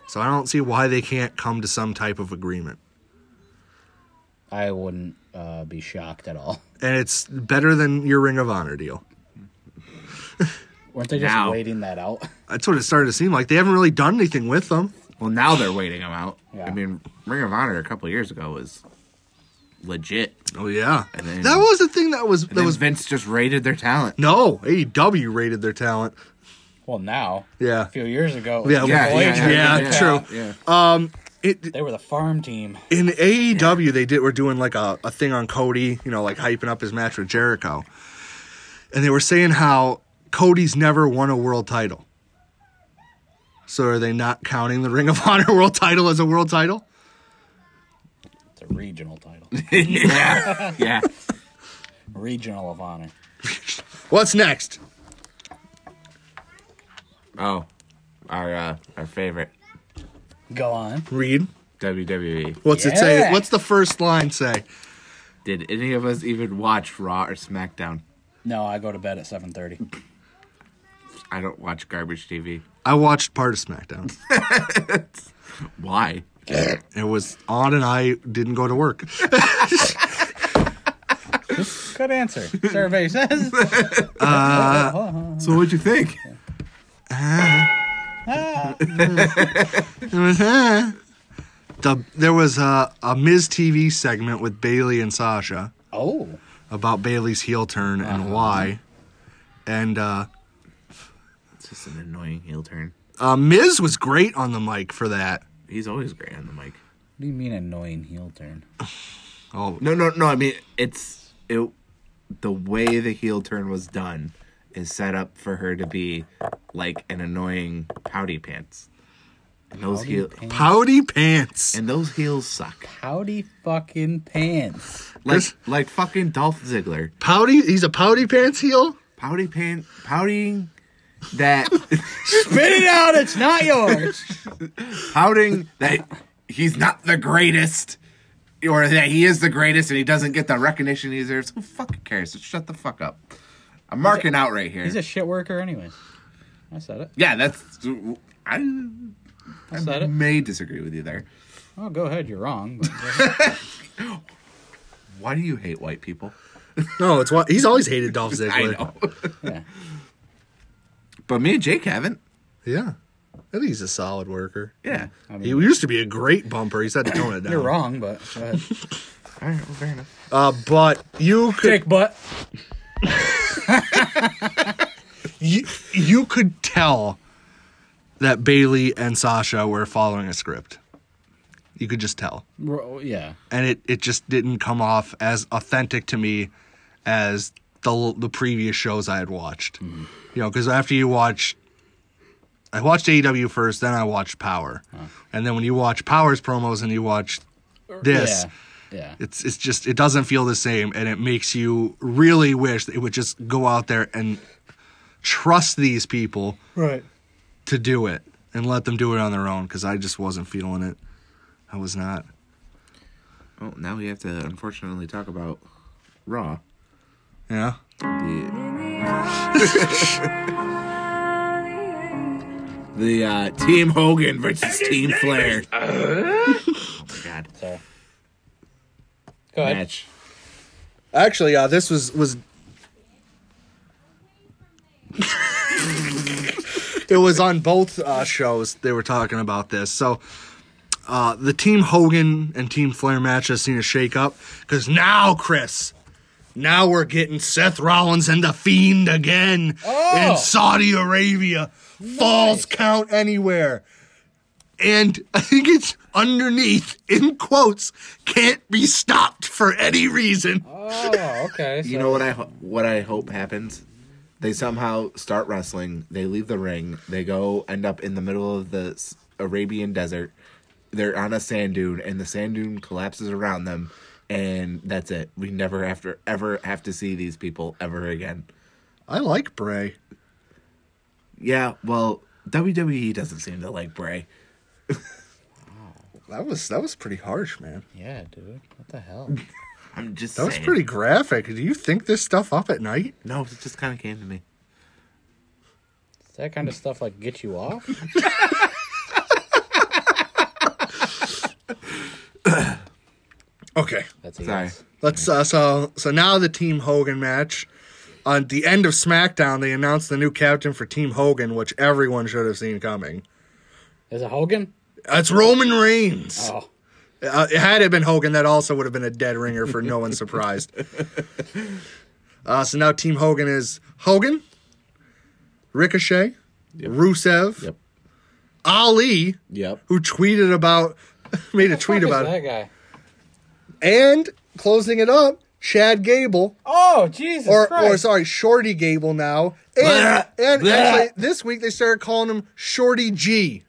E: So I don't see why they can't come to some type of agreement.
C: I wouldn't uh, be shocked at all.
E: And it's better than your Ring of Honor deal.
C: Weren't they just
B: Now.
C: waiting that out?
E: That's what it started to seem like. They haven't really done anything with them.
B: Well, now they're waiting him out.
C: Yeah.
B: I mean, Ring of Honor a couple of years ago was legit.
E: Oh yeah,
B: And then-
E: that was the thing that was
B: And
E: that
B: then
E: was
B: Vince just raided their talent.
E: no AEW rated their talent.
C: Well, now
E: Yeah,
C: a few years ago,
E: Yeah,
C: Triple
E: yeah,
C: H
E: yeah,
C: rated
E: yeah,
C: their
E: true.
C: talent.
B: Yeah.
E: it
C: They were the farm team.
E: in AEW they did were doing like a, a thing on Cody, you know, like hyping up his match with Jericho. And they were saying how Cody's never won a world title. So are they not counting the Ring of Honor world title as a world title?
C: It's a regional title,
B: yeah. yeah.
C: regional of honor.
E: What's next?
B: Oh, our uh, our favorite
C: Go on.
E: Read.
B: WWE.
E: What's it say?
C: Yeah.
E: What's the first line say?
B: Did any of us even watch Raw or SmackDown?
C: No, I go to bed at seven thirty.
B: I don't watch garbage TV.
E: I watched part of SmackDown.
B: why.
E: It was on, and I didn't go to work.
C: Good answer. Survey says.
B: So what'd you think?
E: The- there was a, a Ms. TV segment with Bailey and Sasha
C: Oh.
E: about Bailey's heel turn and why. And uh,
B: It's just an annoying heel turn.
E: uh, Miz was great on the mic for that.
B: He's always great on the mic.
C: What do you mean annoying heel turn?
E: Oh,
B: No, no, no. I mean, it's it. The way the heel turn was done is set up for her to be like an annoying pouty pants. And those heel
E: pouty pants.
B: and those heels suck.
C: Howdy fucking pants.
B: Like
E: Chris-
B: like fucking Dolph Ziggler.
E: Pouty? He's a pouty pants heel?
B: Pouty pant pouting that
C: Spit it out, it's not yours.
B: pouting that he's not the greatest or that he is the greatest and he doesn't get the recognition he deserves. Who fucking cares? Just shut the fuck up. I'm marking out right here.
C: He's a shit worker anyways. I said it.
B: yeah, that's I
C: I said it.
B: may disagree with you there.
C: Oh, go ahead, you're wrong. But
B: Why do you hate white people?
E: No, it's why he's always hated Dolph Ziggler.
B: I know.
C: yeah.
B: but me and Jake haven't.
E: Yeah. I think he's a solid worker.
B: Yeah.
C: I
E: He
C: mean,
E: used to be a great bumper. He's had to tone it down.
C: you're wrong, but go ahead.
B: All right, well, fair enough.
E: Uh, but you could
C: Dick butt.
E: you, you could tell that Bailey and Sasha were following a script. You could just tell.
C: Ro- oh, Yeah.
E: And it, it just didn't come off as authentic to me as the the previous shows I had watched.
C: Mm-hmm.
E: You know, cuz after you watch I watched AEW first, then I watched Power. And then when you watch Power's promos and you watch
C: Yeah.
E: this,
C: Er, Yeah.
E: it's it's just it doesn't feel the same and it makes you really wish that it would just go out there and trust these people
C: Right.
E: to do it and let them do it on their own because i just wasn't feeling it i was not
B: Well, Oh, now we have to unfortunately talk about Raw.
E: yeah
B: The, the uh, Team Hogan versus Team Flair. oh my god.
C: Go ahead.
B: Match.
E: actually uh, this was was it was on both uh, shows they were talking about this so uh, the team hogan and team flair match has seen a shake up because now chris now we're getting seth rollins and the fiend again in saudi arabia falls count anywhere and I think it's underneath in quotes can't be stopped for any reason.
C: Oh, okay. So
B: You know what I ho- what I hope happens? They somehow start wrestling. They leave the ring. They go end up in the middle of the s- Arabian desert. They're on a sand dune, and the sand dune collapses around them, and that's it. We never after ever have to see these people ever again.
E: I like Bray.
B: Yeah, well, WWE doesn't seem to like Bray.
E: That was that was pretty harsh, man.
C: Yeah, dude. What the hell?
B: I'm just
E: That was
B: saying.
E: pretty graphic. Do you think this stuff up at night?
B: No, it just kind of came to me.
C: Does that kind of stuff like get you off?
E: Okay.
C: That's a
B: Sorry.
C: yes.
E: Let's uh, so so now the Team Hogan match. On the end of SmackDown, they announced the new captain for Team Hogan, which everyone should have seen coming.
C: Is it Hogan?
E: That's Roman Reigns.
C: Oh.
E: Uh, had it been Hogan, that also would have been a dead ringer for no one surprised. Uh, so now Team Hogan is Hogan, Ricochet, Rusev,
B: Yep.
E: Ali,
B: Yep.
E: who tweeted about, made a tweet
C: Who's
E: about
C: that
E: it,
C: guy?
E: and closing it up, Chad Gable,
C: Oh, Jesus
E: or
C: Christ.
E: or sorry, Shorty Gable now, and, and
B: Blah.
E: actually this week they started calling him Shorty G.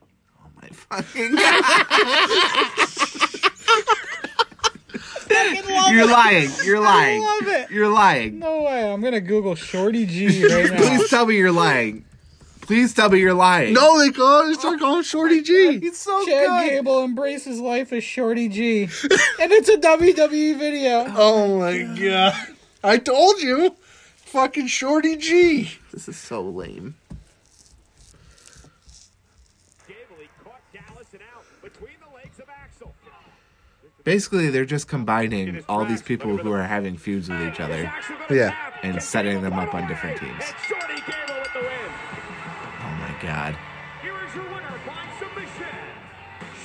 B: My fucking You're lying. You're lying.
C: love it.
B: You're lying.
C: No way. I'm going to Google Shorty G right now.
B: Please tell me you're lying. Please tell me you're lying.
E: No, they call they started calling him Shorty G.
B: He's
E: Oh,
B: so
C: Chad
B: good.
C: Gable embraces life as Shorty G. and it's a WWE video.
E: Oh my god! I told you, fucking Shorty G.
B: This is so lame. Basically, they're just combining all these people who are having feuds with each other
E: Yeah.
B: and setting them up on different teams.
F: Shorty Gable with the win.
B: Oh my god.
F: Here is your winner by submission,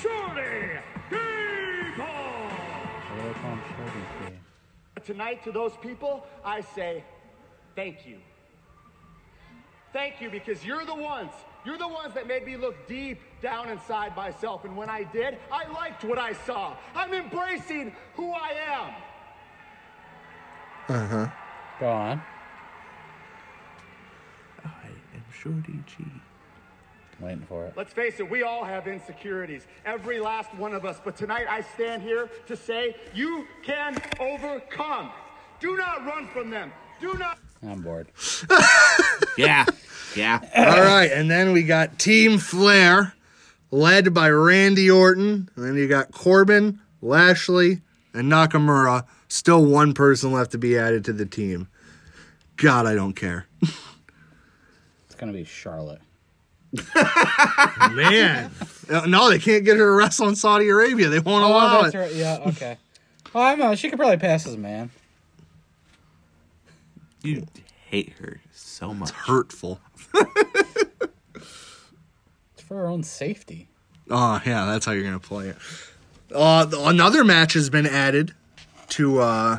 F: Shorty Gable.
C: What do they call 'em? Shorty Gay.
F: Tonight, to those people, I say thank you. Thank you because you're the ones, you're the ones that made me look deep down inside myself. And when I did, I liked what I saw. I'm embracing who I am.
C: Go on.
B: I am Shorty G.
C: Waiting for it.
F: Let's face it, we all have insecurities, every last one of us. But tonight I stand here to say you can overcome. Do not run from them. Do not.
C: I'm bored.
B: Yeah. Yeah.
E: All right, and then we got Team Flair, led by Randy Orton, and then you got Corbin, Lashley, and Nakamura. Still one person left to be added to the team. God, I don't care.
C: It's gonna be Charlotte.
E: Man. Uh, no, they can't get her to wrestle in Saudi Arabia. They won't allow it.
C: Oh, right. Yeah. Okay. Well, I'm, uh, she could probably pass as a man.
B: You hate her so much.
E: Hurtful.
C: It's for her own safety.
E: Oh yeah, that's how you're gonna play it. Uh, th- another match has been added to uh,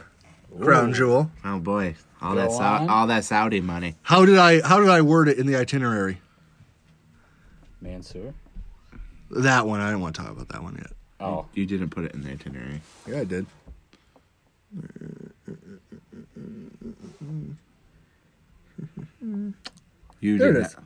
E: Crown Jewel.
B: Oh boy. All
C: Go
B: that
C: on.
B: Sau- all that Saudi money.
E: How did I how did I word it in the itinerary?
C: Mansoor.
E: That one I don't want to talk about that one yet.
C: Oh,
B: You didn't put it in the itinerary.
E: Yeah, I did.
B: You
E: There
B: did
E: it is.
B: that.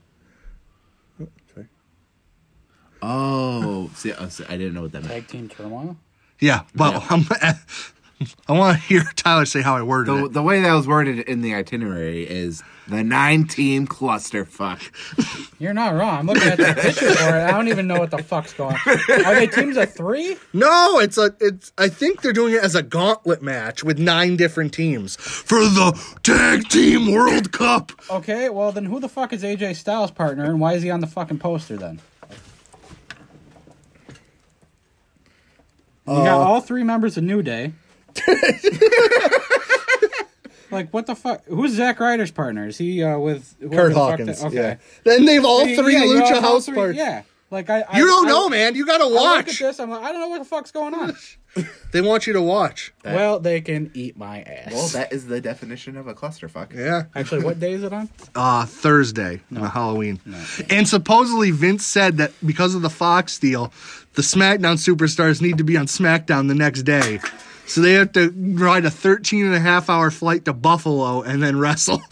B: Oh, see, I see- I didn't know what that meant.
C: tag team turmoil.
E: Yeah, but I'm, I want to hear Tyler say how I worded
B: The,
E: it.
B: the way that was worded in the itinerary is the nine team clusterfuck.
C: You're not wrong. I'm looking at the picture for it. I don't even know what the fuck's going. on. Are they teams of three?
E: No, it's a it's. I think they're doing it as a gauntlet match with nine different teams for the tag team World Cup.
C: Okay. Well, then who the fuck is AJ Styles' partner, and why is he on the fucking poster then? You got
E: Uh,
C: all three members of New Day. like what the fuck? Who's Zack Ryder's partner? Is he uh, with whoever
E: Kurt
C: the fuck
E: Hawkins.
C: that-
E: Yeah. Then they've all
C: Yeah,
E: three
C: yeah, you
E: Lucha
C: have all
E: House
C: three-
E: parts.
C: Yeah. Like I, I
E: You don't
C: I-
E: know, man. You gotta
C: I look at
E: watch.
C: this. I'm like, I don't know what the fuck's going on.
E: They want you to watch.
C: well, they can eat my ass.
B: Well, that is the definition of a clusterfuck.
E: Yeah.
C: Actually, what day is it on?
E: Uh, Thursday, on Halloween. And supposedly Vince said that because of the Fox deal, the SmackDown superstars need to be on SmackDown the next day. So they have to ride a 13 and a half hour flight to Buffalo and then wrestle.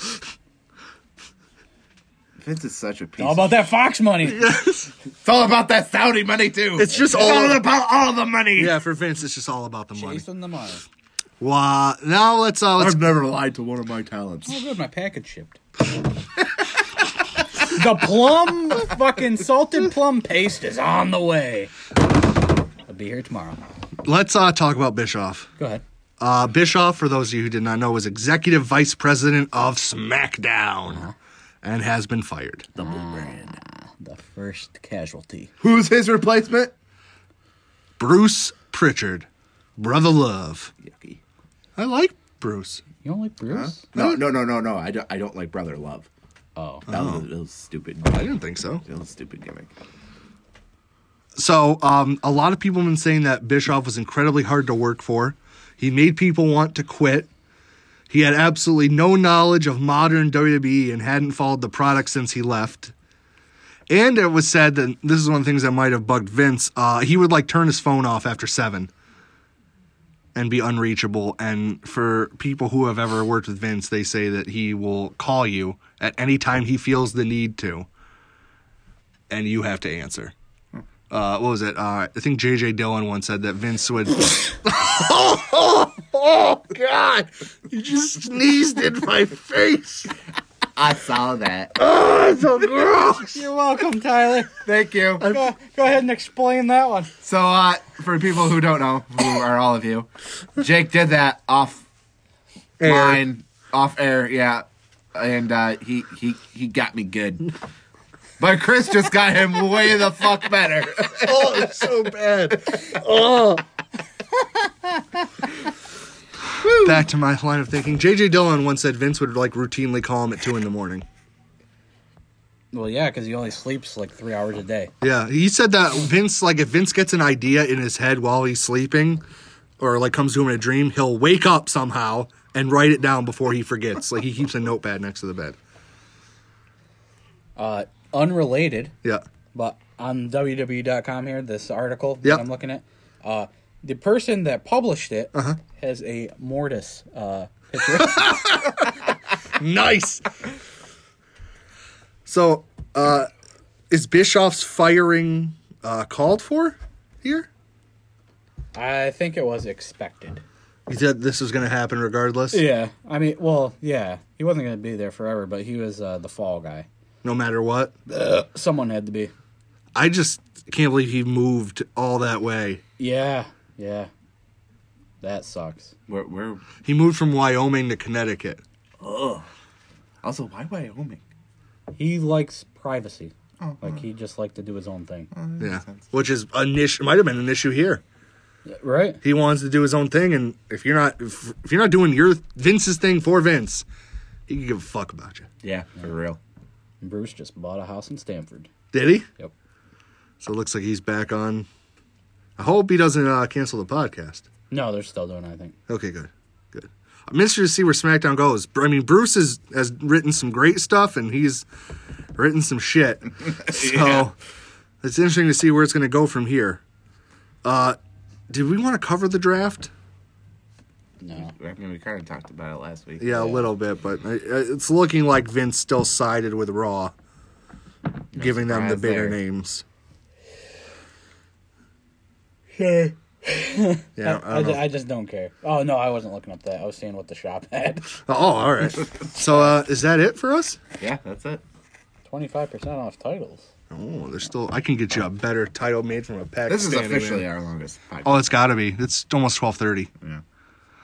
B: Vince is such a piece.
C: All about that Fox money.
B: it's all about that Saudi money too.
E: It's just all-
B: about all the money.
E: yeah, for Vince, it's just all about the money.
C: Jason the money.
E: Wow. Now let's, uh, let's,
B: never lied to one of my talents.
C: How good my package shipped? the plum fucking salted plum paste is on the way. I'll be here tomorrow.
E: let's, uh, talk about Bischoff.
C: Go ahead.
E: Uh, Bischoff, for those of you who did not know, was executive vice president of SmackDown and has been fired.
C: The first casualty.
B: Who's his replacement?
E: Bruce Pritchard, brother love.
B: Yucky.
E: I like Bruce.
C: You don't like Bruce?
B: No, no, no, no, no. I don't. I don't like brother love.
C: Oh.
B: That was, that was stupid.
E: Oh, I didn't think so.
B: That was stupid gimmick.
E: So, um, a lot of people have been saying that Bischoff was incredibly hard to work for. He made people want to quit. He had absolutely no knowledge of modern WWE and hadn't followed the product since he left. And it was said that this is one of the things that might have bugged Vince. Uh, he would like turn his phone off after seven and be unreachable. And for people who have ever worked with Vince, they say that he will call you at any time he feels the need to, and you have to answer. Uh, what was it? Uh, I think JJ Dillon once said that Vince would. oh God! You just sneezed in my face.
B: I saw that.
E: So gross.
C: You're welcome, Tyler.
B: Thank you.
C: Go, go ahead and explain that one.
B: So, uh, for people who don't know, who are all of you, Jake did that off
E: Air.
B: line, off air, yeah, and uh, he he he got me good. But Chris just got him way the fuck better.
E: Oh, it's so bad. Oh. Back to my line of thinking. JJ Dillon once said Vince would like routinely call him at two in the morning.
C: Well, yeah, because he only sleeps like three hours a day.
E: Yeah, he said that Vince, like, if Vince gets an idea in his head while he's sleeping, or like comes to him in a dream, he'll wake up somehow and write it down before he forgets. Like he keeps a notepad next to the bed.
C: Uh, unrelated,
E: Yeah.
C: but on WWE.com here, this article
E: Yep.
C: that I'm looking at, uh, the person that published it has a mortis uh, picture.
E: Nice. So, uh, is Bischoff's firing uh, called for here?
C: I think it was expected.
E: He said this was going to happen regardless,
C: Yeah, I mean, well, yeah, he wasn't going to be there forever, but he was uh, the fall guy.
E: no matter what.
C: Someone had to be.
E: I just can't believe he moved all that way.
C: Yeah, yeah, that sucks.
B: We're, we're
E: He moved from Wyoming to Connecticut.
B: also why Wyoming?
C: He likes privacy. Like he just liked to do his own thing,
E: Yeah, which is an issue. Might have been an issue here.
C: right?
E: He wants to do his own thing, and if you're not, if, if you're not doing your Vince's thing for Vince, he can give a fuck about you.
B: Yeah, for real.
C: Bruce just bought a house in Stanford.
E: Did he?
C: Yep.
E: So it looks like he's back on. I hope he doesn't uh, cancel the podcast.
C: No, they're still doing. it, I think.
E: Okay, good, good. I'm interested to see where SmackDown goes. I mean, Bruce is, has written some great stuff, and he's written some shit. So it's interesting to see where it's going to go from here. Uh, did we want to cover the draft?
C: No.
B: I mean, we kind of talked about it last week.
E: Yeah, a little bit, but I- I- it's looking like Vince still sided with Raw, giving them the
B: surprise there.
E: bigger names.
C: I,
E: Yeah, I
C: I
E: don't
C: ju-
E: know.
C: I just don't care. Oh no, I wasn't looking up that. I was seeing what the shop had.
E: Oh, all right. So uh, is that it for us?
B: Yeah, that's it.
C: Twenty five percent off titles.
E: Oh, there's still. I can get you a better title made from a pack.
B: This is
E: standing
B: officially
E: in.
B: our longest podcast.
E: Oh, it's got to be. It's almost twelve thirty.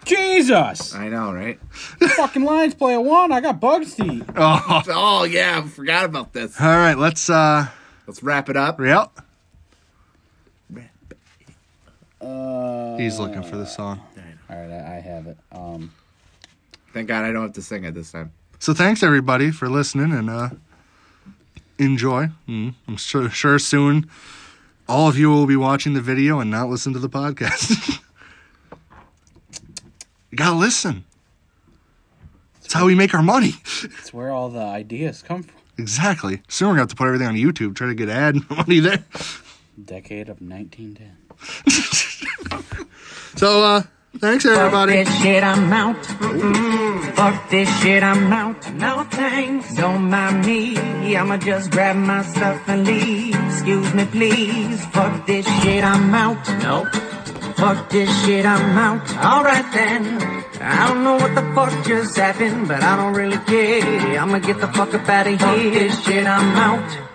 C: Jesus!
B: I know, right?
C: Fucking Lions play a one. I got bugs to eat.
E: Oh, all
B: Oh yeah, I forgot about this.
E: right. Let's. uh
B: Let's wrap it up.
E: Yep. He's looking for the song.
C: All right, I, I have it. Um,
B: Thank God I don't have to sing it this time.
E: So thanks everybody for listening and uh enjoy. Mm, I'm sure, sure soon all of you will be watching the video and not listen to the podcast. you gotta listen. That's how we make our money.
C: it's where all the ideas come from.
E: Exactly. Soon we're gonna have to put everything on YouTube, try to get ad money there.
C: Decade of 1910.
E: So uh thanks everybody.
I: Fuck this shit, I'm out. Mm-mm. Fuck this shit, I'm out. No thanks. Don't mind me. I'ma just grab my stuff and leave. Excuse me, please. Fuck this shit, I'm out. No. Fuck this shit, I'm out. Alright then. I don't know what the fuck just happened, but I don't really care. I'ma get the fuck up out of here. Fuck this shit, I'm out.